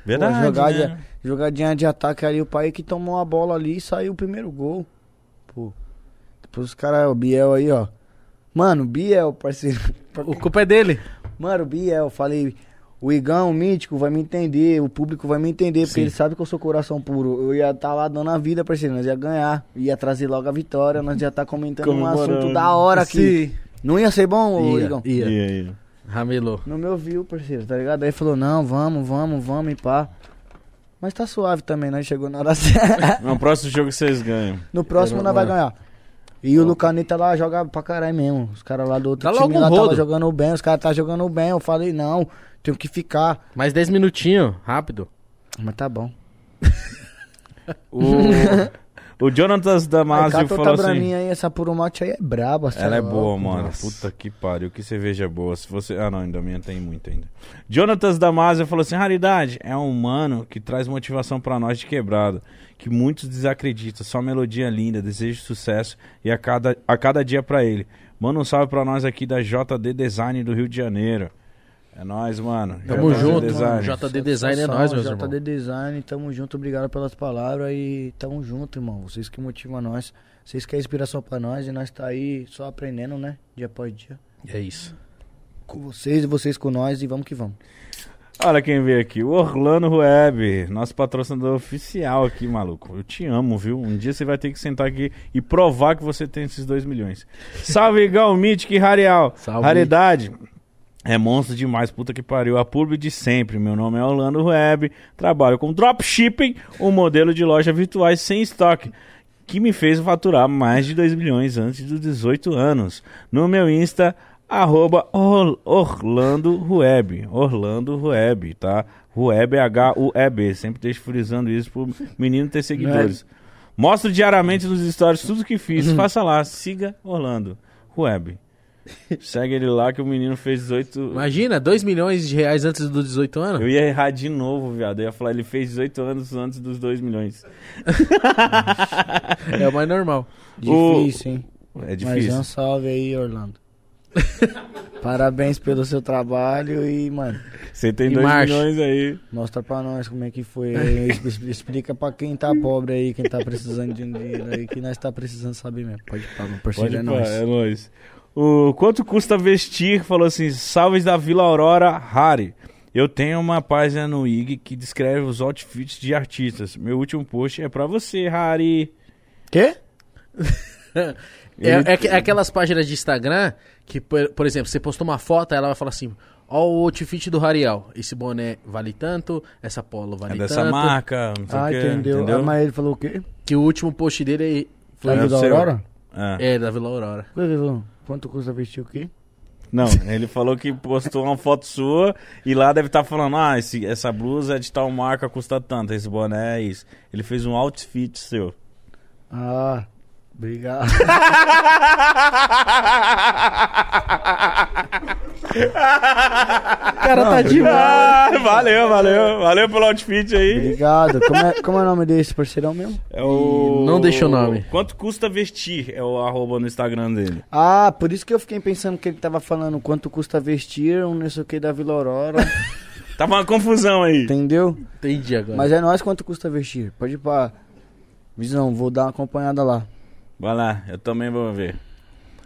Speaker 1: Verdade.
Speaker 2: jogadinha,
Speaker 1: né?
Speaker 2: jogadinha de ataque ali, o pai que tomou a bola ali e saiu o primeiro gol. Pô. Depois os caras, o Biel aí, ó. Mano, Biel, parceiro.
Speaker 3: O culpa é dele.
Speaker 2: Mano, Biel, falei. o Igão, o Mítico, vai me entender, o público vai me entender, porque
Speaker 3: Sim.
Speaker 2: ele sabe que eu sou coração puro. Eu ia estar lá dando a vida pra ele, nós ia ganhar, ia trazer logo a vitória, nós ia estar comentando um
Speaker 5: Comemorando.
Speaker 2: assunto da hora aqui. Não ia ser bom, ô
Speaker 3: Ia,
Speaker 2: Igão?
Speaker 3: ia.
Speaker 5: E aí?
Speaker 3: Ramelou.
Speaker 2: Não me ouviu, parceiro, tá ligado? Aí falou, não, vamos, vamos, vamos e pá. Mas tá suave também, nós chegou na hora certa.
Speaker 5: No próximo jogo vocês ganham.
Speaker 2: No próximo nós vai ganhar. E o Lucanita lá joga pra caralho mesmo. Os caras lá do outro
Speaker 3: Dá
Speaker 2: time
Speaker 3: logo um
Speaker 2: lá tava
Speaker 3: rodo.
Speaker 2: jogando bem, os caras tá jogando bem. Eu falei, não, tenho que ficar.
Speaker 3: Mais 10 minutinhos, rápido.
Speaker 2: Mas tá bom.
Speaker 5: O, o Jonathan Damasio
Speaker 2: Aí, cata
Speaker 5: falou
Speaker 2: outra
Speaker 5: assim.
Speaker 2: braminha aí, essa puro mate aí é braba. cê
Speaker 1: Ela é
Speaker 2: louco.
Speaker 1: boa, mano.
Speaker 3: Nossa.
Speaker 1: Puta que pariu. Que cerveja é boa. Se você. Ah, não, ainda a minha tem muito ainda.
Speaker 5: Jonatas Damasio falou
Speaker 1: Falou assim: raridade é um humano que traz motivação pra nós de quebrado. Que muitos desacreditam. Só melodia linda, desejo sucesso e a cada, a cada dia pra ele. Manda um salve pra nós aqui da JD Design do Rio de Janeiro. É nóis, mano.
Speaker 3: Tamo
Speaker 1: JD
Speaker 3: junto,
Speaker 1: Design.
Speaker 3: JD Design é
Speaker 2: Satisfação,
Speaker 3: nós, meus
Speaker 2: JD
Speaker 3: irmãos.
Speaker 2: Design, tamo junto, obrigado pelas palavras e tamo junto, irmão. Vocês que motivam nós, vocês que é inspiração pra nós e nós tá aí só aprendendo, né? Dia após dia.
Speaker 3: É isso.
Speaker 2: Com vocês e vocês com nós e vamos que vamos.
Speaker 1: Olha quem veio aqui, o Orlando Web, nosso patrocinador oficial aqui, maluco. Eu te amo, viu? Um dia você vai ter que sentar aqui e provar que você tem esses 2 milhões. Salve, Igão, Mítico e Rarial.
Speaker 3: Salve.
Speaker 1: Raridade. É monstro demais, puta que pariu. A pub de sempre. Meu nome é Orlando Web. Trabalho com dropshipping, um modelo de loja virtuais sem estoque. Que me fez faturar mais de 2 milhões antes dos 18 anos. No meu Insta, arroba Or- Orlando Rueb. Orlando Rueb, tá? Rueb é H-U-E-B. Sempre deixo frisando isso pro menino ter seguidores. Mostro diariamente nos stories tudo que fiz.
Speaker 2: Uhum.
Speaker 1: Faça lá, siga Orlando Rueb. Segue ele lá que o menino fez 18.
Speaker 3: Imagina, 2 milhões de reais antes dos 18 anos?
Speaker 1: Eu ia errar de novo, viado. Eu ia falar, ele fez 18 anos antes dos 2 milhões.
Speaker 3: É o mais normal.
Speaker 2: Difícil, hein?
Speaker 1: É
Speaker 2: Mas
Speaker 1: difícil.
Speaker 2: um salve aí, Orlando. Parabéns pelo seu trabalho e, mano,
Speaker 1: Você tem
Speaker 3: E
Speaker 1: 2
Speaker 3: marcha.
Speaker 1: milhões aí.
Speaker 2: mostra pra nós como é que foi. Es- es- Explica pra quem tá pobre aí, quem tá precisando de um dinheiro aí, que nós tá precisando saber mesmo. Pode pá, meu parceiro,
Speaker 1: Pode
Speaker 2: é
Speaker 1: pá,
Speaker 2: nóis.
Speaker 1: é nóis. O quanto custa vestir? Falou assim: salves da Vila Aurora, Harry. Eu tenho uma página no IG que descreve os outfits de artistas. Meu último post é pra você, Harry.
Speaker 2: Quê?
Speaker 3: É, é que- é aquelas páginas de Instagram que, por, por exemplo, você postou uma foto, aí ela vai falar assim: Ó, o outfit do Rarial. Esse boné vale tanto, essa polo vale
Speaker 1: É dessa
Speaker 3: tanto.
Speaker 1: marca. Não sei
Speaker 2: Ah,
Speaker 1: o quê,
Speaker 2: entendeu. Ah, mas ele falou o quê?
Speaker 3: Que o último post dele é.
Speaker 2: Foi
Speaker 1: É,
Speaker 2: é, da
Speaker 1: seu.
Speaker 2: Aurora?
Speaker 1: É.
Speaker 3: É, da Vila Aurora.
Speaker 2: Por que ele falou? Quanto custa vestir o quê?
Speaker 1: Não, ele falou que postou uma foto sua e lá deve estar falando: ah, esse- essa blusa é de tal marca, custa tanto, esse boné é isso. Ele fez um outfit seu.
Speaker 2: Ah, obrigado.
Speaker 3: O cara tá demais.
Speaker 1: Ah, valeu, valeu, valeu pelo outfit aí.
Speaker 2: obrigado. Como é, como é o nome desse parceirão mesmo?
Speaker 1: É o...
Speaker 3: Não deixa o nome.
Speaker 1: Quanto custa vestir? É o arroba no Instagram dele.
Speaker 2: Ah, por isso que eu fiquei pensando que ele tava falando quanto custa vestir, um não sei o que da Vila Aurora,
Speaker 1: Tava Tá uma confusão aí.
Speaker 2: entendeu?
Speaker 3: Entendi agora.
Speaker 2: Mas é nós quanto custa vestir. Pode ir pra. Visão, vou dar uma acompanhada lá.
Speaker 1: Vai lá, eu também vou ver.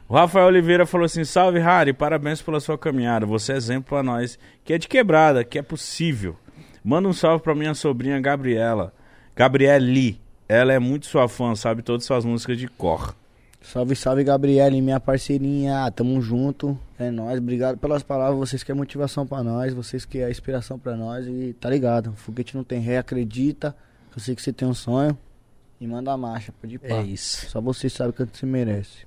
Speaker 1: O Rafael Oliveira falou assim: Salve, Harry, parabéns pela sua caminhada. Você é exemplo pra nós que é de quebrada, que é possível. Manda um salve pra minha sobrinha Gabriela. Gabrieli. Ela é muito sua fã, sabe todas suas músicas de cor.
Speaker 2: Salve, salve, Gabriele, minha parceirinha. Ah, Tamo junto. É nóis. Obrigado pelas palavras. Vocês que é motivação pra nós, vocês que é inspiração pra nós. E tá ligado, foguete não tem ré, acredita. Eu sei que você tem um sonho. E manda a marcha, pode ir pá.
Speaker 3: É isso.
Speaker 2: Só você sabe quanto você merece.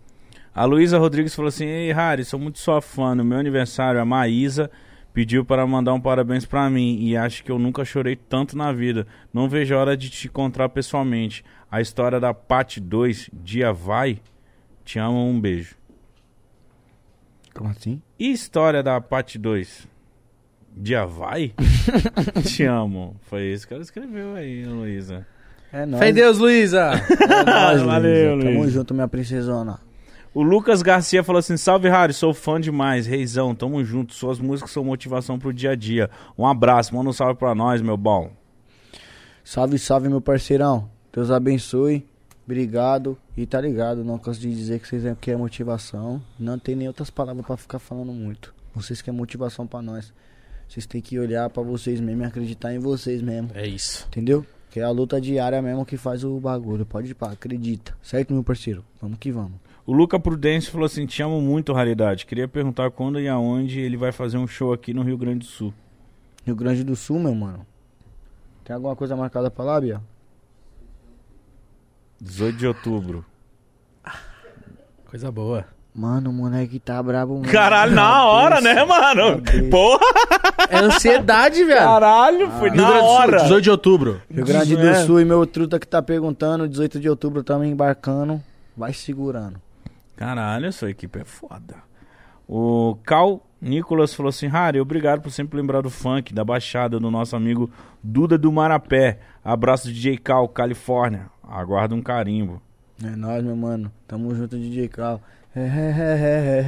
Speaker 1: A Luísa Rodrigues falou assim: Ei, Harry, sou muito sua fã. No meu aniversário, a Maísa pediu para mandar um parabéns pra mim e acho que eu nunca chorei tanto na vida. Não vejo a hora de te encontrar pessoalmente. A história da parte 2, dia vai. Te amo, um beijo.
Speaker 2: Como assim?
Speaker 1: E história da parte 2? Dia vai? te amo. Foi isso que ela escreveu aí, Luísa.
Speaker 2: É
Speaker 3: Fé em Deus, Luísa!
Speaker 2: É nóis,
Speaker 1: Valeu,
Speaker 2: Luísa. Tamo
Speaker 1: Luísa.
Speaker 2: junto, minha princesona.
Speaker 1: O Lucas Garcia falou assim: Salve, Harry, sou fã demais, reizão, tamo junto. Suas músicas são motivação pro dia a dia. Um abraço, manda um salve pra nós, meu bom.
Speaker 2: Salve, salve, meu parceirão. Deus abençoe. Obrigado. E tá ligado, não canso de dizer que vocês é que é motivação. Não tem nem outras palavras pra ficar falando muito. Vocês que é motivação pra nós. Vocês têm que olhar pra vocês mesmo e acreditar em vocês mesmo.
Speaker 3: É isso.
Speaker 2: Entendeu? Que é a luta diária mesmo que faz o bagulho. Pode ir pra, acredita. Certo, meu parceiro? Vamos que vamos.
Speaker 1: O Luca Prudêncio falou assim: Te amo muito, Raridade. Queria perguntar quando e aonde ele vai fazer um show aqui no Rio Grande do Sul.
Speaker 2: Rio Grande do Sul, meu mano. Tem alguma coisa marcada pra lá, Bia?
Speaker 1: 18 de outubro.
Speaker 3: Coisa boa.
Speaker 2: Mano, o moleque tá brabo mesmo.
Speaker 5: Caralho, na hora, né, mano?
Speaker 2: Deus.
Speaker 5: Porra,
Speaker 3: É ansiedade, velho.
Speaker 5: caralho, foi
Speaker 3: Rio Grande
Speaker 5: na
Speaker 3: do Sul,
Speaker 5: hora.
Speaker 3: 18 de outubro.
Speaker 2: Rio Grande do
Speaker 5: É.
Speaker 2: Sul e meu truta que tá perguntando, 18 de outubro tamo embarcando. Vai segurando.
Speaker 1: Caralho, essa equipe é foda. O Cal Nicolas falou assim: Harry, obrigado por sempre lembrar do funk, da baixada do nosso amigo Duda do Marapé. Abraço DJ Cal, Califórnia. Aguarda um carimbo.
Speaker 2: É nóis, meu mano. Tamo junto, DJ Cal. É, é, é,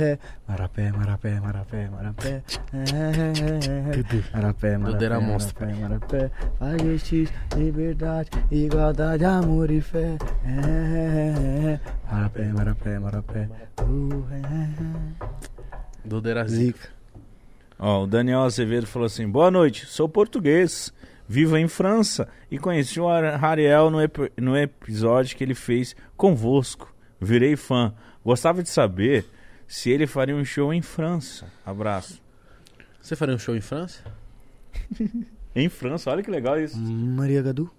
Speaker 2: é, é. Marapé, marapé, marapé, marapé. É, é, é, é, é. Marapé, marapé,
Speaker 3: era monstro,
Speaker 2: marapé, marapé. Paz, justiça, liberdade, igualdade, amor e fé. É, é, é, é. Marapé, marapé, marapé. Uh, é, é, é.
Speaker 3: Do Derazinho.
Speaker 2: Zica.
Speaker 1: Ó, o Daniel Azevedo falou assim: Boa noite, sou português, vivo em França e conheci o Ar- Ariel no, ep- no episódio que ele fez convosco. Virei fã. Gostava de saber se ele faria um show em França. Abraço.
Speaker 3: Você faria um show em França?
Speaker 1: Em França, olha que legal isso.
Speaker 2: Maria Gadu.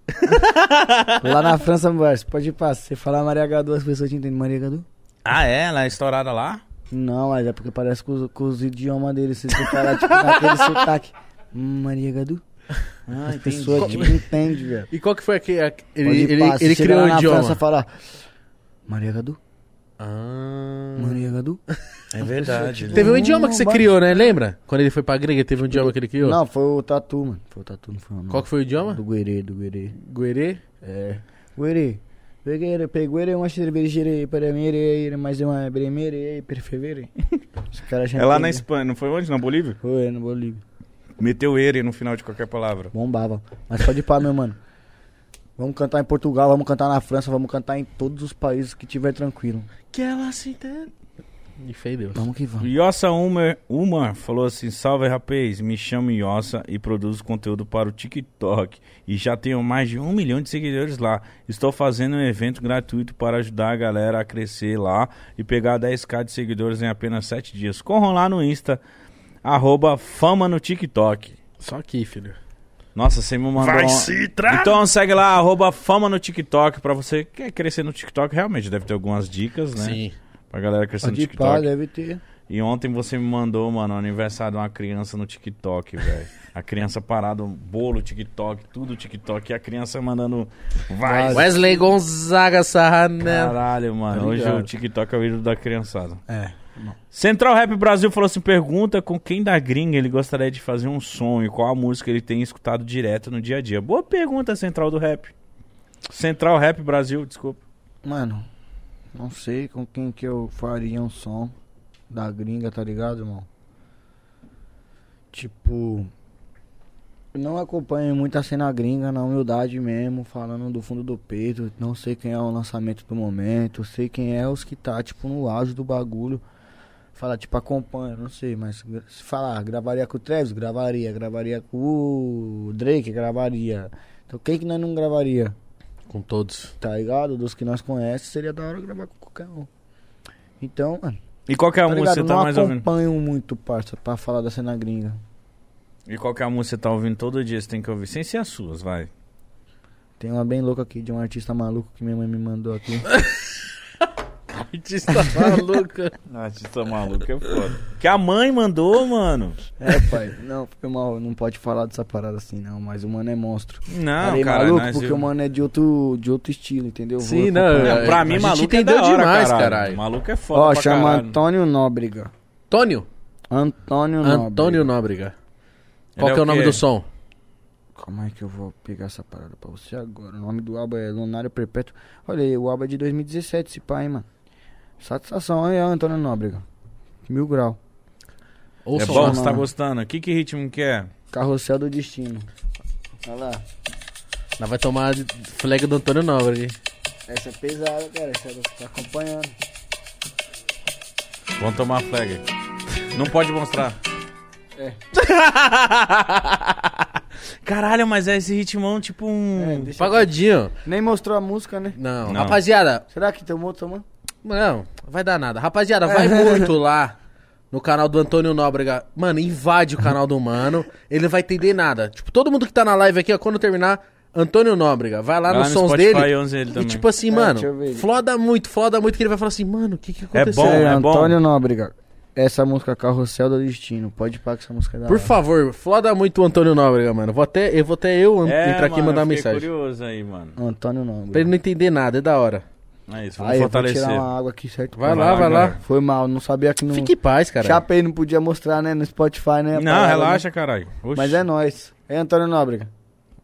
Speaker 2: Lá na França, meu parceiro, pode passar. Se você falar Maria Gadu, as pessoas te entendem. Maria Gadu?
Speaker 1: Ah, é? Ela é estourada lá?
Speaker 2: Não, mas é porque parece com os, com os idiomas deles. Vocês vão falar, tipo, naquele sotaque. Hum, Maria Gadu.
Speaker 1: Ah,
Speaker 2: As pessoas, tipo, entendem, velho.
Speaker 3: E qual que foi aquele.
Speaker 2: Pode
Speaker 3: Ele, ele,
Speaker 2: pá, se
Speaker 3: ele
Speaker 2: chegar
Speaker 3: criou
Speaker 2: lá
Speaker 3: um
Speaker 2: na
Speaker 3: idioma.
Speaker 2: França e falar... Maria Gadu?
Speaker 3: Ah.
Speaker 2: Maria Gadu?
Speaker 1: É verdade.
Speaker 3: Teve um idioma que você
Speaker 2: Não,
Speaker 3: criou, né? Lembra? Quando ele foi pra Grega, teve um idioma que ele criou?
Speaker 2: Não, foi o Tatu, mano. Foi o Tatu, não foi o nome.
Speaker 3: Qual que foi o idioma?
Speaker 2: Do Guerê, do Guerê.
Speaker 3: Guerê?
Speaker 2: É. Guerê. Guerê, peguerê, é uma cervejeira, peremere, mais é uma bremere, perfevere. Os caras já
Speaker 1: É lá na
Speaker 2: entendem.
Speaker 1: Espanha, não foi onde? Na Bolívia?
Speaker 2: Foi, no Bolívia.
Speaker 1: Meteu ele no final de qualquer palavra.
Speaker 2: Bombava. Mas pode ir pra meu mano. Vamos cantar em Portugal, vamos cantar na França, vamos cantar em todos os países que tiver tranquilo.
Speaker 3: Que ela se entende. E feio Deus.
Speaker 2: Vamos que vamos.
Speaker 1: Yossa Uma, Uma falou assim: Salve rapaz, me chamo Yossa e produzo conteúdo para o TikTok. E já tenho mais de um milhão de seguidores lá. Estou fazendo um evento gratuito para ajudar a galera a crescer lá e pegar 10k de seguidores em apenas 7 dias. Corram lá no Insta, arroba fama no TikTok.
Speaker 3: Só aqui, filho.
Speaker 1: Nossa, você me mandou. um- Então segue lá, arroba fama no TikTok, pra você que quer crescer no TikTok. Realmente deve ter algumas dicas, né?
Speaker 3: Sim.
Speaker 1: Pra galera crescer é no
Speaker 2: Pode ir
Speaker 1: TikTok.
Speaker 2: pá, deve ter.
Speaker 1: E ontem você me mandou, mano, o aniversário de uma criança no TikTok, velho. A criança parada, um bolo TikTok, tudo TikTok. E a criança mandando. Vai!
Speaker 3: Wesley Gonzaga Sarranel.
Speaker 1: Caralho, mano.
Speaker 2: Tá
Speaker 1: Hoje
Speaker 2: ligado.
Speaker 1: o TikTok é o ídolo da criançada.
Speaker 2: É.
Speaker 1: Central Rap Brasil falou assim: pergunta com quem da gringa ele gostaria de fazer um som e qual a música ele tem escutado direto no dia a dia. Boa pergunta, Central do Rap. Central Rap Brasil, desculpa.
Speaker 2: Mano, não sei com quem que eu faria um som da gringa, tá ligado, irmão? Tipo. eu Não acompanho muito a cena gringa, na humildade mesmo, falando do fundo do peito. Não sei quem é o lançamento do momento, sei quem é os que tá, tipo, no auge do bagulho. Falar, tipo, acompanha, não sei, mas gra- se falar, gravaria com o Travis? Gravaria, gravaria com o Drake? Gravaria. Então quem que nós não gravaria?
Speaker 3: Com todos.
Speaker 2: tá ligado? Dos que nós conhecemos, seria da hora gravar com qualquer um. Então, mano,
Speaker 1: E qual que é a
Speaker 2: tá
Speaker 1: música que
Speaker 2: ligado?
Speaker 1: você tá
Speaker 2: não
Speaker 1: mais ouvindo?
Speaker 2: acompanho muito, parça, pra falar da cena gringa.
Speaker 1: E qual que é a música que você tá ouvindo todo dia? Você tem que ouvir. Sem ser as suas, vai.
Speaker 2: Tem uma bem louca aqui de um artista maluco que minha mãe me mandou aqui.
Speaker 3: Artista maluca.
Speaker 1: Artista maluco é foda. Que a mãe mandou, mano.
Speaker 2: é, pai, não, foi mal, não pode falar dessa parada assim, não, mas o mano é monstro.
Speaker 1: Não,
Speaker 2: Falei
Speaker 1: cara.
Speaker 2: maluco
Speaker 1: nós-
Speaker 2: porque o mano é de outro, de outro estilo, entendeu? Vou
Speaker 3: Sim,
Speaker 2: acompanhar.
Speaker 3: não,
Speaker 1: É, pra
Speaker 3: A
Speaker 1: mim,
Speaker 3: gente
Speaker 1: maluco
Speaker 3: entendeu
Speaker 1: é da hora,
Speaker 3: demais,
Speaker 1: caralho.
Speaker 3: caralho.
Speaker 1: Maluco é foda
Speaker 2: Ó,
Speaker 1: pra
Speaker 2: chama
Speaker 1: caralho.
Speaker 2: Antônio Nóbrega.
Speaker 3: Tônio?
Speaker 2: Antônio Nóbrega.
Speaker 3: Antônio Nóbrega. Qual
Speaker 1: Ele
Speaker 3: que é o nome
Speaker 1: quê?
Speaker 3: do som?
Speaker 2: Como é que eu vou pegar essa parada pra você agora? O nome do álbum é Lunário Perpétuo. Olha aí, o álbum é de 2017, esse pai, mano. Satisfação, olha aí, ó, Antônio Nóbrega. Mil grau.
Speaker 1: É
Speaker 3: Ouçam
Speaker 1: bom,
Speaker 2: lá,
Speaker 1: você tá
Speaker 2: mano.
Speaker 1: gostando? Que, que ritmo que é?
Speaker 2: Carrossel do Destino. Olha lá.
Speaker 3: Nós vai tomar flag do Antônio Nóbrega.
Speaker 2: Essa é pesada, cara. Essa você tá acompanhando.
Speaker 1: Vamos tomar flag. Não pode mostrar.
Speaker 2: É.
Speaker 1: Caralho, mas é esse ritmão tipo
Speaker 2: É,
Speaker 3: Hum.
Speaker 1: um.
Speaker 2: deixa eu-
Speaker 3: Pagodinho.
Speaker 2: Nem mostrou a música, né?
Speaker 3: Não.
Speaker 1: Não.
Speaker 3: Rapaziada,
Speaker 2: Será que tomou, tomou?
Speaker 3: não, vai dar nada. Rapaziada,
Speaker 2: É.
Speaker 3: vai muito lá no canal do Antônio Nóbrega. Mano, invade o canal do mano. Ele vai entender nada. Tipo, todo mundo que tá na live aqui, ó, quando terminar, Antônio Nóbrega, vai lá
Speaker 1: Vai
Speaker 3: nos
Speaker 1: lá no
Speaker 3: sons
Speaker 1: Spotify,
Speaker 3: dele.
Speaker 1: onze ele
Speaker 3: e
Speaker 1: também.
Speaker 3: tipo assim,
Speaker 2: É,
Speaker 3: mano,
Speaker 2: deixa eu ver ele.
Speaker 3: floda muito, floda muito, que ele vai falar assim, mano, o que que
Speaker 1: É
Speaker 3: aconteceu?
Speaker 1: bom,
Speaker 2: é
Speaker 1: é bom.
Speaker 2: Antônio Nóbrega. Essa música, Carrossel do Destino. Pode parar com essa música é da
Speaker 3: Por
Speaker 2: hora.
Speaker 3: favor, floda muito o Antônio Nóbrega, mano. Vou até, eu vou até eu entrar aqui
Speaker 1: É,
Speaker 3: e
Speaker 1: mano,
Speaker 3: mandar uma
Speaker 1: eu fiquei
Speaker 3: mensagem.
Speaker 1: curioso aí, mano.
Speaker 2: Antônio Nóbrega.
Speaker 3: Pra ele não entender nada, é da hora.
Speaker 1: É isso, vamos
Speaker 2: Aí, eu vou
Speaker 1: fortalecer.
Speaker 2: tirar uma água aqui, certo?
Speaker 3: Vai
Speaker 1: Vai
Speaker 3: lá,
Speaker 1: lá,
Speaker 3: vai lá.
Speaker 1: galera.
Speaker 2: Foi mal, não sabia que não...
Speaker 3: Fique em paz, cara.
Speaker 2: Chapei, não podia mostrar, né? No Spotify, né? a
Speaker 1: Não,
Speaker 2: parada,
Speaker 1: relaxa, caralho.
Speaker 2: né?
Speaker 1: Oxi,
Speaker 2: Mas é nóis. É Antônio Nóbrega.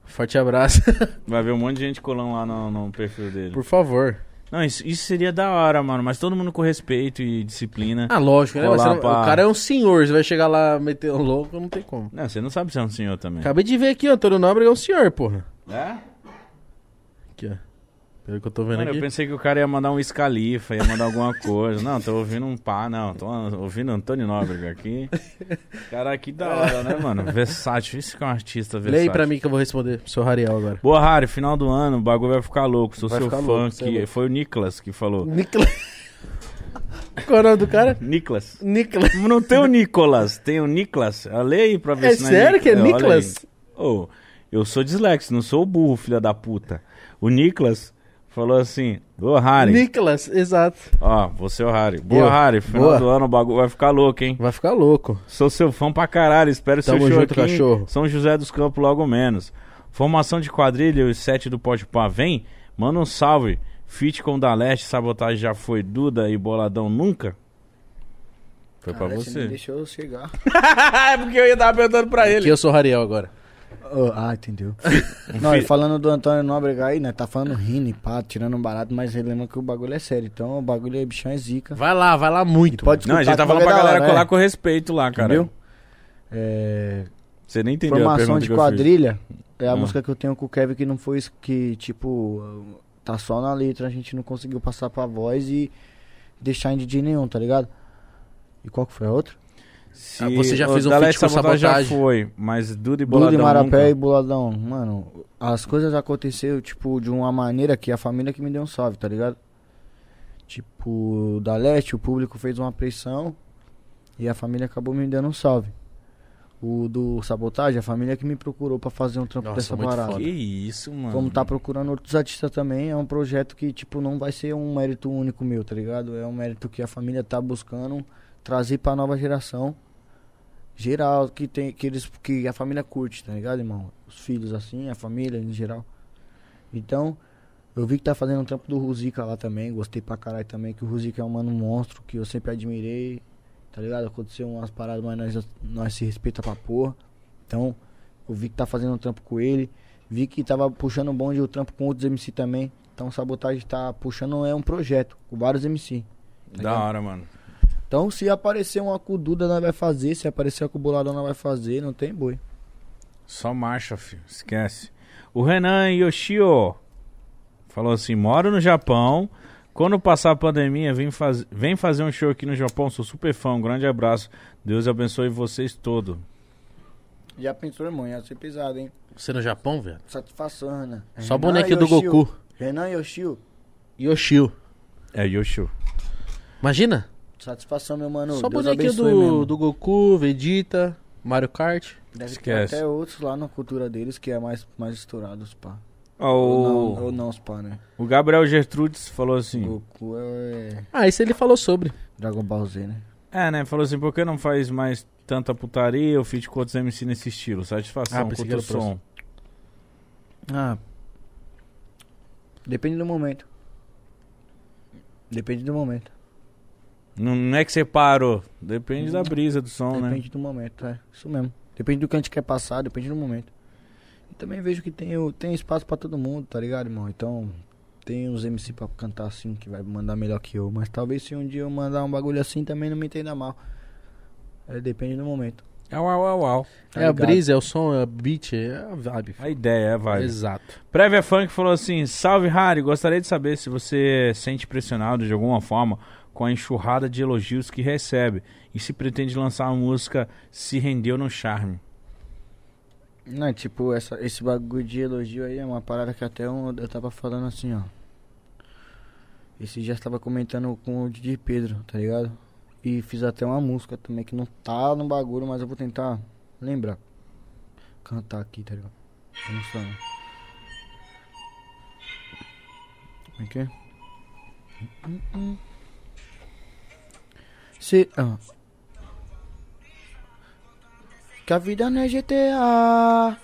Speaker 3: Forte abraço.
Speaker 1: Vai ver um monte de gente colando lá no, no perfil dele.
Speaker 3: Por favor.
Speaker 1: Não, isso, isso seria da hora, mano. Mas todo mundo com respeito e disciplina.
Speaker 3: Ah, lógico, né?
Speaker 1: Olá,
Speaker 3: Você não-
Speaker 1: pá.
Speaker 3: o cara é um senhor, você vai chegar lá meter um louco, não tem como.
Speaker 1: Não, você não sabe se é um senhor também.
Speaker 3: Acabei de ver aqui, ó, Antônio Nóbrega é um senhor, porra.
Speaker 1: É?
Speaker 3: Aqui, ó. Pelo que eu tô vendo
Speaker 1: Mano, eu
Speaker 3: aqui.
Speaker 1: pensei que o cara ia mandar um escalifa, ia mandar alguma coisa. Não, tô ouvindo um pá, não. Tô ouvindo Antônio Nóbrega aqui. Cara, que da hora, né, mano? Versátil. Isso que é um artista versátil.
Speaker 3: Lê aí pra mim que eu vou responder pro seu Rariel agora.
Speaker 1: Boa, Harry, final do ano, o bagulho vai ficar louco. Sou
Speaker 3: Vai
Speaker 1: seu fã.
Speaker 3: ficar louco, você é
Speaker 1: que
Speaker 3: louco.
Speaker 1: foi o Nicolas que falou.
Speaker 3: Nicolas. Qual é o nome do cara?
Speaker 1: Nicolas.
Speaker 3: Nicolas.
Speaker 1: Não tem o Nicolas, tem o Nicolas. Olha aí pra ver
Speaker 3: É
Speaker 1: se não
Speaker 3: sério
Speaker 1: Nic-
Speaker 3: que é
Speaker 1: olha aí.
Speaker 3: Nicolas?
Speaker 1: Ô, eu sou dislexo, não sou o burro, filha da puta. O Nicolas falou assim: Ô, Harry,
Speaker 3: Nicolas, exato.
Speaker 1: ó, você é o Harry. Boa,
Speaker 3: Eu.
Speaker 1: Harry, final
Speaker 3: Boa.
Speaker 1: do ano o bagulho vai ficar louco, hein?
Speaker 3: Vai ficar louco.
Speaker 1: Sou seu fã pra caralho, espero
Speaker 3: Tamo
Speaker 1: seu show
Speaker 3: junto,
Speaker 1: aqui em
Speaker 3: cachorro.
Speaker 1: São José dos Campos logo menos. Formação de quadrilha, os sete do Pode Pá vem? Manda um salve. Fit com o da Leste, sabotagem já foi Duda e Boladão nunca? Foi pra
Speaker 2: Cara, não
Speaker 1: você.
Speaker 2: deixou eu chegar.
Speaker 1: é porque eu ia dar perguntando pra
Speaker 2: É
Speaker 3: Aqui eu sou o Rariel agora.
Speaker 2: Oh, ah, entendeu. não, e falando do Antônio Nóbrega aí, né? Tá falando rindo e pá, tirando um barato, mas lembra que o bagulho é sério. Então o bagulho é bichão é zica.
Speaker 3: Vai lá, vai lá muito.
Speaker 2: Pode
Speaker 1: Não, a gente tá
Speaker 2: escutar que
Speaker 1: falando
Speaker 2: o
Speaker 1: pra
Speaker 2: bagulho é da
Speaker 1: galera
Speaker 2: hora,
Speaker 1: colar
Speaker 2: é.
Speaker 1: com respeito lá, cara.
Speaker 2: Entendeu? É,
Speaker 1: Você nem entendeu a
Speaker 2: formação
Speaker 1: pergunta
Speaker 2: de
Speaker 1: que eu fiz.
Speaker 2: quadrilha é a
Speaker 1: Ah.
Speaker 2: música que eu tenho com o Kevin que não foi es- que, tipo, tá só na letra, a gente não conseguiu passar pra voz e deixar em DJ nenhum, tá ligado? E qual que foi a outra?
Speaker 1: Se
Speaker 3: Ah, você já
Speaker 1: o
Speaker 3: fez um
Speaker 1: da
Speaker 3: feat
Speaker 1: Leste
Speaker 3: com
Speaker 1: Sabotagem já
Speaker 3: Sabotagem.
Speaker 1: foi, mas Duda e Boladão
Speaker 2: Bula de Marapé e
Speaker 1: nunca.
Speaker 2: Boladão. Mano, as coisas aconteceram, tipo, de uma maneira que a família que me deu um salve, tá ligado? Tipo, da Leste, o público fez uma pressão e a família acabou me dando um salve. O do Sabotagem, a família que me procurou pra fazer um trampo
Speaker 3: Nossa,
Speaker 2: dessa
Speaker 3: muito
Speaker 2: parada.
Speaker 3: foda.
Speaker 1: Que isso, mano.
Speaker 2: Como tá procurando outros artistas também, é um projeto que, tipo, não vai ser um mérito único meu, tá ligado? É um mérito que a família tá buscando trazer pra nova geração. Geral, que tem que eles que a família curte, tá ligado, irmão? Os filhos assim, a família em geral. Então, eu vi que tá fazendo um trampo do Ruzica lá também, gostei pra caralho também, que o Ruzica é um mano monstro que eu sempre admirei, tá ligado? Aconteceu umas paradas, mas nós, nós se respeita pra porra. Então, eu vi que tá fazendo um trampo com ele. Vi que tava puxando um bonde o trampo com outros MC também. Então sabotagem tá puxando é um projeto com vários MC.
Speaker 1: Da hora, mano.
Speaker 2: Então se aparecer uma com o Duda, nós vai fazer. Se aparecer uma com o Boladão, nós vai fazer. Não tem boi.
Speaker 1: Só marcha, filho. Esquece. O Renan Yoshio falou assim: moro no Japão. Quando passar a pandemia, vem, faz... vem fazer um show aqui no Japão. Sou super fã. Um grande abraço. Deus abençoe vocês todos.
Speaker 2: Já pensou, irmão? Ia ser pesado, hein?
Speaker 3: Você no Japão, velho?
Speaker 2: Satisfação, né?
Speaker 3: Só bonequinho do Goku.
Speaker 2: Renan Yoshio.
Speaker 3: Yoshio.
Speaker 1: É Yoshio.
Speaker 3: Imagina?
Speaker 2: Satisfação, meu mano.
Speaker 3: Só
Speaker 2: Deus
Speaker 3: bonequinho
Speaker 2: abençoe
Speaker 3: do,
Speaker 2: mesmo.
Speaker 3: do Goku, Vegeta, Mario Kart.
Speaker 2: Deve ter
Speaker 1: Esquece.
Speaker 2: até outros lá na cultura deles que é mais, mais estourado, os pá.
Speaker 3: Ah,
Speaker 2: Ou não,
Speaker 1: O...
Speaker 2: ou não, os pá, né?
Speaker 1: o Gabriel Gertrudes falou assim:
Speaker 2: Goku é
Speaker 3: Ah, isso ele falou sobre.
Speaker 2: Dragon Ball Z, né?
Speaker 1: É, né? Falou assim: por que não faz mais tanta putaria? Eu fit com outros MC nesse estilo. Satisfação,
Speaker 3: Ah,
Speaker 1: curto
Speaker 3: pensei
Speaker 1: o
Speaker 3: que era o
Speaker 1: som.
Speaker 2: Ah. Depende do momento. Depende do momento.
Speaker 1: Não não é que você parou. Depende da brisa do som, né?
Speaker 2: depende do momento, é. Isso mesmo. Depende do que a gente quer passar, depende do momento. E também vejo que tem, o- tem espaço pra todo mundo, tá ligado, irmão? Então, tem uns MC pra cantar assim que vai mandar melhor que eu. Mas talvez se um dia eu mandar um bagulho assim também não me entenda mal. É, depende do momento.
Speaker 1: É uau, uau, uau.
Speaker 2: tá
Speaker 3: é a
Speaker 2: ligado?
Speaker 3: brisa, é o som, é a beat, é a vibe.
Speaker 1: A ideia é a vibe.
Speaker 3: Exato.
Speaker 1: Prévia Funk falou assim: Salve Harry, gostaria de saber se você sente pressionado de alguma forma com a enxurrada de elogios que recebe e se pretende lançar a música Se Rendeu no Charme.
Speaker 2: Não, é tipo, essa, esse bagulho de elogio aí é uma parada que até um- eu tava falando assim, ó. Esse dia eu tava comentando com o Didi Pedro, tá ligado? E fiz até uma música também que não tá no bagulho, mas eu vou tentar lembrar. Cantar aqui, tá ligado? Vamos lá. né? Como é que é? Hum, Se. ah. Que a vida não é GTA.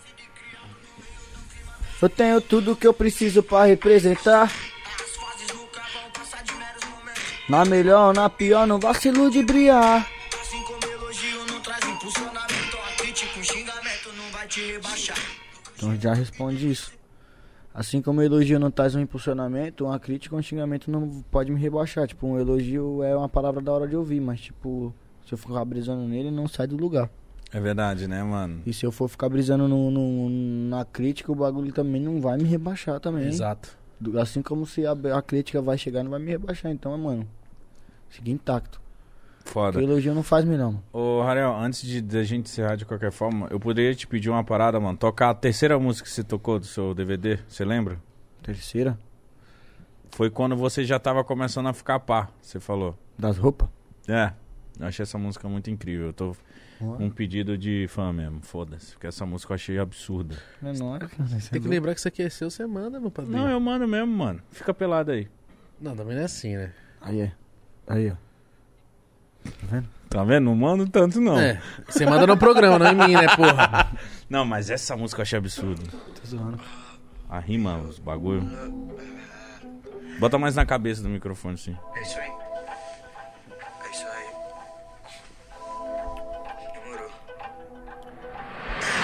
Speaker 2: Eu tenho tudo que eu preciso pra representar. Na melhor ou na pior, não vacilo de briar.
Speaker 4: Assim como elogio não traz impulsionamento, a crítica, um xingamento não vai te rebaixar.
Speaker 2: Então já responde isso. Assim como o elogio não traz um impulsionamento, uma crítica ou um xingamento não pode me rebaixar. Tipo, um elogio é uma palavra da hora de ouvir, mas tipo, se eu ficar brisando nele, não sai do lugar.
Speaker 1: É verdade, né, mano?
Speaker 2: E se eu for ficar brisando no- no- na crítica, o bagulho também não vai me rebaixar também.
Speaker 3: Exato.
Speaker 2: Do- Assim como se a, a crítica vai chegar, não vai me rebaixar. Então, mano, seguir intacto.
Speaker 1: Foda.
Speaker 2: Porque elogio não faz melhor, mano.
Speaker 1: Ô, Rarel, antes de da gente encerrar de qualquer forma, eu poderia te pedir uma parada, mano. Tocar a terceira música que você tocou do seu DVD, você lembra?
Speaker 2: Terceira,
Speaker 1: Foi quando você já tava começando a ficar pá, você falou.
Speaker 2: das roupas.
Speaker 1: É, eu achei essa música muito incrível. Eu tô com um pedido de fã mesmo, foda-se. Porque essa música eu achei absurda.
Speaker 2: É nóis,
Speaker 3: Tem que lembrar que isso aqui é seu, você manda, meu padrinho.
Speaker 2: Né?
Speaker 1: Não, eu mando mesmo, mano. Fica pelado aí.
Speaker 3: Não, também não é assim, né?
Speaker 2: Aí é. Aí, ó.
Speaker 1: Tá vendo? Não mando tanto, não.
Speaker 3: É, você manda no programa, não em mim, né, porra?
Speaker 1: Não, mas essa música eu achei absurda.
Speaker 2: Tô zoando.
Speaker 1: A rima, os bagulho. Bota mais na cabeça do microfone, sim.
Speaker 4: É isso aí. É isso aí. Demorou.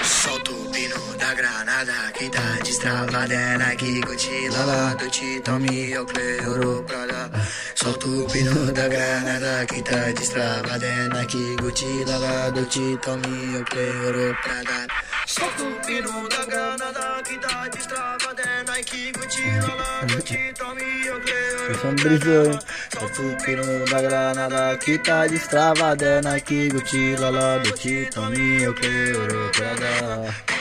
Speaker 4: Solta o pino da granada, quem tá destravada é Nike, Gucci, Lala, Dolce, Tommy, Oakley, Ouro, Prada. Solta o pino da granada, quem tá destravada é Nike, Gucci, Lala, Dolce, Tommy, Oakley, Ouro, Prada. Solta o pino da granada, quem tá destravada é Nike, Gucci, Lala, Dolce, Tommy, Oakley, Ouro,
Speaker 2: Só me brisou, é um hein? Tô pino da granada que tá destravada. É Nike, Gucci, Lala, Dolce, Tommy, eu quero Prada.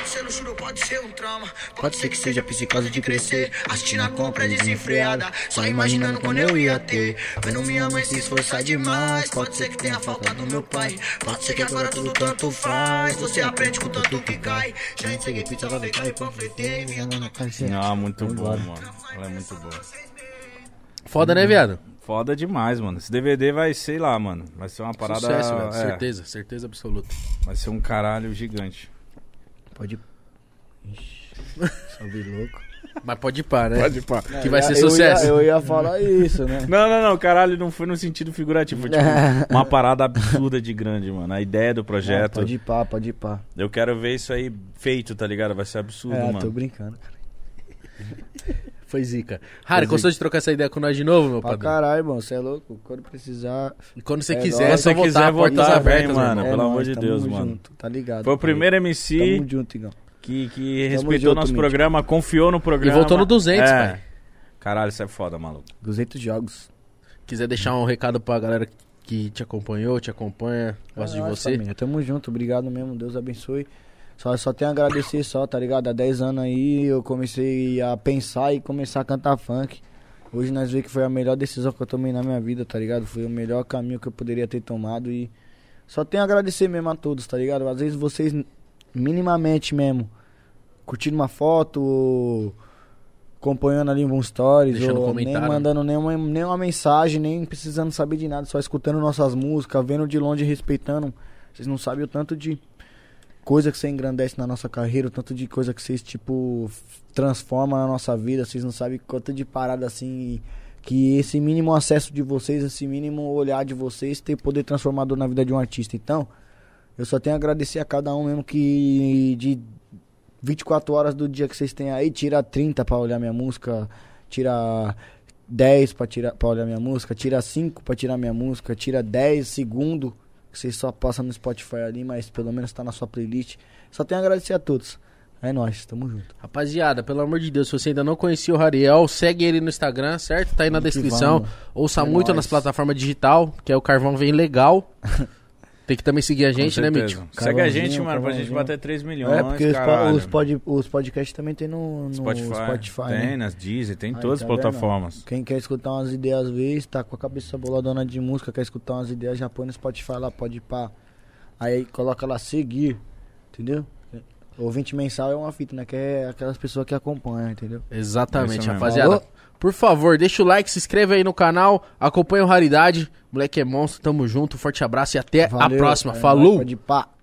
Speaker 4: Você não juro, pode ser um trauma.
Speaker 2: Pode ser que seja psicose de crescer, assistindo a compra desenfreada.
Speaker 4: Só imaginando quando eu ia ter. Vendo minha mãe se esforçar demais. Pode ser que tenha faltado meu pai. Pode ser que agora tudo tanto faz. Você aprende com tanto que cai. Já entreguei pizza, vai e panfletei. Minha dona
Speaker 2: É.
Speaker 1: Ah, muito boa, mano. Ela é muito boa.
Speaker 3: Foda, né, viado?
Speaker 1: Foda demais, mano. Esse DVD vai, sei lá, mano. Vai ser uma parada.
Speaker 3: Sucesso, velho.
Speaker 1: é,
Speaker 3: Certeza, certeza absoluta.
Speaker 1: Vai ser um caralho gigante.
Speaker 2: Pode. Ixi, só vi louco.
Speaker 3: Mas pode ir pá, né? Pode ir pá. Que vai ser
Speaker 2: É, Eu ia-
Speaker 3: sucesso.
Speaker 2: Eu ia falar isso, né?
Speaker 1: Não, não, não, caralho, não foi no sentido figurativo. Tipo, uma parada absurda de grande, mano. A ideia do projeto.
Speaker 2: É, Pode ir pá, pode ir pá.
Speaker 1: Eu quero ver isso aí feito, tá ligado? Vai ser absurdo,
Speaker 2: É, tô
Speaker 1: mano.
Speaker 2: brincando. cara.
Speaker 3: Foi zica. Harry, gostou de trocar essa ideia com nós de novo, meu
Speaker 2: Pra
Speaker 3: padrinho?
Speaker 2: caralho, mano, você é louco. Quando precisar.
Speaker 3: E quando você
Speaker 2: É
Speaker 3: quiser, é
Speaker 2: nóis.
Speaker 3: só
Speaker 1: Se você
Speaker 3: voltar,
Speaker 1: quiser
Speaker 3: portas
Speaker 1: voltar, vem,
Speaker 3: abertas,
Speaker 1: Tá
Speaker 3: né? É.
Speaker 1: mano.
Speaker 3: mano.
Speaker 1: pelo
Speaker 2: É nóis,
Speaker 1: amor de
Speaker 2: tamo
Speaker 1: Deus, mano.
Speaker 2: junto, Tá ligado?
Speaker 1: Foi o primeiro
Speaker 2: Tamo
Speaker 1: MC
Speaker 2: junto, Igão.
Speaker 1: que, que
Speaker 2: Tamo
Speaker 1: respeitou
Speaker 2: junto,
Speaker 1: nosso
Speaker 2: Mitch.
Speaker 1: programa, confiou no programa.
Speaker 3: E voltou no 200,
Speaker 1: É.
Speaker 3: pai.
Speaker 1: Caralho, isso é foda, maluco.
Speaker 2: 200 jogos.
Speaker 3: Quiser deixar um recado pra galera que te acompanhou, te acompanha, gosta de
Speaker 2: Ah,
Speaker 3: você.
Speaker 2: família, Tamo junto, obrigado mesmo, Deus abençoe. Só, só tenho a agradecer só, tá ligado? Há 10 anos aí eu comecei a pensar e começar a cantar funk. Hoje nós vemos que foi a melhor decisão que eu tomei na minha vida, tá ligado? Foi o melhor caminho que eu poderia ter tomado e só tenho a agradecer mesmo a todos, tá ligado? Às vezes vocês, minimamente mesmo, curtindo uma foto ou acompanhando ali um stories,
Speaker 3: Deixando
Speaker 2: ou nem
Speaker 3: comentário.
Speaker 2: mandando nenhuma, nenhuma mensagem, nem precisando saber de nada, só escutando nossas músicas, vendo de longe, respeitando. Vocês não sabem o tanto de coisa que você engrandece na nossa carreira, o tanto de coisa que vocês, tipo, f- transforma na nossa vida. Vocês não sabem quanto de parada assim. Que esse mínimo acesso de vocês, esse mínimo olhar de vocês, tem poder transformador na vida de um artista. Então, eu só tenho a agradecer a cada um mesmo que de 24 horas do dia que vocês têm aí, tira 30 pra olhar minha música, tira 10 pra, tirar, pra olhar minha música, tira 5 pra tirar minha música, tira 10 segundo que vocês só passam no Spotify ali, mas pelo menos tá na sua playlist. Só tenho a agradecer a todos. É nóis, tamo junto.
Speaker 3: Rapaziada, pelo amor de Deus, se você ainda não conhecia o Rariel, segue ele no Instagram, certo? Tá aí na
Speaker 2: Vamos que
Speaker 3: descrição.
Speaker 2: vamos.
Speaker 3: Ouça
Speaker 2: É
Speaker 3: muito
Speaker 2: nóis.
Speaker 3: nas plataformas digital, que é o Carvão Vem Legal. Tem que também seguir a gente, né,
Speaker 1: certeza.
Speaker 3: Mítico?
Speaker 1: Segue a
Speaker 2: Carvãozinho,
Speaker 1: gente, mano, pra gente
Speaker 2: Carvãozinho.
Speaker 1: bater 3 milhões.
Speaker 2: É, porque os, po-
Speaker 1: caralho.
Speaker 2: os, pod, os podcasts também tem no, no Spotify. né?
Speaker 1: Tem nas Deezer, tem em
Speaker 2: Aí,
Speaker 1: todas
Speaker 2: tá
Speaker 1: as
Speaker 2: vendo?
Speaker 1: plataformas.
Speaker 2: Quem quer escutar umas ideias às vezes, tá com a cabeça boladona de música, quer escutar umas ideias, já põe no Spotify lá, pode ir pá. Aí coloca lá seguir, entendeu? Ouvinte mensal é uma fita, né? Que é aquelas pessoas que acompanham, entendeu?
Speaker 1: É isso
Speaker 3: Exatamente,
Speaker 1: mesmo.
Speaker 3: rapaziada.
Speaker 2: Alô?
Speaker 3: Por favor, deixa o like, se inscreve aí no canal, acompanha o Raridade. Moleque é monstro, tamo junto, forte abraço e até a
Speaker 2: Valeu,
Speaker 3: próxima.
Speaker 2: é nóis,
Speaker 3: Falou!
Speaker 2: Pode ir pá.